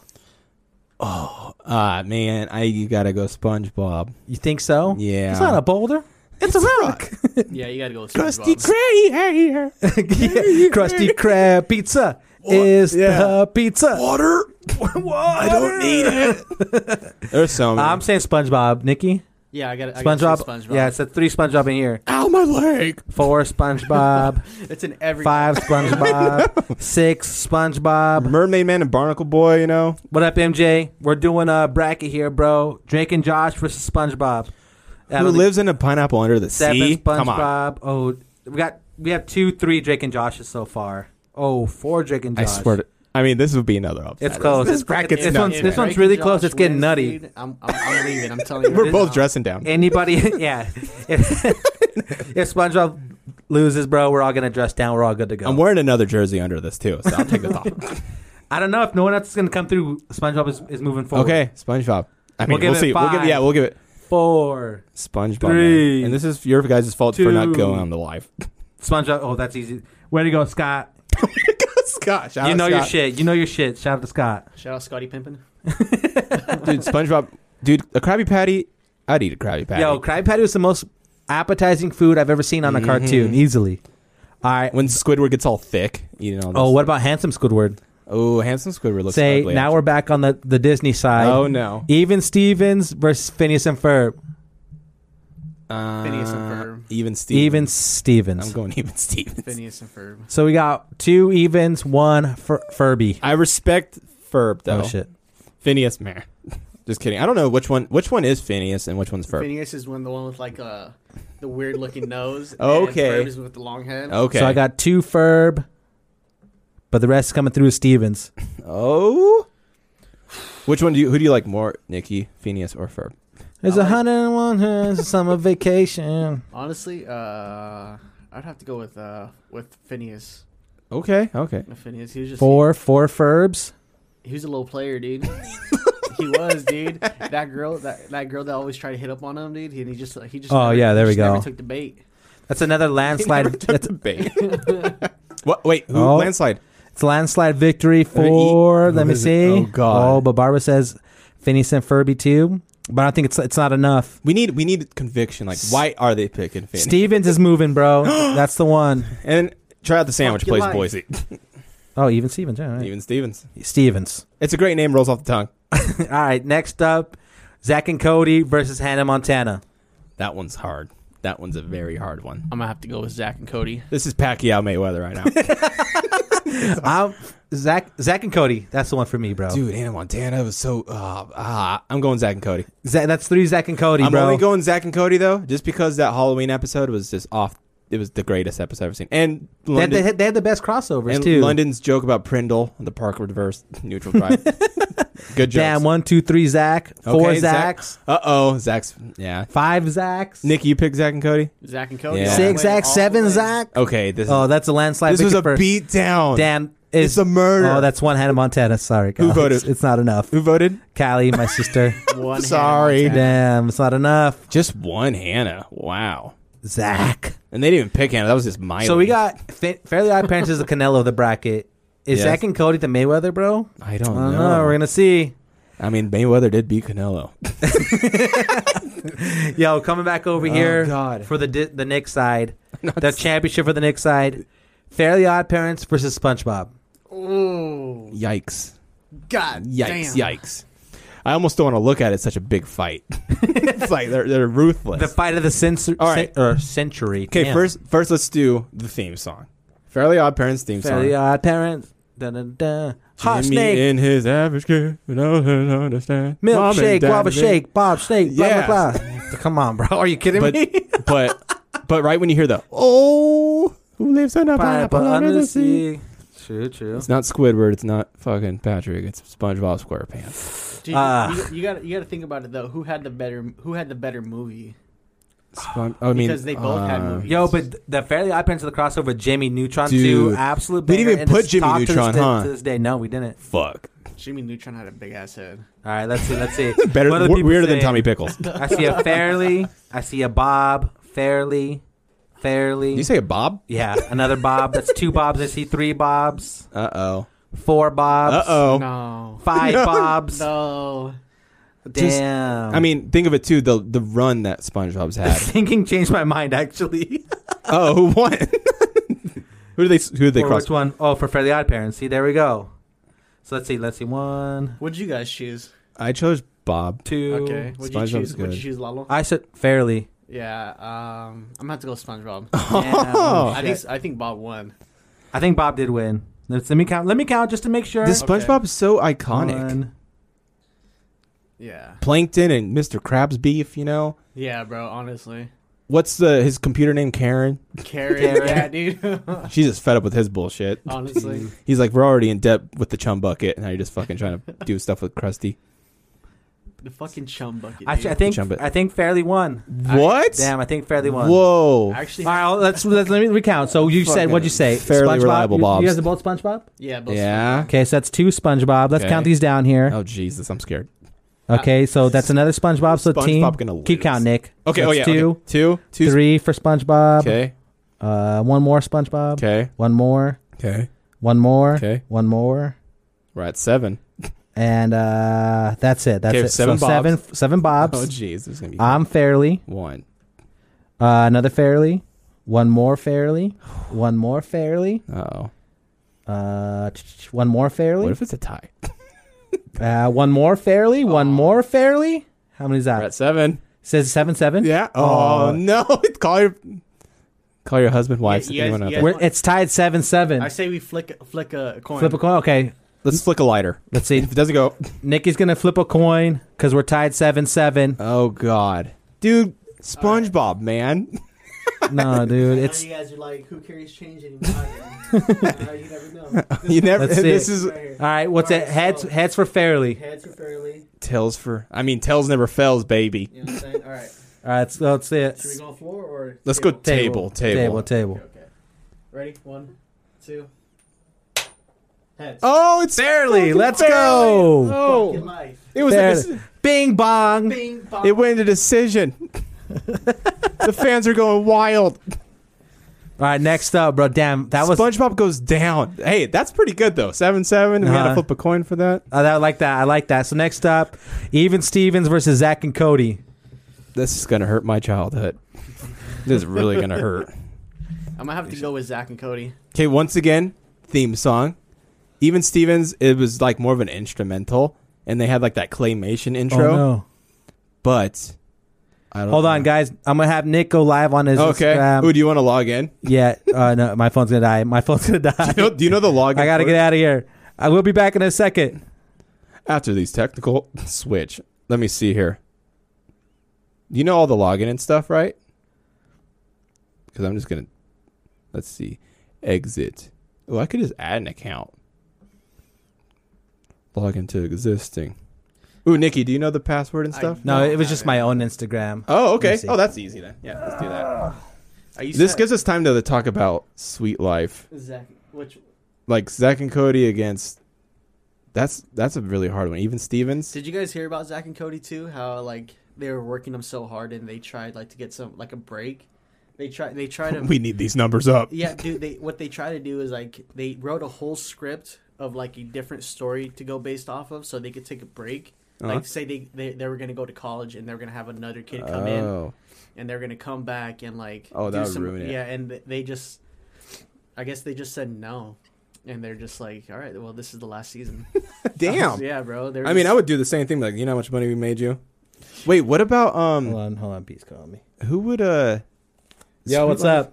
Speaker 1: Ah, man, I you gotta go SpongeBob.
Speaker 2: You think so?
Speaker 1: Yeah. [LAUGHS]
Speaker 2: It's not a boulder. [LAUGHS] It's, a rock.
Speaker 3: [LAUGHS] Yeah, you gotta go with
Speaker 1: Krusty
Speaker 3: SpongeBob.
Speaker 1: Krab here.
Speaker 2: yeah. Krusty Krab pizza is
Speaker 1: Yeah.
Speaker 2: the pizza.
Speaker 1: [LAUGHS] Water. I don't need it. [LAUGHS] There's so many.
Speaker 2: I'm saying SpongeBob, Nikki.
Speaker 3: Yeah, I gotta. I gotta
Speaker 2: SpongeBob.
Speaker 3: say SpongeBob.
Speaker 2: Yeah, it's a three SpongeBob in here.
Speaker 1: Ow, my leg.
Speaker 2: Four
Speaker 1: [LAUGHS]
Speaker 2: SpongeBob.
Speaker 3: it's in every
Speaker 2: five SpongeBob. six SpongeBob.
Speaker 1: Mermaid Man and Barnacle Boy, you know?
Speaker 2: What up, MJ? We're doing a bracket here, bro. Drake and Josh versus SpongeBob. Out
Speaker 1: Who
Speaker 2: of the
Speaker 1: lives in a pineapple under the
Speaker 2: Seven
Speaker 1: sea? Come on.
Speaker 2: SpongeBob. Oh, we got we have two, three Drake and Joshes so far. Oh, four Drake and
Speaker 1: I
Speaker 2: Josh.
Speaker 1: swear to I mean, this would be another upset.
Speaker 2: It's close.
Speaker 1: This bracket's
Speaker 2: This
Speaker 1: nuts,
Speaker 2: one's-
Speaker 1: man.
Speaker 2: this one's
Speaker 3: Drake
Speaker 2: really
Speaker 3: and
Speaker 2: close.
Speaker 3: Josh
Speaker 2: It's getting
Speaker 3: wins,
Speaker 2: nutty.
Speaker 3: dude. I'm, I'm, I'm leaving.
Speaker 2: [LAUGHS]
Speaker 3: I'm telling you.
Speaker 1: We're
Speaker 3: right
Speaker 1: both
Speaker 3: now.
Speaker 1: dressing down. [LAUGHS]
Speaker 2: Anybody? [LAUGHS] yeah. If, if SpongeBob loses, bro, we're all gonna dress down. We're all good to go.
Speaker 1: I'm wearing another jersey under this, too, so I'll
Speaker 2: [LAUGHS]
Speaker 1: take the top.
Speaker 2: I don't know if no one else is gonna come through. SpongeBob is, is moving forward.
Speaker 1: Okay, SpongeBob. I
Speaker 2: We'll
Speaker 1: mean, we'll,
Speaker 2: give it
Speaker 1: see. We'll give,
Speaker 2: five.
Speaker 1: yeah, we'll give it
Speaker 2: Four.
Speaker 1: SpongeBob.
Speaker 2: Three,
Speaker 1: man. And this is your guys' fault for not
Speaker 2: two,
Speaker 1: going on the live. [LAUGHS]
Speaker 2: SpongeBob. Oh, that's easy. Way to go, Scott.
Speaker 1: Scott, shout
Speaker 2: You
Speaker 1: out
Speaker 2: know your
Speaker 1: Scott.
Speaker 2: shit. You know your shit. Shout out to Scott.
Speaker 3: Shout out Scotty Pimpin.
Speaker 1: dude. SpongeBob, dude, a Krabby Patty. I'd eat a Krabby Patty. Mm-hmm.
Speaker 2: Yo, Krabby Patty was the most appetizing food I've ever seen on a cartoon, easily. All right.
Speaker 1: when Squidward gets all thick, eating all. This.
Speaker 2: Oh, what about handsome Squidward?
Speaker 1: Oh, handsome Squidward looks
Speaker 2: Say
Speaker 1: ugly.
Speaker 2: now we're back on the, the Disney side.
Speaker 1: Oh no.
Speaker 2: Even Stevens versus Phineas and Ferb.
Speaker 1: Uh,
Speaker 3: Phineas and Ferb.
Speaker 1: Even Steve.
Speaker 2: Even
Speaker 1: I'm
Speaker 2: Stevens.
Speaker 1: going even [LAUGHS] Stevens.
Speaker 3: Phineas and Ferb.
Speaker 2: So we got two evens, one Fer- Furby.
Speaker 1: I respect Ferb though.
Speaker 2: Oh shit.
Speaker 1: Phineas, man. [LAUGHS] Just kidding. I don't know which one. Which one is Phineas and which one's Ferb?
Speaker 3: Phineas is one the one with like uh, the weird
Speaker 2: [LAUGHS]
Speaker 3: looking nose. and
Speaker 1: Okay.
Speaker 3: Ferb is with the long head.
Speaker 1: Okay.
Speaker 2: So I got two Ferb, but the rest coming through is Stevens.
Speaker 1: Oh. Which one do you? Who do you like more, Nikki, Phineas, or Ferb?
Speaker 2: There's
Speaker 3: I
Speaker 2: a
Speaker 3: like-
Speaker 2: hundred and one hers, summer vacation.
Speaker 3: Honestly, uh, I'd have to go with uh with Phineas.
Speaker 1: Okay. Okay.
Speaker 3: Phineas, he was just
Speaker 2: Four, four Ferbs.
Speaker 3: He was a little
Speaker 2: [LAUGHS]
Speaker 3: player, dude. he was, dude. That girl, that, that girl that always tried to hit up on him, dude. He, he just, he just.
Speaker 2: Oh, yeah, there
Speaker 3: he
Speaker 2: we
Speaker 3: just never
Speaker 2: go.
Speaker 3: took the bait.
Speaker 2: That's another
Speaker 1: [LAUGHS]
Speaker 2: landslide. That's,
Speaker 1: Bait. what? Wait. Who?
Speaker 2: Oh.
Speaker 1: Landslide.
Speaker 2: it's a landslide victory for.
Speaker 1: Who
Speaker 2: Let me
Speaker 1: is it?
Speaker 2: see.
Speaker 1: Oh, God.
Speaker 2: Oh, but Barbara says Phineas and Furby too, but I don't think it's it's not enough.
Speaker 1: We need. We need conviction. Like, why are they picking Phineas?
Speaker 2: Stevens is moving,
Speaker 1: [GASPS]
Speaker 2: bro. That's the one.
Speaker 1: And try out the sandwich
Speaker 3: Fuck your
Speaker 1: place,
Speaker 3: life.
Speaker 1: [LAUGHS] Boise.
Speaker 2: Oh, even Stevens. Yeah, all right.
Speaker 1: Even Stevens.
Speaker 2: Stevens. [LAUGHS]
Speaker 1: It's a great name. Rolls off the tongue.
Speaker 2: All right. Next up, Zach and Cody versus Hannah
Speaker 1: [LAUGHS]
Speaker 2: Montana.
Speaker 1: That one's hard. That one's a very hard one.
Speaker 3: I'm gonna have to go with Zach and Cody.
Speaker 1: This is Pacquiao Mayweather right now.
Speaker 2: I'm Zach. Zach and Cody. That's the one for me, bro.
Speaker 1: [LAUGHS] Dude, Hannah Montana was so. Uh, ah, I'm going Zach and Cody.
Speaker 2: Zach, that's three Zach and Cody,
Speaker 1: I'm
Speaker 2: bro.
Speaker 1: only going Zach and Cody though, just because that Halloween episode was just off. It was the greatest episode I've ever seen. And
Speaker 2: they, had-
Speaker 1: London,
Speaker 2: they had, they had the best crossovers
Speaker 1: and
Speaker 2: too.
Speaker 1: London's joke about Prindle on the Park Reverse [LAUGHS]
Speaker 2: [LAUGHS]
Speaker 1: Neutral Drive. Good joke.
Speaker 2: Damn. One, two, three. Zach. Four Zachs.
Speaker 1: Uh oh, Zach's. Yeah.
Speaker 2: Five Zachs.
Speaker 1: Nick, you pick Zach and Cody.
Speaker 3: Zach and Cody.
Speaker 1: Yeah.
Speaker 3: all
Speaker 2: Six
Speaker 3: the way,
Speaker 2: Zach.
Speaker 3: all
Speaker 2: Seven
Speaker 3: the way.
Speaker 2: Zach.
Speaker 1: Okay, this
Speaker 2: Oh, that's a landslide.
Speaker 1: this was a
Speaker 2: victory for-
Speaker 1: beat down.
Speaker 2: Damn.
Speaker 1: It's a murder.
Speaker 2: Oh, that's one Hannah Montana. Sorry, Kyle.
Speaker 1: voted?
Speaker 2: It's, it's not enough.
Speaker 1: Who voted?
Speaker 2: Callie, my
Speaker 1: [LAUGHS]
Speaker 2: sister.
Speaker 3: One hand
Speaker 1: Sorry.
Speaker 3: on tap.
Speaker 2: Damn, it's not enough.
Speaker 1: Just one Hannah. Wow.
Speaker 2: Zach.
Speaker 1: And they didn't even pick Hannah. That was just Miley.
Speaker 2: So we got fa- Fairly Odd Parents is the Canelo of the bracket. Is
Speaker 1: Yes.
Speaker 2: Zach and Cody the Mayweather, bro?
Speaker 1: I don't
Speaker 2: I don't
Speaker 1: know.
Speaker 2: know. We're gonna see.
Speaker 1: I mean, Mayweather did beat Canelo.
Speaker 2: Yo, coming back over here
Speaker 1: Oh, God.
Speaker 2: for the di- the Knicks
Speaker 1: [LAUGHS]
Speaker 2: side, the championship for the Knicks side. Fairly Odd Parents versus SpongeBob.
Speaker 3: Ooh,
Speaker 1: Yikes!
Speaker 3: God.
Speaker 1: Yikes!
Speaker 3: Damn.
Speaker 1: Yikes! I almost don't want to look at it. Such a big fight. [LAUGHS] it's like they're they're ruthless.
Speaker 2: The fight of the censor-
Speaker 1: All right.
Speaker 2: cen- or century.
Speaker 1: okay,
Speaker 2: Damn.
Speaker 1: first first let's do the theme song. Fairly Odd Parents theme
Speaker 2: Fairly
Speaker 1: song.
Speaker 2: Odd Parents. Dun, dun, dun. Hot
Speaker 1: Jimmy
Speaker 2: snake.
Speaker 1: and his average kid. I don't understand. Mom and
Speaker 2: Milkshake,
Speaker 1: Dad
Speaker 2: guava
Speaker 1: did.
Speaker 2: shake, Bob snake, blah,
Speaker 1: Yeah.
Speaker 2: blah, blah. Come on, bro. Are you kidding
Speaker 1: [LAUGHS] But
Speaker 2: me?
Speaker 1: but but right when you
Speaker 2: [LAUGHS]
Speaker 1: hear the oh, who lives on a pineapple under the sea?
Speaker 2: True, true.
Speaker 1: It's not Squidward. It's not fucking Patrick. It's SpongeBob SquarePants.
Speaker 3: Dude,
Speaker 2: Ah.
Speaker 3: you, you got you got to think about it though. Who had the better Who had the better movie?
Speaker 1: Spon- I mean,
Speaker 3: Because they both had
Speaker 1: uh,
Speaker 3: movies.
Speaker 2: Yo, but the Fairly Odd Parents of the crossover, Jimmy Neutron
Speaker 1: Dude.
Speaker 2: too, absolute.
Speaker 1: We didn't
Speaker 2: banger,
Speaker 1: even
Speaker 2: and
Speaker 1: put
Speaker 2: it's
Speaker 1: Jimmy
Speaker 2: top to this
Speaker 1: Neutron,
Speaker 2: day-
Speaker 1: huh?
Speaker 2: To this day, no, we didn't.
Speaker 1: Fuck.
Speaker 3: Jimmy Neutron had a big ass head.
Speaker 2: All right, let's see, let's see.
Speaker 1: [LAUGHS] Better,
Speaker 2: What do the
Speaker 1: w-
Speaker 2: people
Speaker 1: weirder than
Speaker 2: say? [LAUGHS]
Speaker 1: Tommy Pickles.
Speaker 2: I see a
Speaker 1: [LAUGHS]
Speaker 2: Fairly. I see a Bob. Fairly, Fairly.
Speaker 1: you say a Bob?
Speaker 2: yeah, another Bob. That's two Bobs. I see three Bobs,
Speaker 1: Uh oh. [LAUGHS]
Speaker 2: four Bobs,
Speaker 1: Uh oh.
Speaker 3: No.
Speaker 2: five Bobs.
Speaker 3: No.
Speaker 1: Just-
Speaker 2: Damn. [LAUGHS]
Speaker 1: I mean, think of it too. The the run that SpongeBob's had.
Speaker 2: thinking changed my mind actually.
Speaker 1: oh, who won? [LAUGHS] who do they? Who did they
Speaker 2: Or
Speaker 1: cross?
Speaker 2: which one? Oh, for Fairly Odd Parents. See, there we go. So let's see. Let's see. One,
Speaker 3: What did you guys choose?
Speaker 1: I chose Bob.
Speaker 2: two.
Speaker 3: Okay. What did
Speaker 1: SpongeBob's
Speaker 3: you choose? What did
Speaker 1: good.
Speaker 3: you choose, Lalo?
Speaker 2: I said Fairly.
Speaker 3: yeah. Um, I'm gonna have to go with SpongeBob.
Speaker 2: [LAUGHS] Oh,
Speaker 3: I think I think Bob won.
Speaker 2: I think Bob did win. Let's, let me count. Let me count just to make sure.
Speaker 1: This SpongeBob is so iconic.
Speaker 2: One.
Speaker 3: Yeah.
Speaker 1: Plankton and Mr. Krabs beef. You know
Speaker 3: Yeah, bro. Honestly,
Speaker 1: what's the his computer name? Karen.
Speaker 3: Carrot.
Speaker 2: Carrot.
Speaker 3: Yeah, dude. [LAUGHS]
Speaker 1: She's just fed up with his bullshit.
Speaker 3: honestly,
Speaker 1: He's like, we're already in debt with the chum bucket, and now you're just fucking trying to do stuff with Krusty.
Speaker 3: the fucking chum bucket.
Speaker 2: I, I
Speaker 3: dude.
Speaker 2: think
Speaker 1: Jump it.
Speaker 2: I think Fairly won.
Speaker 1: What?
Speaker 2: Damn, I think Fairly won.
Speaker 1: Whoa.
Speaker 3: Actually,
Speaker 2: All right, well, let's, let's let me recount. So you said what'd you say?
Speaker 1: fairly
Speaker 2: SpongeBob.
Speaker 1: reliable
Speaker 2: you,
Speaker 1: Bobs.
Speaker 2: you guys are both SpongeBob.
Speaker 3: yeah, both
Speaker 1: Yeah.
Speaker 2: Okay, so that's two SpongeBob. Let's
Speaker 1: Okay.
Speaker 2: count these down here.
Speaker 1: Oh Jesus, I'm scared.
Speaker 2: Okay, so that's another SpongeBob. So
Speaker 1: SpongeBob
Speaker 2: team,
Speaker 1: gonna
Speaker 2: keep
Speaker 1: lose.
Speaker 2: count, Nick.
Speaker 1: Okay.
Speaker 2: So
Speaker 1: oh yeah.
Speaker 2: that's two,
Speaker 1: okay. Two. Two.
Speaker 2: three for SpongeBob.
Speaker 1: Okay.
Speaker 2: Uh, one more SpongeBob.
Speaker 1: Okay.
Speaker 2: One more.
Speaker 1: Okay.
Speaker 2: One more.
Speaker 1: Okay.
Speaker 2: One more.
Speaker 1: We're at seven.
Speaker 2: And uh, that's it. That's
Speaker 1: Okay,
Speaker 2: it.
Speaker 1: seven
Speaker 2: so
Speaker 1: Bobs.
Speaker 2: seven, seven Bobs.
Speaker 1: Oh jeez, there's gonna be
Speaker 2: I'm fairly.
Speaker 1: one.
Speaker 2: Uh, another fairly. One more fairly. One more fairly.
Speaker 1: Oh.
Speaker 2: Uh, ch- ch- one more
Speaker 1: What
Speaker 2: fairly.
Speaker 1: if it's a tie?
Speaker 2: Uh, one more fairly. One more fairly. How many is
Speaker 1: We're
Speaker 2: that?
Speaker 1: at seven.
Speaker 2: Says seven seven.
Speaker 1: Yeah. Oh,
Speaker 2: Oh.
Speaker 1: no. [LAUGHS] call your call your husband, wife,
Speaker 3: you guys-
Speaker 1: anyone out
Speaker 3: you
Speaker 1: there.
Speaker 2: We're, it's tied seven seven.
Speaker 3: I say we flick flick a coin.
Speaker 2: Flip a coin. Okay,
Speaker 1: Let's flick a lighter.
Speaker 2: let's
Speaker 1: [LAUGHS]
Speaker 2: see.
Speaker 1: If it doesn't go,
Speaker 2: Nicky's gonna flip a coin because we're tied seven seven.
Speaker 1: oh god, dude, SpongeBob, man. [LAUGHS]
Speaker 2: No, dude,
Speaker 3: I know
Speaker 2: it's
Speaker 3: you guys are like, who carries change anymore? uh, you never know.
Speaker 1: You never.
Speaker 2: That's
Speaker 1: this
Speaker 2: it.
Speaker 1: is
Speaker 3: Right here.
Speaker 2: all right. What's it? Heads, heads for fairly.
Speaker 3: Heads are fairly.
Speaker 1: tails for. I mean, tails never fails, baby.
Speaker 3: You know what I'm saying? All right.
Speaker 2: All right, so that's it.
Speaker 3: Should we go on floor or?
Speaker 1: Let's go table,
Speaker 3: table?
Speaker 2: table,
Speaker 1: table.
Speaker 2: table.
Speaker 3: Okay, okay. Ready? One, two. Heads.
Speaker 1: Oh, it's
Speaker 2: Fairly,
Speaker 1: fucking
Speaker 2: let's
Speaker 1: fairly.
Speaker 2: go.
Speaker 3: Fucking
Speaker 1: Oh,
Speaker 3: life.
Speaker 1: it was.
Speaker 2: Fairly.
Speaker 1: a-
Speaker 2: Bing bong.
Speaker 3: Bing, bong.
Speaker 1: It went a [LAUGHS] decision. the fans are going wild.
Speaker 2: All right, next up, bro. Damn, that was.
Speaker 1: SpongeBob goes down. Hey, that's pretty good though. Seven seven. We had
Speaker 2: Uh-huh.
Speaker 1: to flip a coin for that.
Speaker 2: Oh, that, I like that. I like that. So next up, even Stevens versus Zach and Cody.
Speaker 1: This is gonna hurt my childhood. this is really [LAUGHS] gonna hurt.
Speaker 3: I'm gonna have to go with Zach and Cody.
Speaker 1: Okay, once again, theme song. Even Stevens, it was like more of an instrumental, and they had like that claymation intro.
Speaker 2: Oh, no.
Speaker 1: But I don't
Speaker 2: Hold on,
Speaker 1: know.
Speaker 2: guys. I'm gonna have Nick go live on his
Speaker 1: Okay.
Speaker 2: Instagram.
Speaker 1: Ooh, do you want to log [LAUGHS] in?
Speaker 2: yeah, uh, no, my phone's gonna die. My phone's gonna die.
Speaker 1: Do [LAUGHS] you know, do you know the login?
Speaker 2: I gotta
Speaker 1: code?
Speaker 2: get out of here. I will be back in a second.
Speaker 1: after these technical [LAUGHS] switch. Let me see here. You know all the login and stuff, right? Because I'm just gonna let's see, exit. Oh, I could just add an account. Log into existing. Ooh, Nikki, do you know the password and
Speaker 3: I-
Speaker 1: stuff?
Speaker 2: No,
Speaker 3: No,
Speaker 2: it was
Speaker 3: not
Speaker 2: just
Speaker 3: it.
Speaker 2: my own Instagram.
Speaker 1: Oh, okay.
Speaker 2: Let's see.
Speaker 1: Oh, that's easy then. Yeah, let's do
Speaker 3: Ah.
Speaker 1: that.
Speaker 3: Are you
Speaker 1: This gives us time to talk about Sweet Life,
Speaker 3: Zach. Which
Speaker 1: like Zach and Cody against. That's that's a really hard one. Even Stevens.
Speaker 3: did you guys hear about Zach and Cody too? How like they were working them so hard and they tried like to get some like a break. They tried. They tried to.
Speaker 1: [LAUGHS] We need these numbers up.
Speaker 3: yeah, dude. They what they try to do is like they wrote a whole script of like a different story to go based off of, so they could take a break.
Speaker 1: Uh-huh.
Speaker 3: Like say they, they they were gonna go to college and they're gonna have another kid come in
Speaker 1: Oh.
Speaker 3: and they're gonna come back and like
Speaker 1: Oh, that would ruin it.
Speaker 3: yeah and th- they just I guess they just said no and they're just like all right well this is the last season
Speaker 1: [LAUGHS] [LAUGHS] Damn.
Speaker 3: yeah bro they're
Speaker 1: I mean,
Speaker 3: just-
Speaker 1: I would do the same thing. Like, you know how much money we made you? Wait, what about
Speaker 2: Hold
Speaker 1: um?
Speaker 2: on, hold on. Pete's calling me.
Speaker 1: Who would uh?
Speaker 2: Yo, what's
Speaker 1: Life?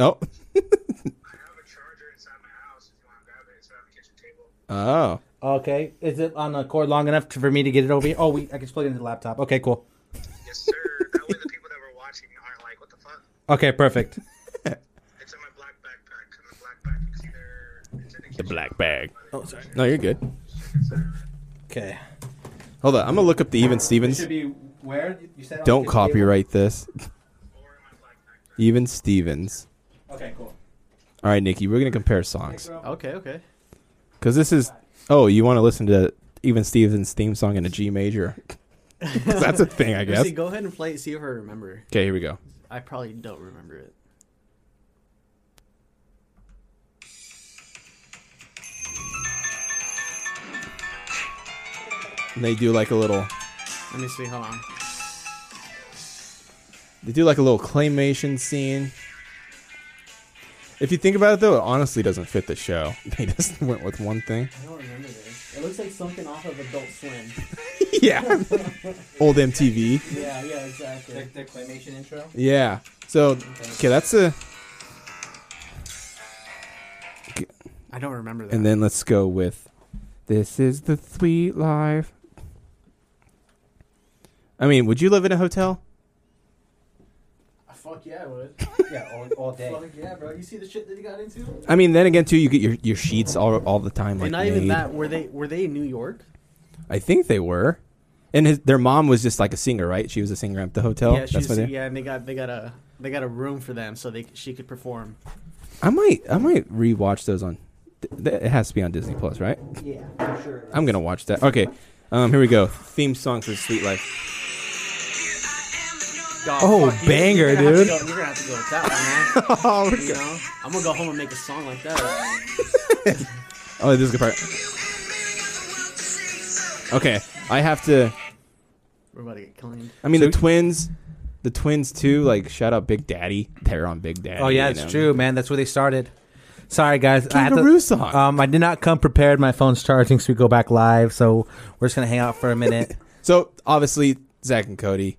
Speaker 2: up?
Speaker 1: Oh,
Speaker 5: I
Speaker 1: [LAUGHS]
Speaker 5: have a charger inside my house if you want to grab it. It's on the kitchen table.
Speaker 1: oh,
Speaker 2: Okay, is it on a cord long enough to, for me to get it over here? Oh, we I can just plug it into the laptop. Okay, cool.
Speaker 5: Yes, sir. that way the people that were watching aren't like, what the fuck?
Speaker 2: Okay, perfect.
Speaker 5: It's in my black backpack. And the black backpack is either... It's in the, kitchen or-
Speaker 1: bag.
Speaker 2: Oh, sorry.
Speaker 1: No, you're good.
Speaker 2: Okay.
Speaker 1: Hold on, I'm gonna look up the even Stevens.
Speaker 2: be where you said.
Speaker 1: Don't copyright this.
Speaker 5: Or in my black backpack.
Speaker 1: Even Stevens.
Speaker 2: Okay, cool.
Speaker 1: All right, Nikki, we're gonna compare songs
Speaker 3: okay okay
Speaker 1: because this is. Oh, you want to listen to even Stevens theme song in a G major? [LAUGHS] 'Cause that's a thing, I guess.
Speaker 3: Actually, go ahead and play it see if I remember
Speaker 1: Okay, here we go.
Speaker 3: I probably don't remember it
Speaker 1: And they do like a little.
Speaker 3: Let me see. Hold on.
Speaker 1: They do like a little claymation scene. If you think about it, though, it honestly doesn't fit the show. [LAUGHS] They just went with one
Speaker 3: [LAUGHS]
Speaker 1: thing.
Speaker 3: I don't remember this. It looks like something off of Adult [LAUGHS] Swim.
Speaker 1: yeah. Old MTV.
Speaker 3: Yeah, yeah, exactly.
Speaker 6: the claymation intro.
Speaker 1: Yeah. So, okay, that's a.
Speaker 3: I don't remember that.
Speaker 1: And then let's go with This is the Sweet Life. I mean, would you live in a hotel?
Speaker 3: Fuck yeah, I [LAUGHS] would.
Speaker 6: Yeah, all, all day.
Speaker 3: Fuck yeah, bro. You see the shit that he got into?
Speaker 1: I mean, then again, too, you get your, your sheets all, all the time. Like,
Speaker 3: and not even
Speaker 1: made.
Speaker 3: that. Were they were they in New York?
Speaker 1: I think they were. And his, their mom was just like a singer, right? She was a singer at the hotel.
Speaker 3: yeah,
Speaker 1: That's
Speaker 3: she's
Speaker 1: what they-
Speaker 3: yeah, and they got they got a they got a room for them so they she could perform.
Speaker 1: I might I might rewatch those on. th- th- It has to be on Disney Plus, right?
Speaker 6: Yeah, I'm sure.
Speaker 1: I'm gonna watch that. Okay, um, here we go. Theme song for Sweet Life. Oh,
Speaker 3: fuck you.
Speaker 1: banger,
Speaker 3: you're gonna have to
Speaker 1: dude.
Speaker 3: go- you're gonna have to go with that one,
Speaker 1: [LAUGHS]
Speaker 3: man.
Speaker 1: Oh,
Speaker 3: You know, I'm gonna go home and make a song like that.
Speaker 1: Oh, this is a good part. Okay, I have to.
Speaker 3: We're about to get claimed.
Speaker 1: I mean, the twins, the twins too. Like, shout out Big Daddy. They're on Big Daddy.
Speaker 2: Oh yeah,
Speaker 1: you
Speaker 2: it's
Speaker 1: know?
Speaker 2: true, man. That's where they started. Sorry guys,
Speaker 1: Kangaroo
Speaker 2: I had
Speaker 1: song.
Speaker 2: to, um I did not come prepared. My phone's charging, so we go back live. So we're just gonna hang out for a minute.
Speaker 1: So obviously, Zach and Cody.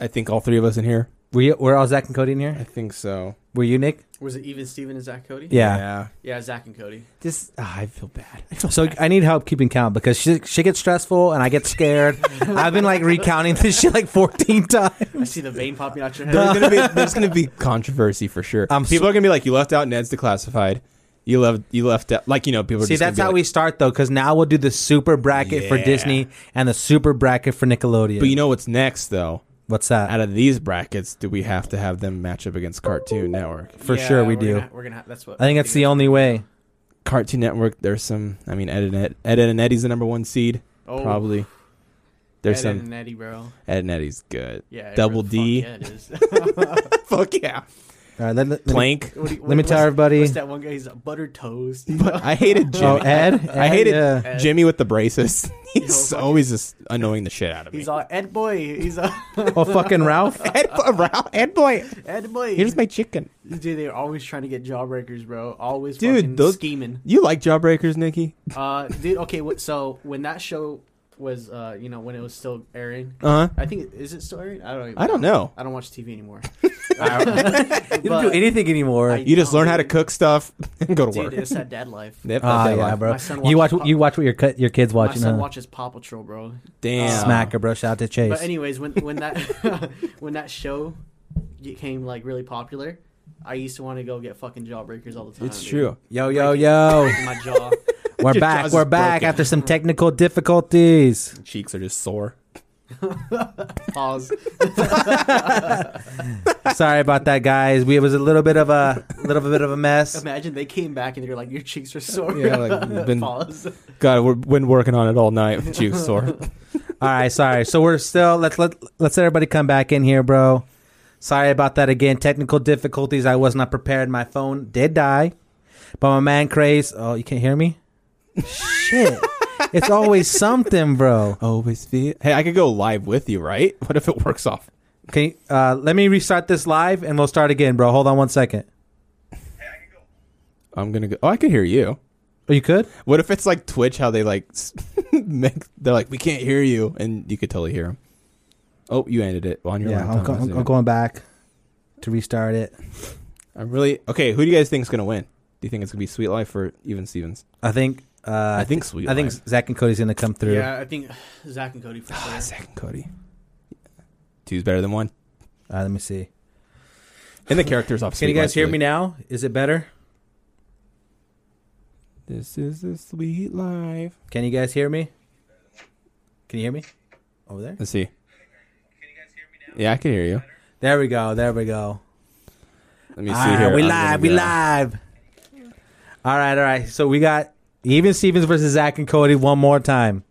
Speaker 1: I think all three of us in here.
Speaker 2: were you? Were all Zach and Cody in
Speaker 1: I
Speaker 2: here?
Speaker 1: think so.
Speaker 2: Were you Nick?
Speaker 3: Was it even Steven and Zach Cody? Yeah, Zach and Cody.
Speaker 1: Just ah, I feel bad.
Speaker 2: So I need help keeping count because she she gets stressful and I get scared. I've been like recounting this shit like fourteen
Speaker 3: I
Speaker 2: times.
Speaker 3: see the vein
Speaker 2: [LAUGHS]
Speaker 3: popping out your
Speaker 1: There's
Speaker 3: head.
Speaker 1: gonna be there's gonna [LAUGHS] be controversy for sure.
Speaker 2: I'm
Speaker 1: Um, people
Speaker 2: so-
Speaker 1: are gonna be like, you left out Ned's declassified. You left you left out like you know people. Are
Speaker 2: See,
Speaker 1: just gonna
Speaker 2: that's
Speaker 1: be
Speaker 2: how
Speaker 1: like,
Speaker 2: we start though, because now we'll do the super bracket for
Speaker 1: Yeah.
Speaker 2: Disney and the super bracket for Nickelodeon.
Speaker 1: But you know what's next though?
Speaker 2: what's that?
Speaker 1: Out of these brackets, do we have to have them match up against Cartoon Network?
Speaker 2: for sure we
Speaker 3: we're
Speaker 2: do.
Speaker 3: Gonna, we're gonna. That's what
Speaker 2: I think that's the only way.
Speaker 1: Cartoon Network, there's some. I mean, Ed and Ed, Ed and Eddie's the number one seed,
Speaker 3: Oh.
Speaker 1: probably. There's
Speaker 3: Ed
Speaker 1: some
Speaker 3: and Eddie, bro.
Speaker 1: Ed and Eddie's good.
Speaker 3: Yeah.
Speaker 1: Double
Speaker 3: fuck
Speaker 1: D. [LAUGHS]
Speaker 3: Yeah, it is. [LAUGHS]
Speaker 1: Fuck yeah.
Speaker 2: All right, let, let, let me-
Speaker 1: [LAUGHS] Plank.
Speaker 3: What do you-
Speaker 2: Let me
Speaker 3: what's-
Speaker 2: tell everybody-
Speaker 3: What's that one guy? He's a
Speaker 2: [LAUGHS]
Speaker 3: buttered toast. you know?
Speaker 1: I hated Jimmy.
Speaker 2: Oh, Ed?
Speaker 1: [LAUGHS] I
Speaker 2: Ed,
Speaker 1: hated
Speaker 2: yeah.
Speaker 3: Ed.
Speaker 1: Jimmy with the braces. [LAUGHS]
Speaker 3: Yo,
Speaker 1: He's
Speaker 3: fucking-
Speaker 1: always just annoying the shit out of me.
Speaker 3: He's all Ed boy. He's a [LAUGHS]
Speaker 1: [LAUGHS]
Speaker 2: Oh fucking Ralph.
Speaker 1: Ed, Ralph- Ed boy,
Speaker 3: Ed boy.
Speaker 1: here's my chicken.
Speaker 3: Dude, they're always trying to get jawbreakers, bro. Always
Speaker 1: Dude,
Speaker 3: fucking
Speaker 1: those-
Speaker 3: scheming.
Speaker 1: You like Jawbreakers, Nikki?
Speaker 3: Uh, dude, okay, wh- so when that show was, uh, you know, when it was still airing,
Speaker 2: Uh-huh.
Speaker 1: Uh huh.
Speaker 3: I think is it still airing? I don't. Even
Speaker 1: I don't know.
Speaker 3: I don't watch
Speaker 2: [LAUGHS]
Speaker 3: TV anymore. [LAUGHS]
Speaker 2: You don't do
Speaker 3: But-
Speaker 2: anything anymore. Ah,
Speaker 3: I-
Speaker 1: You just
Speaker 3: No,
Speaker 1: learn how to
Speaker 3: dude.
Speaker 1: cook stuff [LAUGHS] and go to
Speaker 3: Dude,
Speaker 1: work.
Speaker 3: it's that dad life.
Speaker 1: Yep, that's
Speaker 2: Ah,
Speaker 1: that
Speaker 2: yeah,
Speaker 1: life.
Speaker 2: bro.
Speaker 3: My son
Speaker 2: You watch
Speaker 3: watches
Speaker 2: you watch what your cut your kids
Speaker 3: My
Speaker 2: watching.
Speaker 3: son
Speaker 2: huh?
Speaker 3: watches Paw Patrol, bro.
Speaker 1: Damn.
Speaker 2: Smacker, bro. Shout out to Chase.
Speaker 3: But anyways, when when that [LAUGHS] when that show became like really popular, I used to want to go get fucking jawbreakers all the time.
Speaker 1: It's
Speaker 3: dude.
Speaker 1: true.
Speaker 2: yo, yo,
Speaker 1: [LAUGHS]
Speaker 2: yo.
Speaker 3: In my jaw.
Speaker 2: We're
Speaker 1: Your
Speaker 2: back.
Speaker 1: jaws
Speaker 2: We're
Speaker 1: is
Speaker 2: back
Speaker 1: broken.
Speaker 2: after some technical difficulties.
Speaker 1: Cheeks are just sore.
Speaker 3: Pause.
Speaker 2: Sorry about that, guys. We it was a little bit of a little bit of a
Speaker 1: [LAUGHS]
Speaker 2: mess.
Speaker 3: Imagine they came back and they're like, "Your cheeks are sore."
Speaker 1: Yeah, [LAUGHS]
Speaker 3: [LAUGHS]
Speaker 1: like, been-
Speaker 3: Pause.
Speaker 1: God, we've been working on it all night. Cheeks sore.
Speaker 2: All right, sorry. So we're still let's let let's everybody come back in here, bro. Sorry about that again. Technical difficulties. I was not prepared. My phone did die, but my man Craze. Oh, you can't hear me. [LAUGHS] Shit, it's always something, bro.
Speaker 1: Always feel. Hey, I could go live with you, right? [LAUGHS] What if it works off?
Speaker 2: Okay, uh, let me restart this live and we'll start again, bro. Hold on one second.
Speaker 1: I'm gonna go. Oh, I could hear you.
Speaker 2: Oh, you could.
Speaker 1: What if it's like Twitch, how they like [LAUGHS] make? They're like, we can't hear you, and you could totally hear them. Oh, you ended it on your
Speaker 2: Yeah,
Speaker 1: laptop.
Speaker 2: I'm, go-
Speaker 1: I see
Speaker 2: I'm,
Speaker 1: it.
Speaker 2: I'm going back to restart it.
Speaker 1: I'm really okay. Who do you guys think is gonna win? Do you think it's gonna be Sweet Life or even Stevens?
Speaker 2: I think. Uh,
Speaker 1: I think Sweet
Speaker 2: I think
Speaker 1: Life.
Speaker 2: Zach and Cody's gonna come through.
Speaker 3: Yeah, I think Zach and Cody for
Speaker 1: Ah,
Speaker 3: sure.
Speaker 1: second Cody. Two's better than one,
Speaker 2: All right, Uh, let me see.
Speaker 1: and the characters
Speaker 2: [LAUGHS]
Speaker 1: off.
Speaker 2: Can you guys hear me now? Is it better?
Speaker 1: This is the Sweet Life.
Speaker 2: Can you guys hear me? Can you hear me? Over there?
Speaker 1: Let's see. Can you guys hear me now? Yeah, I can hear you.
Speaker 2: There we go. There we go.
Speaker 1: Let me see
Speaker 2: All right,
Speaker 1: here.
Speaker 2: Ah, we
Speaker 1: I'm
Speaker 2: live.
Speaker 1: gonna
Speaker 2: We
Speaker 1: go-
Speaker 2: live. All right, all right. So we got even Stevens versus Zach and Cody one more time.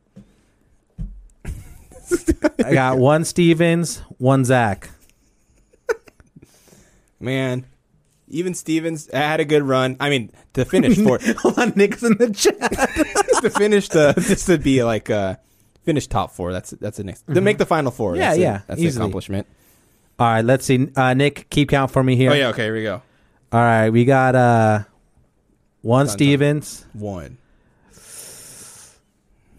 Speaker 2: I
Speaker 1: [LAUGHS]
Speaker 2: got one Stevens, one Zach.
Speaker 1: Man, even Stevens had a good run. I mean,
Speaker 2: [LAUGHS]
Speaker 1: to finish for
Speaker 2: Hold on, Nick's in the chat.
Speaker 1: to finish the just to be like uh finish top four. That's that's the next. Then make the final four.
Speaker 2: Mm-hmm. Yeah,
Speaker 1: that's a-
Speaker 2: yeah,
Speaker 1: that's
Speaker 2: easily.
Speaker 1: an accomplishment.
Speaker 2: All right, let's see. Uh, Nick, keep count for me here.
Speaker 1: Oh yeah. Okay. Here we go.
Speaker 2: All right, we got uh, one
Speaker 1: dun.
Speaker 2: Stevens,
Speaker 1: One.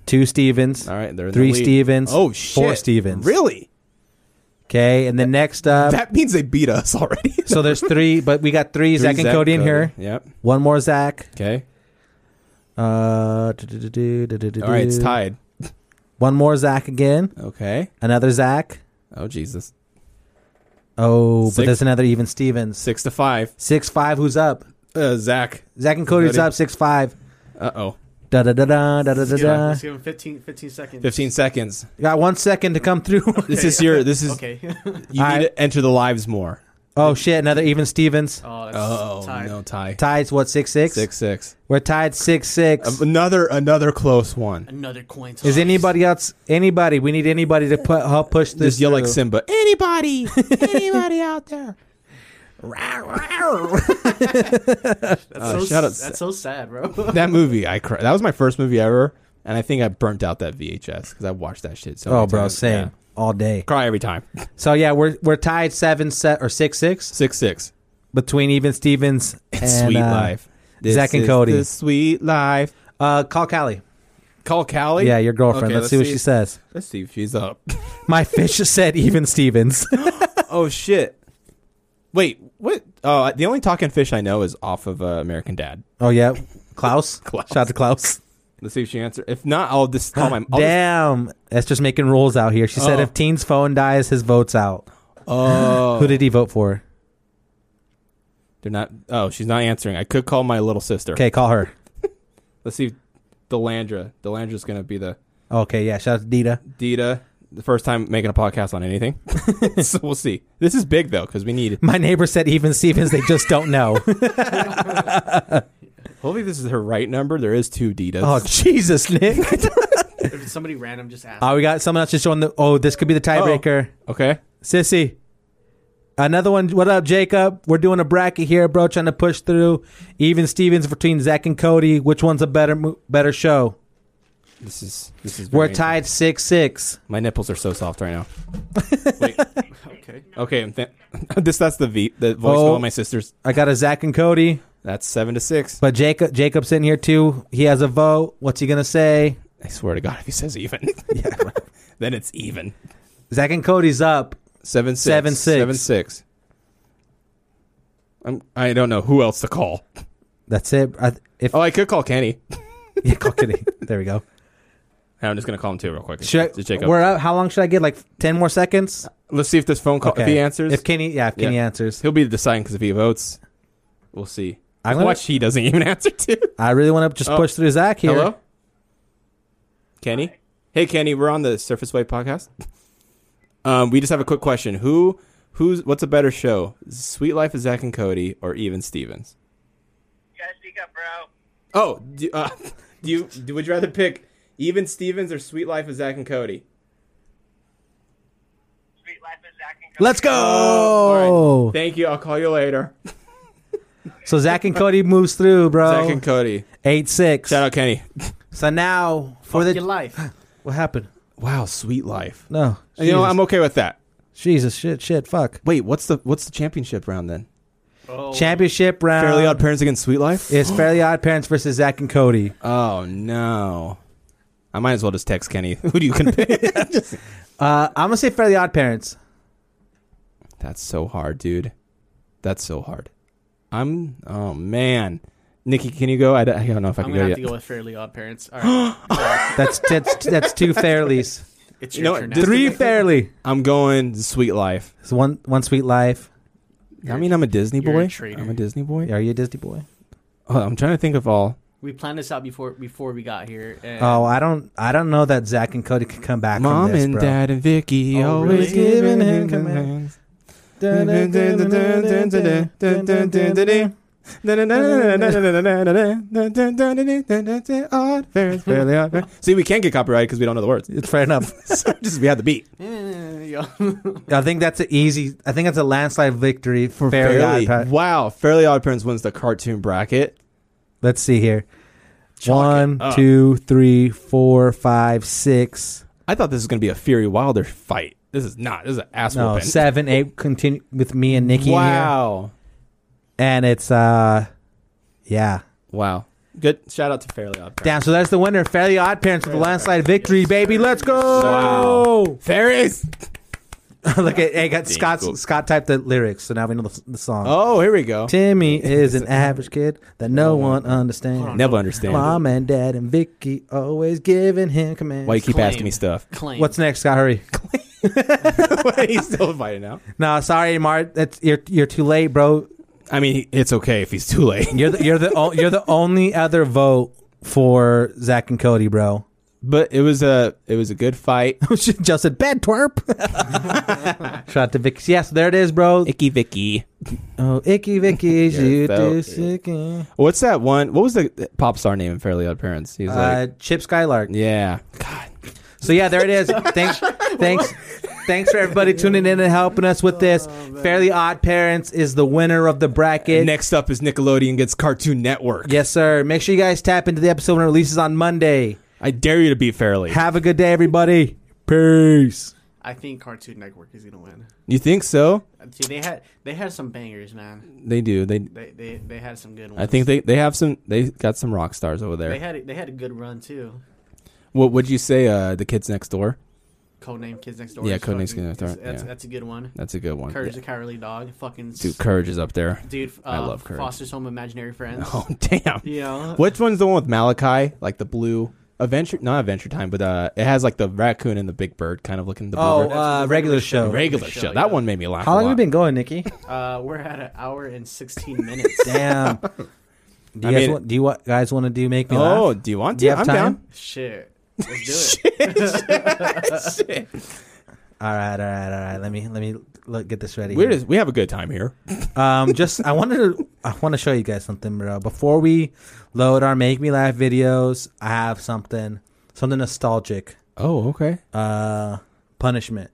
Speaker 2: two Stevens.
Speaker 1: All right. They're in
Speaker 2: Three
Speaker 1: the lead.
Speaker 2: Stevens,
Speaker 1: Oh shit.
Speaker 2: four Stevens.
Speaker 1: Really?
Speaker 2: Okay, and then next up,
Speaker 1: [LAUGHS] That means they beat
Speaker 2: [LAUGHS]
Speaker 1: us already.
Speaker 2: so there's three, but we got three, Zach and
Speaker 1: Zach,
Speaker 2: Cody in here.
Speaker 1: Yep.
Speaker 2: One more Zach.
Speaker 1: Okay.
Speaker 2: Uh,
Speaker 1: All right. It's tied.
Speaker 2: One more Zach again.
Speaker 1: Okay.
Speaker 2: Another Zach.
Speaker 1: Oh Jesus.
Speaker 2: Oh, but
Speaker 1: Six.
Speaker 2: there's another even Stevens.
Speaker 1: Six to five.
Speaker 2: Six five. Who's up?
Speaker 1: Uh, Zach.
Speaker 2: Zach and Cody's
Speaker 1: Cody.
Speaker 2: up. Six five.
Speaker 1: Uh oh.
Speaker 2: Da da da da da da da.
Speaker 3: Let's give, him,
Speaker 2: da.
Speaker 3: let's give him 15, 15 seconds.
Speaker 1: Fifteen seconds.
Speaker 2: You Got one second to come through.
Speaker 1: This [LAUGHS] is your. This is.
Speaker 3: Okay. [LAUGHS]
Speaker 1: You
Speaker 2: I-
Speaker 1: need to enter the lives more.
Speaker 2: [LAUGHS] oh shit! Another even Stevens.
Speaker 3: oh, that's
Speaker 1: Oh
Speaker 3: tied.
Speaker 1: no, tie.
Speaker 2: Tied what six six?
Speaker 1: Six six.
Speaker 2: We're tied six six.
Speaker 1: Another another close one.
Speaker 3: Another coin toss.
Speaker 2: is anybody else? Anybody? We need anybody to put help push this.
Speaker 1: Just yell like
Speaker 2: through.
Speaker 1: Simba. Anybody? [LAUGHS] Anybody out there?
Speaker 3: That's,
Speaker 1: Uh,
Speaker 3: so,
Speaker 1: shout out-
Speaker 3: s- that's so sad,
Speaker 1: [LAUGHS]
Speaker 3: bro.
Speaker 1: That movie, I cried. That was my first movie ever, and I think I burnt out that VHS because I watched that shit so.
Speaker 2: Oh,
Speaker 1: many
Speaker 2: bro,
Speaker 1: times.
Speaker 2: same
Speaker 1: Yeah.
Speaker 2: all day.
Speaker 1: Cry every time.
Speaker 2: So yeah, we're we're tied seven set or six six
Speaker 1: Six six.
Speaker 2: between even Stevens and,
Speaker 1: It's sweet
Speaker 2: uh,
Speaker 1: life.
Speaker 2: Zach and Cody.
Speaker 1: the sweet life.
Speaker 2: Uh, call Callie.
Speaker 1: Call Callie.
Speaker 2: Yeah, your girlfriend.
Speaker 1: Okay,
Speaker 2: let's, see what she says.
Speaker 1: Let's see if she's up. [LAUGHS]
Speaker 2: My fish said even Stevens. [LAUGHS]
Speaker 1: oh shit. Wait, what? Oh, the only talking fish I know is off of uh, American Dad.
Speaker 2: oh yeah, Klaus.
Speaker 1: [LAUGHS] Klaus.
Speaker 2: Shout out to Klaus.
Speaker 1: Let's see if she answers. If not, I'll just call my. I'll just-
Speaker 2: Damn, Esther's making rules out here. She said
Speaker 1: Oh.
Speaker 2: if Teen's phone dies, his vote's out.
Speaker 1: oh,
Speaker 2: Who did he vote for?
Speaker 1: they're not. Oh, she's not answering. I could call my little sister.
Speaker 2: Okay, call her.
Speaker 1: Let's see. if Delandra. Delandra's gonna be the
Speaker 2: Okay, yeah. Shout out to Dita.
Speaker 1: Dita. The first time making a podcast on anything, [LAUGHS] so we'll see. This is big though because we need.
Speaker 2: My neighbor said even Stevens. They just don't
Speaker 1: [LAUGHS]
Speaker 2: know.
Speaker 1: Hopefully, this is her right number. There is two Ditas.
Speaker 2: oh Jesus, Nick.
Speaker 1: [LAUGHS]
Speaker 3: if it's somebody random, just ask.
Speaker 1: Uh,
Speaker 2: oh, we got someone else just showing the. Oh, this could be the tiebreaker.
Speaker 1: Oh. okay.
Speaker 2: Sissy. Another one. What up, Jacob? We're doing a bracket here, bro. Trying to push through even Stevens between Zach and Cody. Which one's a better mo- better show?
Speaker 1: This is this is.
Speaker 2: We're
Speaker 1: very-
Speaker 2: tied six six.
Speaker 1: My nipples are so soft right now.
Speaker 3: okay.
Speaker 1: Okay, I'm th- [LAUGHS] this that's the v the voice
Speaker 2: Oh.
Speaker 1: of all my sisters.
Speaker 2: I got a Zach and Cody,
Speaker 1: That's seven to six.
Speaker 2: but Jacob Jacob's in here too. He has a vote. What's he gonna say?
Speaker 1: I swear to God, if he says even, [LAUGHS] then it's even.
Speaker 2: Zach and Cody's up.
Speaker 1: Seven six.
Speaker 2: Seven, six.
Speaker 1: Seven six. I'm, I don't know who else to call.
Speaker 2: That's it. I, if
Speaker 1: Oh, I could call Kenny.
Speaker 2: [LAUGHS] yeah, call Kitty. There we go.
Speaker 1: I'm just gonna call him too real quick.
Speaker 2: Should
Speaker 1: Just
Speaker 2: I,
Speaker 1: [LAUGHS] Jacob.
Speaker 2: we're up. How long should I get? Like ten more seconds.
Speaker 1: Let's see if this phone call if he answers.
Speaker 2: If Kenny, yeah, if Kenny
Speaker 1: Yeah.
Speaker 2: answers,
Speaker 1: he'll be deciding because if he votes, we'll see.
Speaker 2: I'm gonna-
Speaker 1: Watch, he doesn't even [LAUGHS] answer to.
Speaker 2: I really want to just
Speaker 1: Oh.
Speaker 2: push through Zach here.
Speaker 1: Hello, Kenny. Hey, Kenny. We're on the Surface Wave podcast. Um, we just have a quick question. Who, who's, what's a better show, Sweet Life of Zach and Cody or Even Stevens?
Speaker 5: You gotta speak up, bro.
Speaker 1: Oh, do, uh, [LAUGHS] do you do, would you rather pick Even Stevens or Sweet Life of Zach and Cody?
Speaker 5: Sweet life is Zach and
Speaker 2: Let's go.
Speaker 1: All
Speaker 2: Oh.
Speaker 1: right. Thank you. I'll call you later.
Speaker 2: So Zach and Cody moves through, bro.
Speaker 1: Zach and Cody.
Speaker 2: Eight six.
Speaker 1: Shout out Kenny.
Speaker 2: So now for
Speaker 3: Your
Speaker 2: the
Speaker 1: [GASPS]
Speaker 3: life.
Speaker 2: what happened?
Speaker 1: Wow, Sweet Life.
Speaker 2: No, Jesus.
Speaker 1: You know, I'm okay with that.
Speaker 2: Jesus, shit, shit, fuck.
Speaker 1: Wait, what's the what's the championship round then?
Speaker 3: Oh,
Speaker 2: Championship round.
Speaker 1: Fairly Odd Parents against Sweet Life.
Speaker 2: It's Fairly Odd Parents versus Zach and Cody.
Speaker 1: Oh no. I might as well just text Kenny. [LAUGHS] Who do you
Speaker 2: [LAUGHS]
Speaker 1: can pick?
Speaker 2: Uh, I'm gonna say Fairly Odd Parents.
Speaker 1: That's so hard, dude. That's so hard. I'm oh man. Nikki, can you go? I, don't- I don't know if I
Speaker 3: I'm
Speaker 1: can
Speaker 3: gonna
Speaker 1: go
Speaker 3: have
Speaker 1: yet.
Speaker 3: to go with Fairly Odd Parents.
Speaker 1: [GASPS]
Speaker 3: All right,
Speaker 2: That's [LAUGHS] that's that's two
Speaker 1: [LAUGHS]
Speaker 2: Fairlies.
Speaker 3: it's
Speaker 1: You
Speaker 3: your
Speaker 1: know what,
Speaker 3: turn.
Speaker 1: just-
Speaker 3: now.
Speaker 2: Three Fairly.
Speaker 1: I'm going Sweet Life.
Speaker 2: It's one one sweet life.
Speaker 1: I mean, I'm a Disney
Speaker 3: you're a
Speaker 1: boy.
Speaker 3: traitor.
Speaker 1: I'm a Disney boy.
Speaker 2: Are you a Disney boy?
Speaker 1: Oh, I'm trying to think of all.
Speaker 3: We planned this out before before we got here. And
Speaker 2: Oh, I don't I don't know that Zach and Cody can come back.
Speaker 1: Mom
Speaker 2: from this,
Speaker 1: and
Speaker 2: bro.
Speaker 1: Dad and Vicky
Speaker 3: Oh,
Speaker 1: always
Speaker 3: really? [LAUGHS]
Speaker 1: giving him commands. [LAUGHS] Odd parents, fairly odd parents. See, we can't get copyrighted because we don't know the words.
Speaker 2: It's fair enough.
Speaker 1: So [LAUGHS] just we had the beat. Oh.
Speaker 3: [LAUGHS] Eh, yeah.
Speaker 2: [LAUGHS] I think that's an easy. I think that's a landslide victory for [LAUGHS] Fairly, Odd Parents.
Speaker 1: Wow, Fairly Odd Parents wins the cartoon bracket.
Speaker 2: Let's see here.
Speaker 1: Chalk it
Speaker 2: One,
Speaker 1: up.
Speaker 2: two, three, four, five, six.
Speaker 1: I thought this was going to be a Fury Wilder fight. This is not. This is an ass
Speaker 2: No,
Speaker 1: whooping.
Speaker 2: seven, eight. Continue with me and Nikki. in here.
Speaker 1: wow.
Speaker 2: and it's uh, yeah.
Speaker 1: Wow. Good shout out to Fairly Odd Parents.
Speaker 2: Damn. So that's the winner. Fairly Odd Parents with a landslide victory, baby. Let's go.
Speaker 1: Fairies.
Speaker 2: [LAUGHS] Look at hey, got Scott.
Speaker 1: cool.
Speaker 2: Scott typed the lyrics, so now we know the, the song.
Speaker 1: Oh, here we go.
Speaker 2: Timmy is
Speaker 1: [LAUGHS]
Speaker 2: an average kid that no one understands.
Speaker 1: Never understand.
Speaker 2: Mom and Dad and Vicky always giving him commands.
Speaker 1: Why you keep
Speaker 3: Claim.
Speaker 1: asking me stuff?
Speaker 3: Claim.
Speaker 2: What's next, Scott?
Speaker 1: [LAUGHS]
Speaker 2: Hurry.
Speaker 1: He's still fighting out.
Speaker 2: No, sorry, Mart. That's you're you're too late, bro.
Speaker 1: I mean, he- it's okay if he's too late. [LAUGHS]
Speaker 2: You're the, you're the o- you're the only other vote for Zach and Cody, bro.
Speaker 1: But it was a it was a good fight. [LAUGHS]
Speaker 2: she [LAUGHS] just said bad twerp. Shout out to Vicky. Yes, there it is, bro.
Speaker 1: Icky Vicky.
Speaker 2: oh, icky Vicky,
Speaker 1: Yeah,
Speaker 2: you
Speaker 1: that-
Speaker 2: do sick. Uh,
Speaker 1: What's that one? What was the pop star name in Fairly Odd Parents? He was like,
Speaker 2: Uh, Chip Skylark.
Speaker 1: yeah. God.
Speaker 2: So yeah, there it is. [LAUGHS] Thanks, thanks, thanks for everybody tuning in and helping us with this. Fairly Odd Parents is the winner of the bracket.
Speaker 1: Next up is Nickelodeon gets Cartoon Network.
Speaker 2: yes, sir. Make sure you guys tap into the episode when it releases on Monday.
Speaker 1: I dare you to beat Fairly.
Speaker 2: Have a good day, everybody. Peace.
Speaker 3: I think Cartoon Network is gonna win.
Speaker 1: you think so?
Speaker 3: Uh, See, they had they had some bangers, man.
Speaker 1: They do. They.
Speaker 3: They they, they had some good ones.
Speaker 1: I think they, they have some. They got some rock stars over there.
Speaker 3: they had they had a good run too.
Speaker 1: what would you say? Uh, the kids next door.
Speaker 3: Codename Kids Next Door.
Speaker 1: Yeah,
Speaker 3: is
Speaker 1: Codename Kids
Speaker 3: fucking-
Speaker 1: Next Door,
Speaker 3: is- That's,
Speaker 1: yeah.
Speaker 3: that's a good one.
Speaker 1: That's a good one.
Speaker 3: Courage
Speaker 1: Yeah.
Speaker 3: the Cowardly Dog. Fucking s-
Speaker 1: Dude, Courage is up there.
Speaker 3: dude. Uh,
Speaker 1: I love Courage.
Speaker 3: Foster's Home Imaginary Friends.
Speaker 1: [LAUGHS] Oh damn.
Speaker 3: You know?
Speaker 1: Which one's the one with Malachi? Like the blue adventure? Not adventure time, but uh, it has like the raccoon and the big bird kind of looking. The blue
Speaker 2: Oh,
Speaker 1: bird.
Speaker 2: uh, regular show.
Speaker 1: regular
Speaker 3: show,
Speaker 1: show.
Speaker 3: yeah.
Speaker 1: That one made me laugh.
Speaker 2: How
Speaker 1: a
Speaker 2: long have
Speaker 1: lot.
Speaker 2: we been going, Nikki?
Speaker 3: Uh, we're at an hour
Speaker 1: [LAUGHS]
Speaker 3: and sixteen minutes.
Speaker 2: Damn. Do you guys
Speaker 1: mean-
Speaker 2: want, do you wa- guys want to do make me laugh?
Speaker 1: Oh, do you want to?
Speaker 2: Do you have
Speaker 1: I'm
Speaker 2: time?
Speaker 1: down.
Speaker 3: Shit. Let's
Speaker 1: [LAUGHS]
Speaker 3: do it.
Speaker 2: All right, all right, all right. Let me let me look, get this ready.
Speaker 1: We're
Speaker 2: here.
Speaker 1: just, we have a good time here. [LAUGHS]
Speaker 2: Um, just I wanted to I want to show you guys something, bro. Before we load our make me laugh videos, I have something something nostalgic.
Speaker 1: Oh, okay.
Speaker 2: Uh, punishment.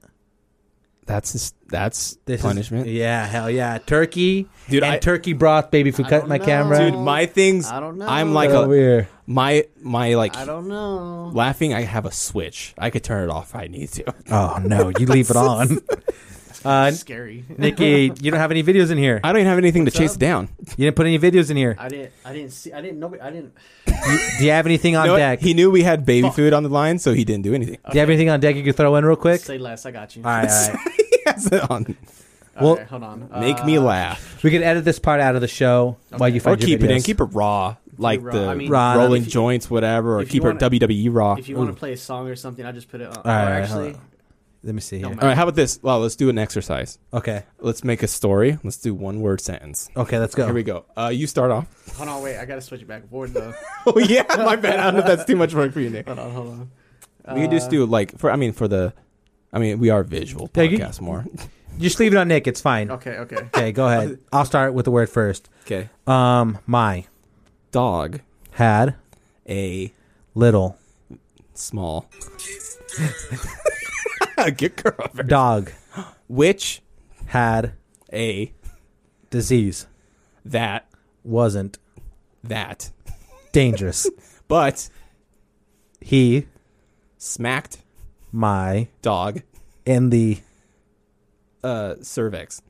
Speaker 1: That's just, that's
Speaker 2: This is-
Speaker 1: punishment,
Speaker 2: yeah, hell yeah, turkey,
Speaker 1: Dude,
Speaker 2: and
Speaker 1: I-
Speaker 2: turkey broth, baby. If you
Speaker 3: I
Speaker 2: cut
Speaker 3: don't
Speaker 2: my
Speaker 3: know.
Speaker 2: camera,
Speaker 1: dude. My things.
Speaker 3: I don't know.
Speaker 1: I'm like
Speaker 2: Get over
Speaker 1: a,
Speaker 2: here.
Speaker 1: my my like
Speaker 3: I don't know.
Speaker 1: laughing. I have a switch. I could turn it off if I need to.
Speaker 2: Oh no, you leave
Speaker 3: [LAUGHS]
Speaker 2: it on. Uh,
Speaker 3: Scary. [LAUGHS]
Speaker 2: Nikki, you don't have any videos in here.
Speaker 1: I don't even have anything to chase
Speaker 3: up?
Speaker 1: it down.
Speaker 2: You didn't put any videos in here.
Speaker 3: I didn't. I didn't see. I didn't. Nobody. I didn't.
Speaker 2: Do you have anything on
Speaker 1: You know what?
Speaker 2: deck?
Speaker 1: He knew we had baby food on the line, so he didn't do anything.
Speaker 2: Do
Speaker 1: [LAUGHS]
Speaker 2: you have anything on deck you could throw in real quick?
Speaker 3: Say less. I got you.
Speaker 2: All right, all right.
Speaker 1: He has it on.
Speaker 3: All
Speaker 2: well-
Speaker 3: right, hold on. Uh,
Speaker 1: Make me laugh [LAUGHS]
Speaker 2: We can edit this part out of the show while you
Speaker 1: or
Speaker 2: find your
Speaker 1: keep it in.
Speaker 2: videos.
Speaker 1: Keep it raw, like
Speaker 3: raw.
Speaker 1: the
Speaker 3: I mean,
Speaker 2: Raw,
Speaker 1: rolling
Speaker 3: if you-
Speaker 1: joints, whatever, or
Speaker 3: if you
Speaker 1: keep it
Speaker 3: wanna-
Speaker 1: WWE raw.
Speaker 3: If you want
Speaker 1: Ooh.
Speaker 3: to play a song or something, I just put it on. Or
Speaker 2: right,
Speaker 3: actually,
Speaker 2: hold Let me see
Speaker 3: No,
Speaker 2: here.
Speaker 1: All right, how about this? Well, let's do an exercise.
Speaker 2: Okay.
Speaker 1: Let's make a story. Let's do one word sentence.
Speaker 2: Okay, let's go.
Speaker 1: Here we go. Uh, you start off. [LAUGHS]
Speaker 3: hold on. Wait, I gotta switch it back and forth though.
Speaker 1: oh yeah, my bad. I don't know if that's too much work for you, Nick.
Speaker 3: hold on. Hold on.
Speaker 1: we can just do like for. I mean, for the. I mean, we are visual
Speaker 2: Yeah, you-
Speaker 1: podcast
Speaker 3: [LAUGHS]
Speaker 1: more.
Speaker 2: Just leave it on Nick. It's fine. Okay,
Speaker 3: Okay. Okay.
Speaker 2: go ahead. I'll start with the word first.
Speaker 1: Okay.
Speaker 2: Um, my
Speaker 1: Uh, Dog,
Speaker 2: had
Speaker 1: a
Speaker 2: little
Speaker 1: small. [LAUGHS] Get girl.
Speaker 2: dog
Speaker 1: Which
Speaker 2: had
Speaker 1: a
Speaker 2: disease
Speaker 1: that
Speaker 2: wasn't
Speaker 1: that [LAUGHS]
Speaker 2: dangerous.
Speaker 1: but
Speaker 2: he
Speaker 1: smacked
Speaker 2: my
Speaker 1: dog
Speaker 2: in the
Speaker 1: uh cervix.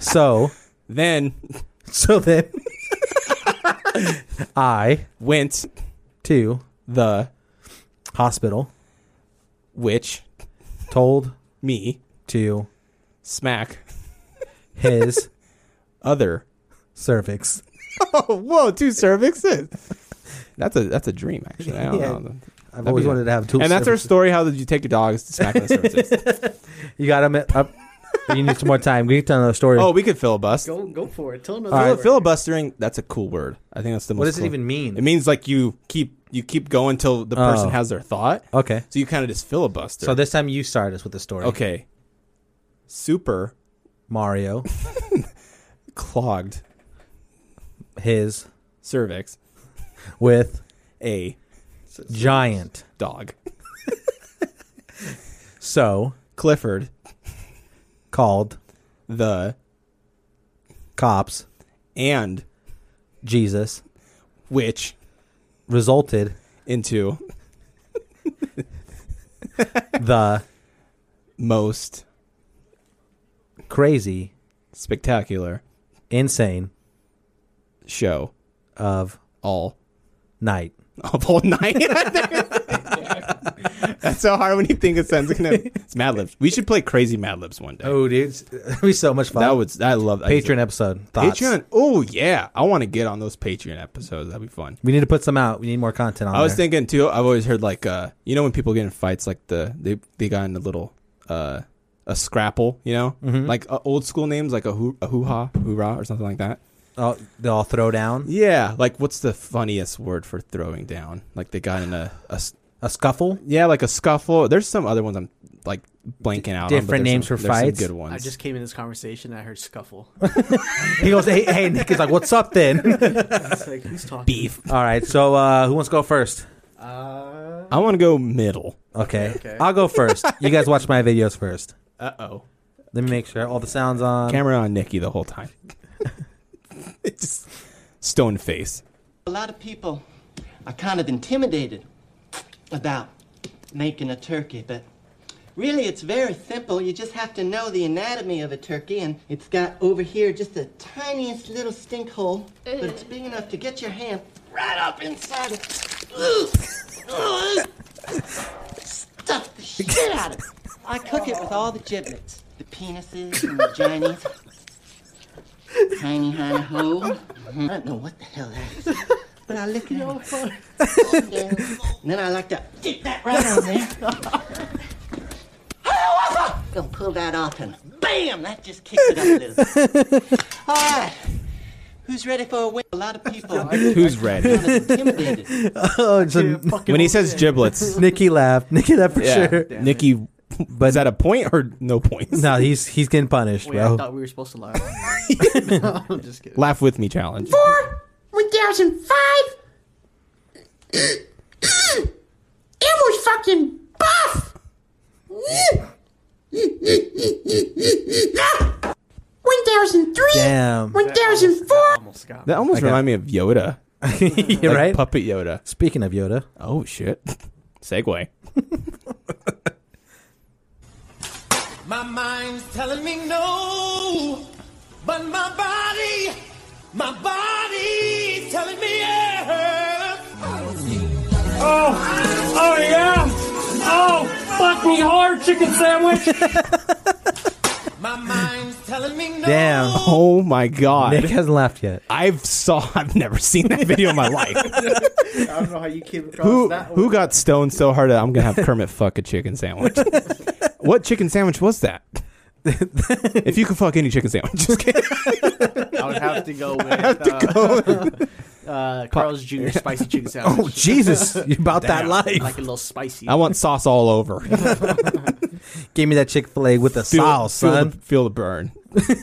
Speaker 2: so
Speaker 1: Then
Speaker 2: so
Speaker 1: [LAUGHS]
Speaker 2: then I
Speaker 1: went
Speaker 2: to
Speaker 1: the
Speaker 2: hospital
Speaker 1: which
Speaker 2: told
Speaker 1: me
Speaker 2: to
Speaker 1: smack
Speaker 2: [LAUGHS] his [LAUGHS]
Speaker 1: other.
Speaker 2: cervix.
Speaker 1: Oh, whoa, two cervixes. That's a that's a dream actually. I don't
Speaker 2: Yeah.
Speaker 1: know.
Speaker 2: I've always
Speaker 1: be-
Speaker 2: wanted to have two.
Speaker 1: And that's our
Speaker 2: cervixes.
Speaker 1: story. How did you take your dogs to smack
Speaker 2: [LAUGHS]
Speaker 1: the cervixes?
Speaker 2: You got him up. you need some more time. We need to tell another story.
Speaker 1: oh, we could filibuster.
Speaker 3: Go. Go for it. Tell another.
Speaker 1: Fili-
Speaker 3: story.
Speaker 1: Filibustering. That's a cool word. I think that's the most.
Speaker 2: what does it
Speaker 1: cool-
Speaker 2: even mean?
Speaker 1: It means like you keep you keep going till the person
Speaker 2: Oh.
Speaker 1: has their thought.
Speaker 2: okay.
Speaker 1: So you kind of just filibuster.
Speaker 2: So this time you start us with the story.
Speaker 1: okay. Super
Speaker 2: Mario,
Speaker 1: clogged
Speaker 2: his
Speaker 1: cervix.
Speaker 2: with
Speaker 1: A
Speaker 2: giant.
Speaker 1: dog.
Speaker 2: So
Speaker 1: Clifford
Speaker 2: called
Speaker 1: the
Speaker 2: cops.
Speaker 1: and
Speaker 2: Jesus
Speaker 1: which
Speaker 2: resulted
Speaker 1: into
Speaker 2: the
Speaker 1: most
Speaker 2: crazy,
Speaker 1: spectacular
Speaker 2: insane
Speaker 1: show
Speaker 2: of
Speaker 1: all
Speaker 2: night.
Speaker 1: of all night. [LAUGHS] That's so hard when you think it sounds gonna. It's Mad Libs. We should play Crazy Mad Libs one day.
Speaker 2: Oh, dude, [LAUGHS] that'd be so much fun.
Speaker 1: that would. I love
Speaker 2: Patreon episode. Thoughts.
Speaker 1: Patreon. Oh yeah, I want to get on those Patreon episodes. That'd be fun.
Speaker 2: We need to put some out. We need more content on.
Speaker 1: I was
Speaker 2: there.
Speaker 1: thinking too. I've always heard like uh, you know when people get in fights, like the they they got in a little uh, a scrapple, you know,
Speaker 2: Mm-hmm.
Speaker 1: like uh, old school names like a hoo a hoo ha hoorah or something like that.
Speaker 2: Oh, they all throw down
Speaker 1: Yeah, like what's the funniest word for throwing down? Like they got in a, a s-
Speaker 2: a scuffle.
Speaker 1: yeah, like a scuffle. There's some other ones I'm like blanking out. on, but
Speaker 2: Different
Speaker 1: there's
Speaker 2: names
Speaker 1: some-
Speaker 2: for
Speaker 1: there's some
Speaker 2: fights?
Speaker 1: good ones.
Speaker 3: I just came in this conversation and I heard scuffle.
Speaker 2: He goes, "Hey, hey, Nick is like, what's up then?" [LAUGHS]
Speaker 3: It's like who's talking?
Speaker 2: all right, so uh, who wants to go first?
Speaker 3: Uh,
Speaker 1: I want to go middle.
Speaker 2: Okay.
Speaker 3: Okay, okay.
Speaker 2: I'll go first. You guys watch my videos first.
Speaker 1: Uh oh.
Speaker 2: Let me make sure all the sounds on.
Speaker 1: Camera on Nikki the
Speaker 2: [LAUGHS]
Speaker 1: whole time. [LAUGHS] it's just stone face.
Speaker 7: A lot of people are kind of intimidated about making a turkey, but really it's very simple. You just have to know the anatomy of a turkey, and it's got over here just the tiniest little stink hole, but it's big enough to get your hand right up inside it. Ugh. Ugh. Stuff the shit out of it. I cook it with all the giblets, the penises and the vaginas. Tiny, tiny hole. I don't know what the hell that is. But I lick it all And then I like to stick that right on there. [LAUGHS] Gonna pull that off and bam! That just kicks it up a little. bit. All right. Who's ready for a win? A lot of people are
Speaker 1: [LAUGHS]
Speaker 7: kind
Speaker 1: Who's ready?
Speaker 7: of intimidated.
Speaker 2: Oh, so
Speaker 1: when he says
Speaker 2: [LAUGHS]
Speaker 1: giblets,
Speaker 2: Nikki laughed. [LAUGHS] Nikki laughed for
Speaker 1: yeah,
Speaker 2: sure.
Speaker 1: Nikki. But is that a point or no points?
Speaker 2: No, he's he's getting punished,
Speaker 3: wait, I
Speaker 2: bro.
Speaker 3: thought we were supposed to laugh. I'm just kidding.
Speaker 1: Laugh with me challenge.
Speaker 8: 2005. it was fucking buff. Ah! One thousand three.
Speaker 2: Damn.
Speaker 8: One thousand four.
Speaker 3: [LAUGHS] Almost got
Speaker 1: That almost
Speaker 2: got-
Speaker 1: reminded me of Yoda,
Speaker 2: You're
Speaker 1: like
Speaker 2: [LAUGHS] right.
Speaker 1: Puppet Yoda.
Speaker 2: Speaking of Yoda,
Speaker 1: Oh shit!
Speaker 2: [LAUGHS]
Speaker 1: Segway.
Speaker 7: My mind's telling me no, but my body, my body's telling me yes.
Speaker 9: Oh yeah. Oh, fuck me hard, chicken sandwich.
Speaker 7: My mind's telling me no.
Speaker 2: damn.
Speaker 1: Oh my god!
Speaker 2: Nick hasn't laughed yet.
Speaker 1: I've saw. I've never seen that video in my
Speaker 2: [LAUGHS]
Speaker 1: life.
Speaker 3: I don't know how you came across
Speaker 1: who
Speaker 3: that one.
Speaker 1: who got stoned so hard that I'm gonna have Kermit
Speaker 2: [LAUGHS]
Speaker 1: fuck a chicken sandwich? what chicken sandwich
Speaker 2: [LAUGHS]
Speaker 1: was that? if you could fuck any chicken sandwich, just [LAUGHS] kidding.
Speaker 3: I would have to go with [LAUGHS] uh, uh, Carl's Jr. spicy chicken
Speaker 2: Oh
Speaker 3: sandwich.
Speaker 2: Jesus! You about that
Speaker 3: I
Speaker 2: life?
Speaker 3: like it a little spicy.
Speaker 1: I want sauce all over. Feel-
Speaker 2: Give me that Chick Fil A with the [LAUGHS] sauce,
Speaker 1: feel,
Speaker 2: son.
Speaker 1: The, feel the burn.
Speaker 2: All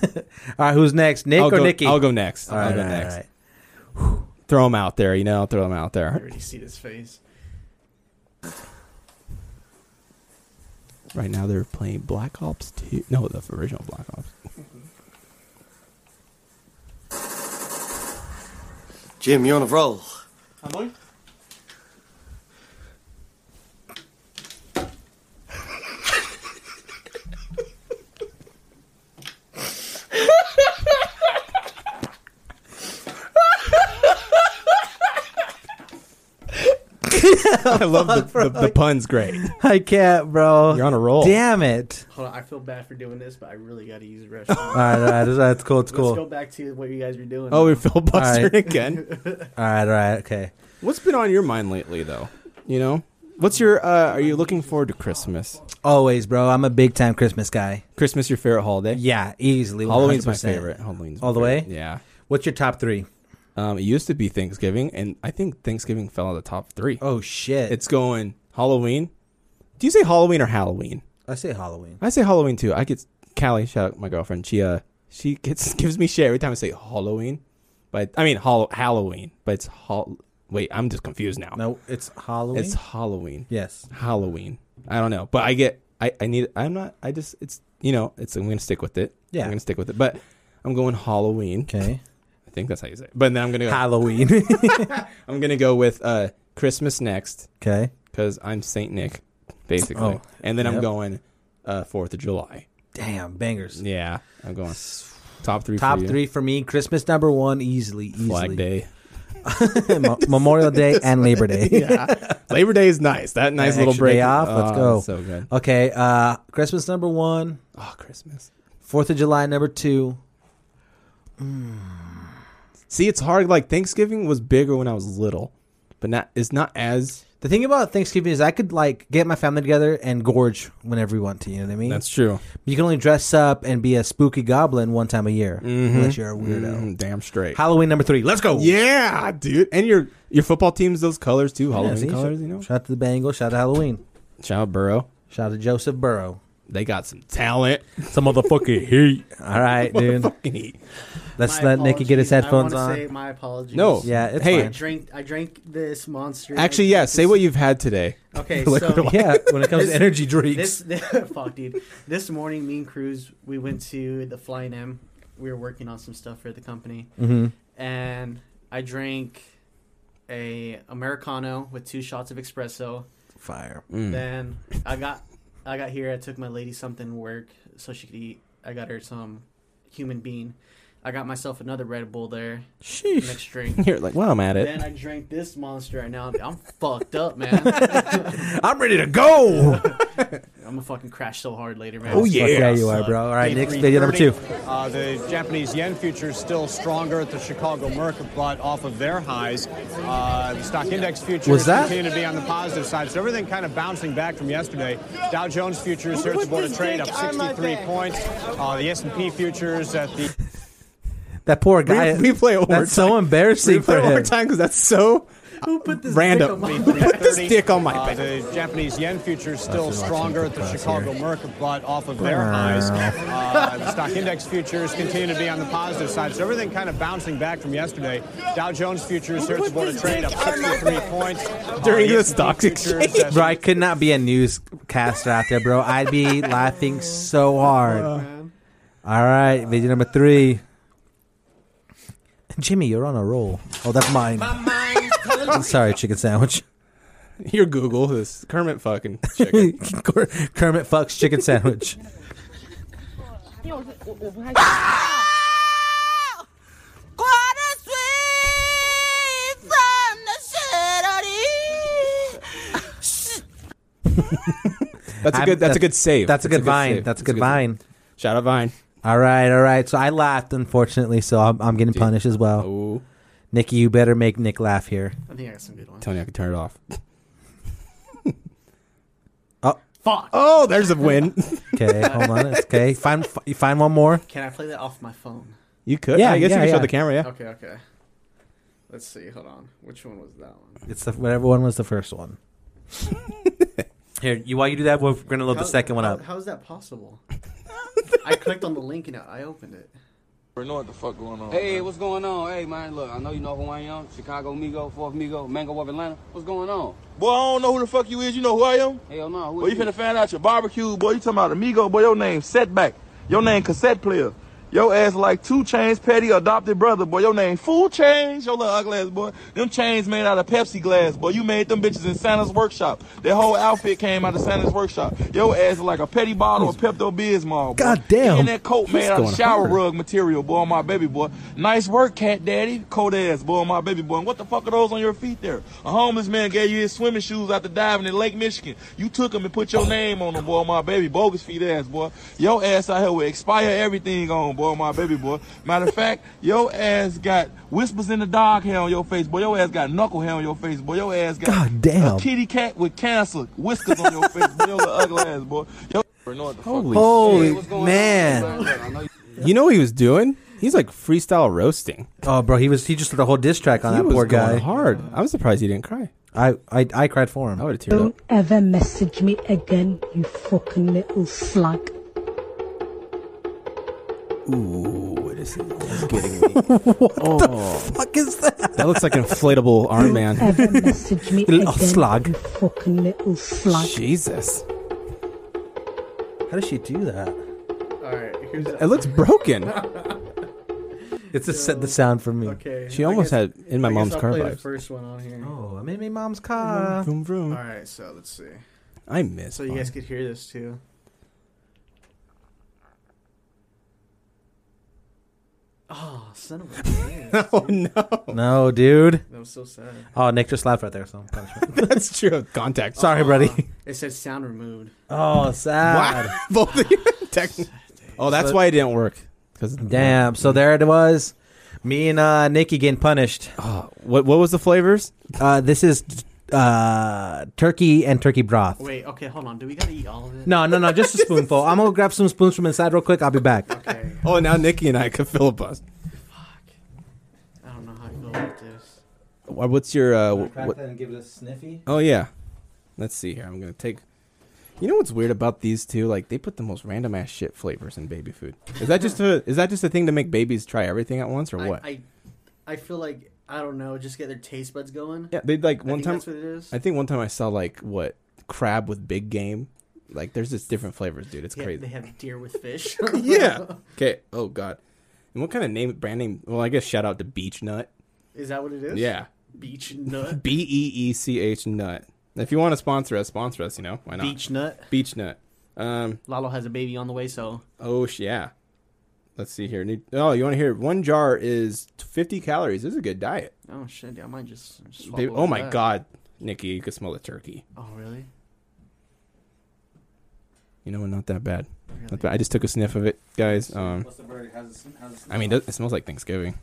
Speaker 2: right, who's next? Nick
Speaker 1: I'll
Speaker 2: or
Speaker 1: go.
Speaker 2: Nikki?
Speaker 1: I'll go next.
Speaker 2: All
Speaker 1: I'll
Speaker 2: right,
Speaker 1: go
Speaker 2: all right,
Speaker 1: next.
Speaker 2: all right.
Speaker 1: Throw them out there. You know, throw them out
Speaker 3: I
Speaker 1: there.
Speaker 3: already see this face.
Speaker 1: Right now they're playing Black Ops Two. No, the original Black
Speaker 2: [LAUGHS]
Speaker 1: Ops.
Speaker 7: Jim, you're on a roll.
Speaker 1: I love
Speaker 2: [LAUGHS]
Speaker 1: the, the, the pun's great.
Speaker 2: I can't, bro.
Speaker 1: You're on a roll.
Speaker 2: Damn it!
Speaker 3: Hold on, I feel bad for doing this, but I really got to use the
Speaker 2: All
Speaker 3: restroom.
Speaker 2: right, all right, that's, that's cool. It's cool.
Speaker 3: Let's go back to what you guys were doing.
Speaker 1: Oh, we're filibustering
Speaker 2: All right.
Speaker 1: again.
Speaker 2: All right, all right, okay.
Speaker 1: What's been on your mind lately, though? You know, what's your? Uh, are you looking forward to Christmas?
Speaker 2: Always, bro. I'm a big time Christmas guy.
Speaker 1: Christmas your favorite holiday?
Speaker 2: Yeah, easily. 100%.
Speaker 1: Halloween's my favorite. Halloween's my
Speaker 2: All the
Speaker 1: favorite.
Speaker 2: way?
Speaker 1: Yeah.
Speaker 2: What's your top three?
Speaker 1: Um, it used to be Thanksgiving, and I think Thanksgiving fell out of the top three.
Speaker 2: Oh shit!
Speaker 1: It's going Halloween. Do you say Halloween or Halloween?
Speaker 2: I say Halloween.
Speaker 1: I say Halloween too. I get Callie, shout out my girlfriend. She uh she gets [LAUGHS] gives me shit every time I say Halloween, but I mean Hall- Halloween, but it's hall. Wait, I'm just confused now.
Speaker 2: No, it's Halloween.
Speaker 1: it's Halloween.
Speaker 2: yes.
Speaker 1: Halloween. I don't know, but I get I I need I'm not I just it's you know it's I'm gonna stick with it.
Speaker 2: Yeah.
Speaker 1: I'm gonna stick with it. But I'm going Halloween.
Speaker 2: Okay. [LAUGHS]
Speaker 1: I think that's how you say it. But then I'm gonna go,
Speaker 2: Halloween.
Speaker 1: I'm gonna go with uh Christmas next
Speaker 2: Okay.
Speaker 1: because I'm Saint Nick, basically,
Speaker 2: Oh,
Speaker 1: and then I'm
Speaker 2: yep.
Speaker 1: going uh, Fourth of July.
Speaker 2: Damn, bangers.
Speaker 1: Yeah, I'm going top three.
Speaker 2: Top
Speaker 1: for you.
Speaker 2: three for me. Christmas number one, easily,
Speaker 1: Flag
Speaker 2: easily.
Speaker 1: Day.
Speaker 2: [LAUGHS] Mo- Memorial Day and Labor
Speaker 1: [LAUGHS]
Speaker 2: Day. [LAUGHS]
Speaker 1: Labor Day is nice. That nice
Speaker 2: An
Speaker 1: little
Speaker 2: extra
Speaker 1: break
Speaker 2: day off. Let's
Speaker 1: Oh,
Speaker 2: go.
Speaker 1: So good.
Speaker 2: Okay. Uh, Christmas number one.
Speaker 1: Oh, Christmas.
Speaker 2: Fourth of July number two.
Speaker 1: See, it's hard. Like Thanksgiving was bigger when I was little, but not. It's not as.
Speaker 2: The thing about Thanksgiving is I could like get my family together and gorge whenever we want to. You know what I mean?
Speaker 1: That's true.
Speaker 2: you can only dress up and be a spooky goblin one time a year unless you're a weirdo.
Speaker 1: Mm, damn straight.
Speaker 2: Halloween number three. Let's go.
Speaker 1: yeah, dude. And your your football team's those colors too.
Speaker 2: Yeah,
Speaker 1: Halloween
Speaker 2: see?
Speaker 1: colors. You know.
Speaker 2: Shout out to the Bengals. Shout out to Halloween.
Speaker 1: Shout out Burrow.
Speaker 2: Shout out to Joseph Burrow.
Speaker 1: They got some talent.
Speaker 2: Some motherfucking heat. All right, dude.
Speaker 1: Fucking heat.
Speaker 2: Let's
Speaker 3: My
Speaker 2: let Nicky get his
Speaker 3: apologies. I wanna
Speaker 2: headphones on.
Speaker 3: Say my apologies.
Speaker 1: No.
Speaker 2: Yeah, it's
Speaker 1: Hey.
Speaker 3: I
Speaker 2: fine.
Speaker 3: drank. I drank this monster.
Speaker 1: Actually, yeah. Say what you've had today.
Speaker 3: Okay,
Speaker 1: Liquid
Speaker 3: so
Speaker 2: [LAUGHS] Yeah, when it comes to
Speaker 3: This-
Speaker 2: energy drinks.
Speaker 3: this [LAUGHS] fuck, dude. This morning, me and Cruz, we went to the Flying M. We were working on some stuff for the company,
Speaker 1: Mm-hmm.
Speaker 2: hmm
Speaker 3: and I drank a americano with two shots of espresso.
Speaker 2: Fire.
Speaker 3: Then I got I got here. I took my lady something to work so she could eat. I got her some human bean. I got myself another Red Bull there. Next
Speaker 1: [LAUGHS]
Speaker 3: drink.
Speaker 1: You're like, well, I'm at it.
Speaker 3: Then I drank this monster, and now I'm, I'm fucked
Speaker 1: [LAUGHS]
Speaker 3: up, man.
Speaker 2: I'm ready to go.
Speaker 3: I'm gonna fucking crash so hard later, man.
Speaker 1: Oh, yeah.
Speaker 2: Fuck yeah, you are, bro. All right, next video number two.
Speaker 10: Uh, the Japanese yen future is still stronger at the Chicago Merc, but off of their highs. Uh, the stock index futures
Speaker 2: Was that-
Speaker 10: continue to be on the positive side. So everything kind of bouncing back from yesterday. Dow Jones futures here at the board of trade up 63 points. Uh, the S&P futures at the
Speaker 2: That poor guy.
Speaker 1: Re- replay one more
Speaker 2: That's so
Speaker 1: time.
Speaker 2: embarrassing for
Speaker 1: Replay one more
Speaker 2: him.
Speaker 1: time because that's so
Speaker 3: Who put this
Speaker 1: Random.
Speaker 3: dick on my-
Speaker 1: Put this
Speaker 10: 330.
Speaker 1: dick on my
Speaker 10: Uh,
Speaker 1: back.
Speaker 10: the Japanese yen futures
Speaker 2: Watching-
Speaker 10: still
Speaker 2: watching
Speaker 10: stronger at
Speaker 2: the
Speaker 10: the
Speaker 2: press
Speaker 10: Chicago
Speaker 2: here.
Speaker 10: Merc, but off of their
Speaker 2: Wow.
Speaker 10: highs. Uh, the stock index futures continue to be on the positive side, so everything kind of bouncing back from yesterday. Dow Jones futures here at the board of trade up 63 points. Uh,
Speaker 1: During the
Speaker 10: S&P
Speaker 1: stock
Speaker 10: futures
Speaker 1: exchange.
Speaker 10: at
Speaker 2: Bro, I could not be a newscaster out there, bro. I'd be laughing so hard. All right, video number three. Jimmy, you're on a roll. Oh, that's mine. [LAUGHS] Sorry, chicken sandwich.
Speaker 1: Here, Google this Kermit fucking chicken. [LAUGHS]
Speaker 2: Kermit fucks chicken sandwich.
Speaker 1: That's a
Speaker 2: I'm-
Speaker 1: good. That's a
Speaker 2: that's-
Speaker 1: good save.
Speaker 2: That's a good vine.
Speaker 1: save.
Speaker 2: That's a good vine.
Speaker 1: save. Shout out vine.
Speaker 2: All right, all right. So I laughed, unfortunately. So I'm, I'm getting punished as well.
Speaker 1: Oh,
Speaker 2: Nikki, you better make Nick laugh here.
Speaker 3: I think I got some good ones.
Speaker 1: Tony, I can turn it off.
Speaker 3: Fuck.
Speaker 1: [LAUGHS] Oh, there's a win.
Speaker 2: Okay, hold on. It's okay, find f- find one more.
Speaker 3: Can I play that off my phone?
Speaker 1: [LAUGHS] you could.
Speaker 2: Yeah,
Speaker 1: I guess
Speaker 2: yeah,
Speaker 1: you can
Speaker 2: yeah.
Speaker 1: show the camera. Yeah.
Speaker 3: Okay, okay. Let's see. Hold on. Which one was that one?
Speaker 2: It's the whatever one was the first one. [LAUGHS] Here, you while you do that, we're gonna load the second one
Speaker 3: how-
Speaker 2: up.
Speaker 3: How is that [LAUGHS] possible? I clicked on the link and I opened it.
Speaker 11: Hey, what's going on? Hey, man, look, I know you know who I am. Chicago Migo, Fourth Migo, Mango of Atlanta. What's going on?
Speaker 12: Boy, I don't know who the fuck you is. You know who I am?
Speaker 11: Hell no. Who
Speaker 12: Boy, you finna find out your barbecue. Boy, you talking about amigo. Boy, your name setback. Your name cassette player. Your ass like two chains petty adopted brother. Boy, your name full chains. Your little ugly ass boy. Them chains made out of Pepsi glass. Boy, you made them bitches in Santa's workshop. That whole outfit came out of Santa's workshop. Your ass is like a petty bottle of Pepto Bismol. boy.
Speaker 2: God damn.
Speaker 12: And that coat made out
Speaker 1: going
Speaker 12: of shower
Speaker 1: hard.
Speaker 12: rug material. Boy, my baby boy. Nice work, cat daddy. Cold ass. Boy, my baby boy. And what the fuck are those on your feet there? A homeless man gave you his swimming shoes after diving in Lake Michigan. You took them and put your name on them, boy, my baby. Bogus feet ass, boy. Your ass out here with expire everything on, boy, my baby boy. Matter of fact, your ass got whispers in the dog hair on your face, boy. Your ass got knuckle hair on your face, boy. Your ass got
Speaker 2: God damn.
Speaker 12: a kitty cat with cancer whiskers on your face, boy. Your little ugly ass, boy. Your-
Speaker 1: Holy.
Speaker 2: Holy
Speaker 11: going
Speaker 2: man!
Speaker 1: You know what he was doing? He's like freestyle roasting.
Speaker 2: Oh, bro, he was he just did a whole diss track on
Speaker 1: he
Speaker 2: that
Speaker 1: was
Speaker 2: poor guy.
Speaker 1: going hard. I'm surprised he didn't cry.
Speaker 2: I, I I cried for
Speaker 1: I
Speaker 2: him. [LAUGHS]
Speaker 1: would have teared up.
Speaker 8: ever message me again, you fucking little slag.
Speaker 1: Ooh, what is it? He's getting me. [LAUGHS]
Speaker 2: Fuck is that?
Speaker 1: That looks like an inflatable arm man. [LAUGHS]
Speaker 8: Ever message me
Speaker 2: Little slug.
Speaker 8: fucking little slag.
Speaker 1: Jesus,
Speaker 2: How does she do that?
Speaker 3: All right. Here's
Speaker 1: it looks broken.
Speaker 2: It's a, set the sound for me.
Speaker 3: Okay.
Speaker 1: She almost had in my
Speaker 3: I guess
Speaker 1: mom's
Speaker 3: I'll
Speaker 1: car
Speaker 3: play The
Speaker 1: vibes.
Speaker 3: first one on here.
Speaker 2: Oh, I'm in my mom's car.
Speaker 1: [LAUGHS] Vroom, vroom.
Speaker 3: All right, so let's see.
Speaker 1: I miss
Speaker 3: So you guys could hear this too. Oh, son of
Speaker 1: [LAUGHS]
Speaker 3: a bitch.
Speaker 1: Oh no.
Speaker 2: No, dude.
Speaker 3: That was so sad.
Speaker 2: Oh, Nick just laughed right there. So punishment.
Speaker 1: That's true. Contact.
Speaker 2: Sorry, buddy.
Speaker 3: It said sound removed.
Speaker 2: [LAUGHS] Oh, sad.
Speaker 1: Wow. [LAUGHS] Both of you. Techn- oh, that's why it didn't work. Because
Speaker 2: Damn. So there it was. Me and uh, Nikki getting punished.
Speaker 1: Oh. what what was the flavors?
Speaker 2: Uh, this is uh, turkey and turkey broth.
Speaker 3: Wait, okay, hold on. Do we gotta eat all of it?
Speaker 2: No, no, no. Just a spoonful. I'm gonna grab some spoons from inside real quick. I'll be back.
Speaker 3: Okay.
Speaker 1: Oh, now Nikki and I could filibust.
Speaker 3: I don't know how I feel about this.
Speaker 1: Wha- What's your uh? wh-
Speaker 6: Crack
Speaker 1: what-
Speaker 6: that and give it a sniffy.
Speaker 1: Oh yeah. Let's see here. I'm gonna take. You know what's weird about these two? Like they put the most random ass shit flavors in baby food. Is that just a
Speaker 3: [LAUGHS]
Speaker 1: is that just a thing to make babies try everything at once or what?
Speaker 3: I, I, I feel like I don't know. Just get their taste buds going.
Speaker 1: yeah, they like one
Speaker 3: think
Speaker 1: time.
Speaker 3: that's what it is.
Speaker 1: I think one time I saw like what crab with big game. Like there's just different flavors, dude. It's
Speaker 3: Yeah,
Speaker 1: crazy.
Speaker 3: They have deer with fish.
Speaker 1: [LAUGHS]
Speaker 3: [LAUGHS]
Speaker 1: yeah. Okay. Oh God. And what kind of name brand name? Well, I guess shout out to Beach Nut.
Speaker 3: Is that what it is?
Speaker 1: Yeah.
Speaker 3: Beach
Speaker 1: [LAUGHS]
Speaker 3: nut.
Speaker 1: B e e c h nut. If you want to sponsor us, sponsor us. You know why not?
Speaker 3: Beach nut.
Speaker 1: Beach Nut. Um.
Speaker 3: Lalo has a baby on the way, so
Speaker 1: Oh sh- yeah. Let's see here. Need- Oh, you want to hear? One jar is 50 calories. This is a good diet.
Speaker 3: oh shit, I might just. swap
Speaker 1: Baby-
Speaker 3: over
Speaker 1: oh
Speaker 3: to
Speaker 1: my
Speaker 3: that.
Speaker 1: God, Nikki, you could smell the turkey.
Speaker 3: Oh really?
Speaker 1: You know what? Not that bad.
Speaker 3: Really?
Speaker 1: Not bad. I just took a sniff of it, guys. Um.
Speaker 6: What's the burger? How's it, sm- how's it
Speaker 1: I mean, it it smells like Thanksgiving.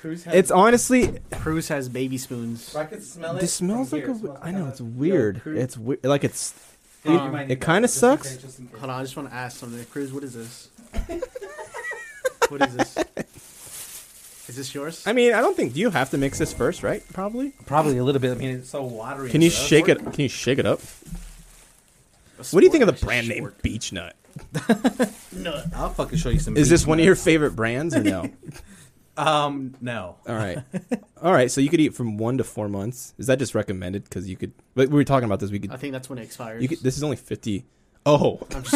Speaker 3: Cruz has.
Speaker 1: It's honestly
Speaker 3: Cruz has baby spoons.
Speaker 6: smell? I can smell it.
Speaker 1: This smells
Speaker 6: from
Speaker 1: like
Speaker 6: here.
Speaker 1: a.
Speaker 6: It
Speaker 1: w-
Speaker 6: smells
Speaker 1: I
Speaker 6: kinda-
Speaker 1: know it's weird.
Speaker 6: Cru-
Speaker 1: it's weird. Like it's.
Speaker 6: Yeah,
Speaker 1: it-
Speaker 6: you might need
Speaker 1: it
Speaker 6: that,
Speaker 1: kind of
Speaker 6: just in
Speaker 1: sucks.
Speaker 6: case, just in case.
Speaker 3: Hold on, I just want to ask something. Cruz, what
Speaker 1: [LAUGHS]
Speaker 3: is this? what is this? Is this yours?
Speaker 1: I mean, I don't think you have to mix this first, right? Probably.
Speaker 2: Probably a little bit. I mean, it's so watery.
Speaker 1: Can you
Speaker 2: bro.
Speaker 1: shake it? Can you shake it up? What do you think of the brand name Beach Nut?
Speaker 3: Nut.
Speaker 2: I'll fucking show you some.
Speaker 1: Is this
Speaker 2: beef
Speaker 1: one of
Speaker 2: nuts.
Speaker 1: your favorite brands or
Speaker 6: [LAUGHS]
Speaker 1: no?
Speaker 2: Um, no.
Speaker 1: All right, all right. So you could eat from one to four months. Is that just recommended? Because you could. But we were talking about this. We
Speaker 3: I
Speaker 1: could.
Speaker 3: think that's when it expires.
Speaker 1: You could. This is only fifty. Oh, [LAUGHS]
Speaker 3: I'm just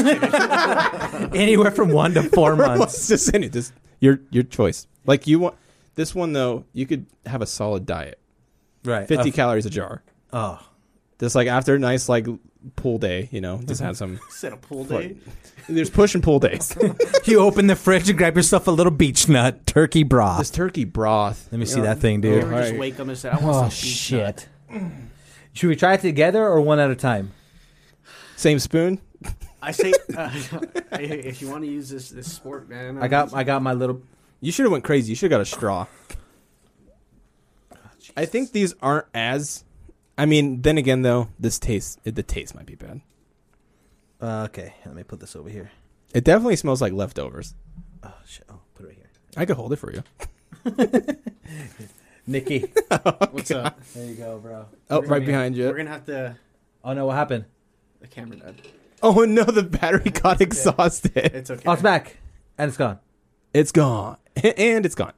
Speaker 2: [LAUGHS]
Speaker 3: kidding.
Speaker 2: Anywhere from one to four months.
Speaker 1: Let's just end it. Just your your choice. Like you want this one though. You could have a solid diet.
Speaker 2: Right.
Speaker 1: Fifty
Speaker 2: Uh,
Speaker 1: calories a jar.
Speaker 2: Oh,
Speaker 1: Just like after a nice like pool day, you know, just have some.
Speaker 3: Set a pool
Speaker 1: Fuck.
Speaker 3: day.
Speaker 1: There's push and pull days.
Speaker 2: [LAUGHS] you open the fridge and grab yourself a little beech nut turkey broth.
Speaker 1: [LAUGHS] this turkey broth.
Speaker 2: Let me see that thing, dude.
Speaker 3: Or just
Speaker 1: Alright.
Speaker 3: wake up and say, "I want
Speaker 2: Oh
Speaker 3: some beach nut."
Speaker 2: shit. Should we try it together or one at a time?
Speaker 1: Same spoon.
Speaker 3: I say, [LAUGHS] uh, hey, if you want to use this this sport, man. um,
Speaker 2: I got I got my little.
Speaker 1: You should have went crazy. You should have got a [LAUGHS] straw. I think these aren't as. I mean, then again, though, this taste it, the taste might be bad.
Speaker 2: Uh, okay, let me put this over here.
Speaker 1: It definitely smells like leftovers.
Speaker 2: Oh shit! Oh, put it right here.
Speaker 1: I could hold it for you.
Speaker 6: [LAUGHS]
Speaker 2: Nikki. [LAUGHS]
Speaker 3: What's up?
Speaker 2: there you go, bro.
Speaker 1: Oh,
Speaker 3: We're
Speaker 1: right
Speaker 3: gonna-
Speaker 1: behind you.
Speaker 3: We're gonna have to.
Speaker 2: Oh no, what happened?
Speaker 3: The camera died.
Speaker 1: Oh no, the battery got exhausted.
Speaker 3: It's okay.
Speaker 2: Oh, it's back, and it's gone.
Speaker 1: It's gone, and it's gone.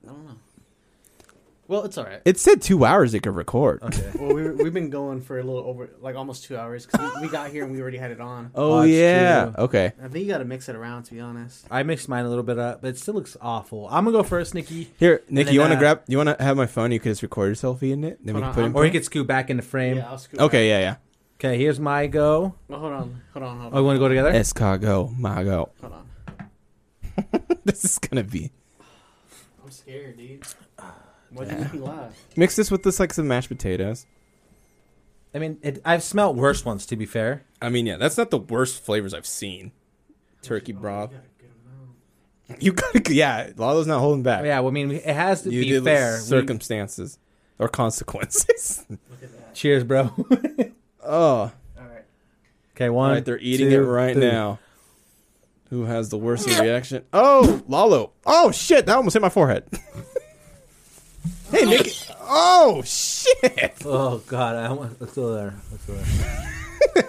Speaker 3: Well, it's all right.
Speaker 1: It said two hours it could record. [LAUGHS]
Speaker 2: Okay.
Speaker 3: well, we, we've been going for a little over, like almost two hours because we, we got here and we already had it on.
Speaker 1: Oh,
Speaker 2: Oh, it's
Speaker 1: yeah.
Speaker 2: true.
Speaker 1: Okay.
Speaker 3: I think you got to mix it around, to be honest.
Speaker 2: I mixed mine a little bit up, but it still looks awful. I'm gonna go first, Nikki,
Speaker 1: Here, Nick,
Speaker 2: then,
Speaker 1: you want to
Speaker 2: uh,
Speaker 1: grab? You want to have my phone? You could just record yourself eating it. Then we
Speaker 3: Hold
Speaker 1: can
Speaker 3: on,
Speaker 1: put
Speaker 3: I'm-
Speaker 1: him.
Speaker 2: or you could scoot back into frame.
Speaker 3: Yeah, I'll scoop.
Speaker 1: Okay. Yeah. Yeah.
Speaker 2: Okay, here's my go.
Speaker 3: Well, hold on, hold on, hold
Speaker 2: Oh,
Speaker 3: on,
Speaker 2: we want to go together?
Speaker 1: Escargot, my go.
Speaker 3: hold on.
Speaker 1: [LAUGHS] this is gonna be.
Speaker 3: I'm scared, dude. Why'd you make me laugh?
Speaker 1: Mix this with this like some mashed potatoes.
Speaker 2: I mean, it, I've smelled worse ones, to be fair.
Speaker 1: I mean, yeah, that's not the worst flavors I've seen. Turkey broth. You got yeah. Lalo's not holding back.
Speaker 2: Oh, yeah, well, I mean, it has to
Speaker 1: you
Speaker 2: be
Speaker 1: did
Speaker 2: fair. We-
Speaker 1: circumstances
Speaker 2: [LAUGHS]
Speaker 1: or consequences.
Speaker 2: cheers, bro.
Speaker 1: [LAUGHS] oh,
Speaker 2: [LAUGHS] okay, one.
Speaker 1: right, they're eating
Speaker 2: two,
Speaker 1: it right
Speaker 2: three.
Speaker 1: now. Who has the worst reaction? Oh, Lalo. Oh shit, that almost hit my forehead. [LAUGHS] hey, Nick. Oh
Speaker 2: [LAUGHS]
Speaker 1: shit,
Speaker 2: Oh god, I want. Let's go there. Let's go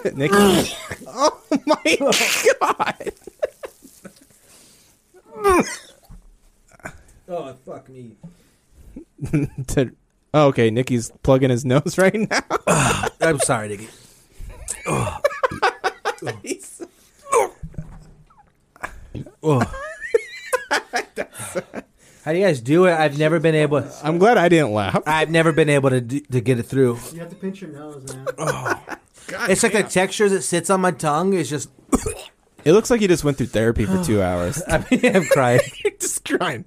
Speaker 2: there.
Speaker 1: [LAUGHS] Nick.
Speaker 2: [LAUGHS]
Speaker 1: oh my god.
Speaker 2: Oh fuck me.
Speaker 1: To- oh, okay, Nikki's plugging his nose [LAUGHS] right now.
Speaker 2: I'm sorry, Diggy. Oh. [LAUGHS] How do you guys do it? I've never been able.
Speaker 1: I'm glad I didn't laugh.
Speaker 2: I've never been able to d- to get it through.
Speaker 13: You have to pinch your nose,
Speaker 2: [LAUGHS]
Speaker 13: man.
Speaker 2: it's like the texture that sits on my tongue is just.
Speaker 1: It looks like you just went through therapy for
Speaker 2: [SIGHS]
Speaker 1: two hours.
Speaker 2: I mean, [LAUGHS] I'm crying.
Speaker 1: [LAUGHS] just crying.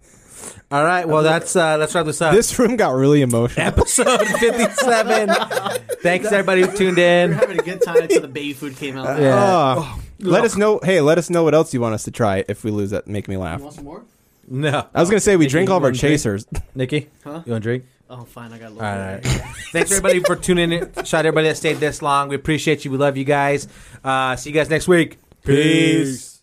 Speaker 2: All right. Well, that's uh, let's wrap this up.
Speaker 1: This room got really emotional.
Speaker 2: episode [LAUGHS] 57. Thanks everybody who tuned
Speaker 3: We're
Speaker 2: in.
Speaker 3: having a good time until the baby food came out.
Speaker 1: Uh, let us know. Hey, let us know what else you want us to try if we lose that. Make me laugh.
Speaker 3: You want some more?
Speaker 2: No.
Speaker 1: I was gonna say we
Speaker 2: Nikki,
Speaker 1: drink all of
Speaker 2: you
Speaker 1: our
Speaker 2: wanna drink?
Speaker 1: chasers.
Speaker 2: Nikki,
Speaker 3: Huh?
Speaker 2: you want to drink?
Speaker 3: Oh, fine. I got a
Speaker 2: All
Speaker 3: little.
Speaker 2: right. [LAUGHS] Thanks everybody for tuning in. Shout out everybody that stayed this long. We appreciate you. We love you guys. Uh, see you guys next week.
Speaker 1: Peace.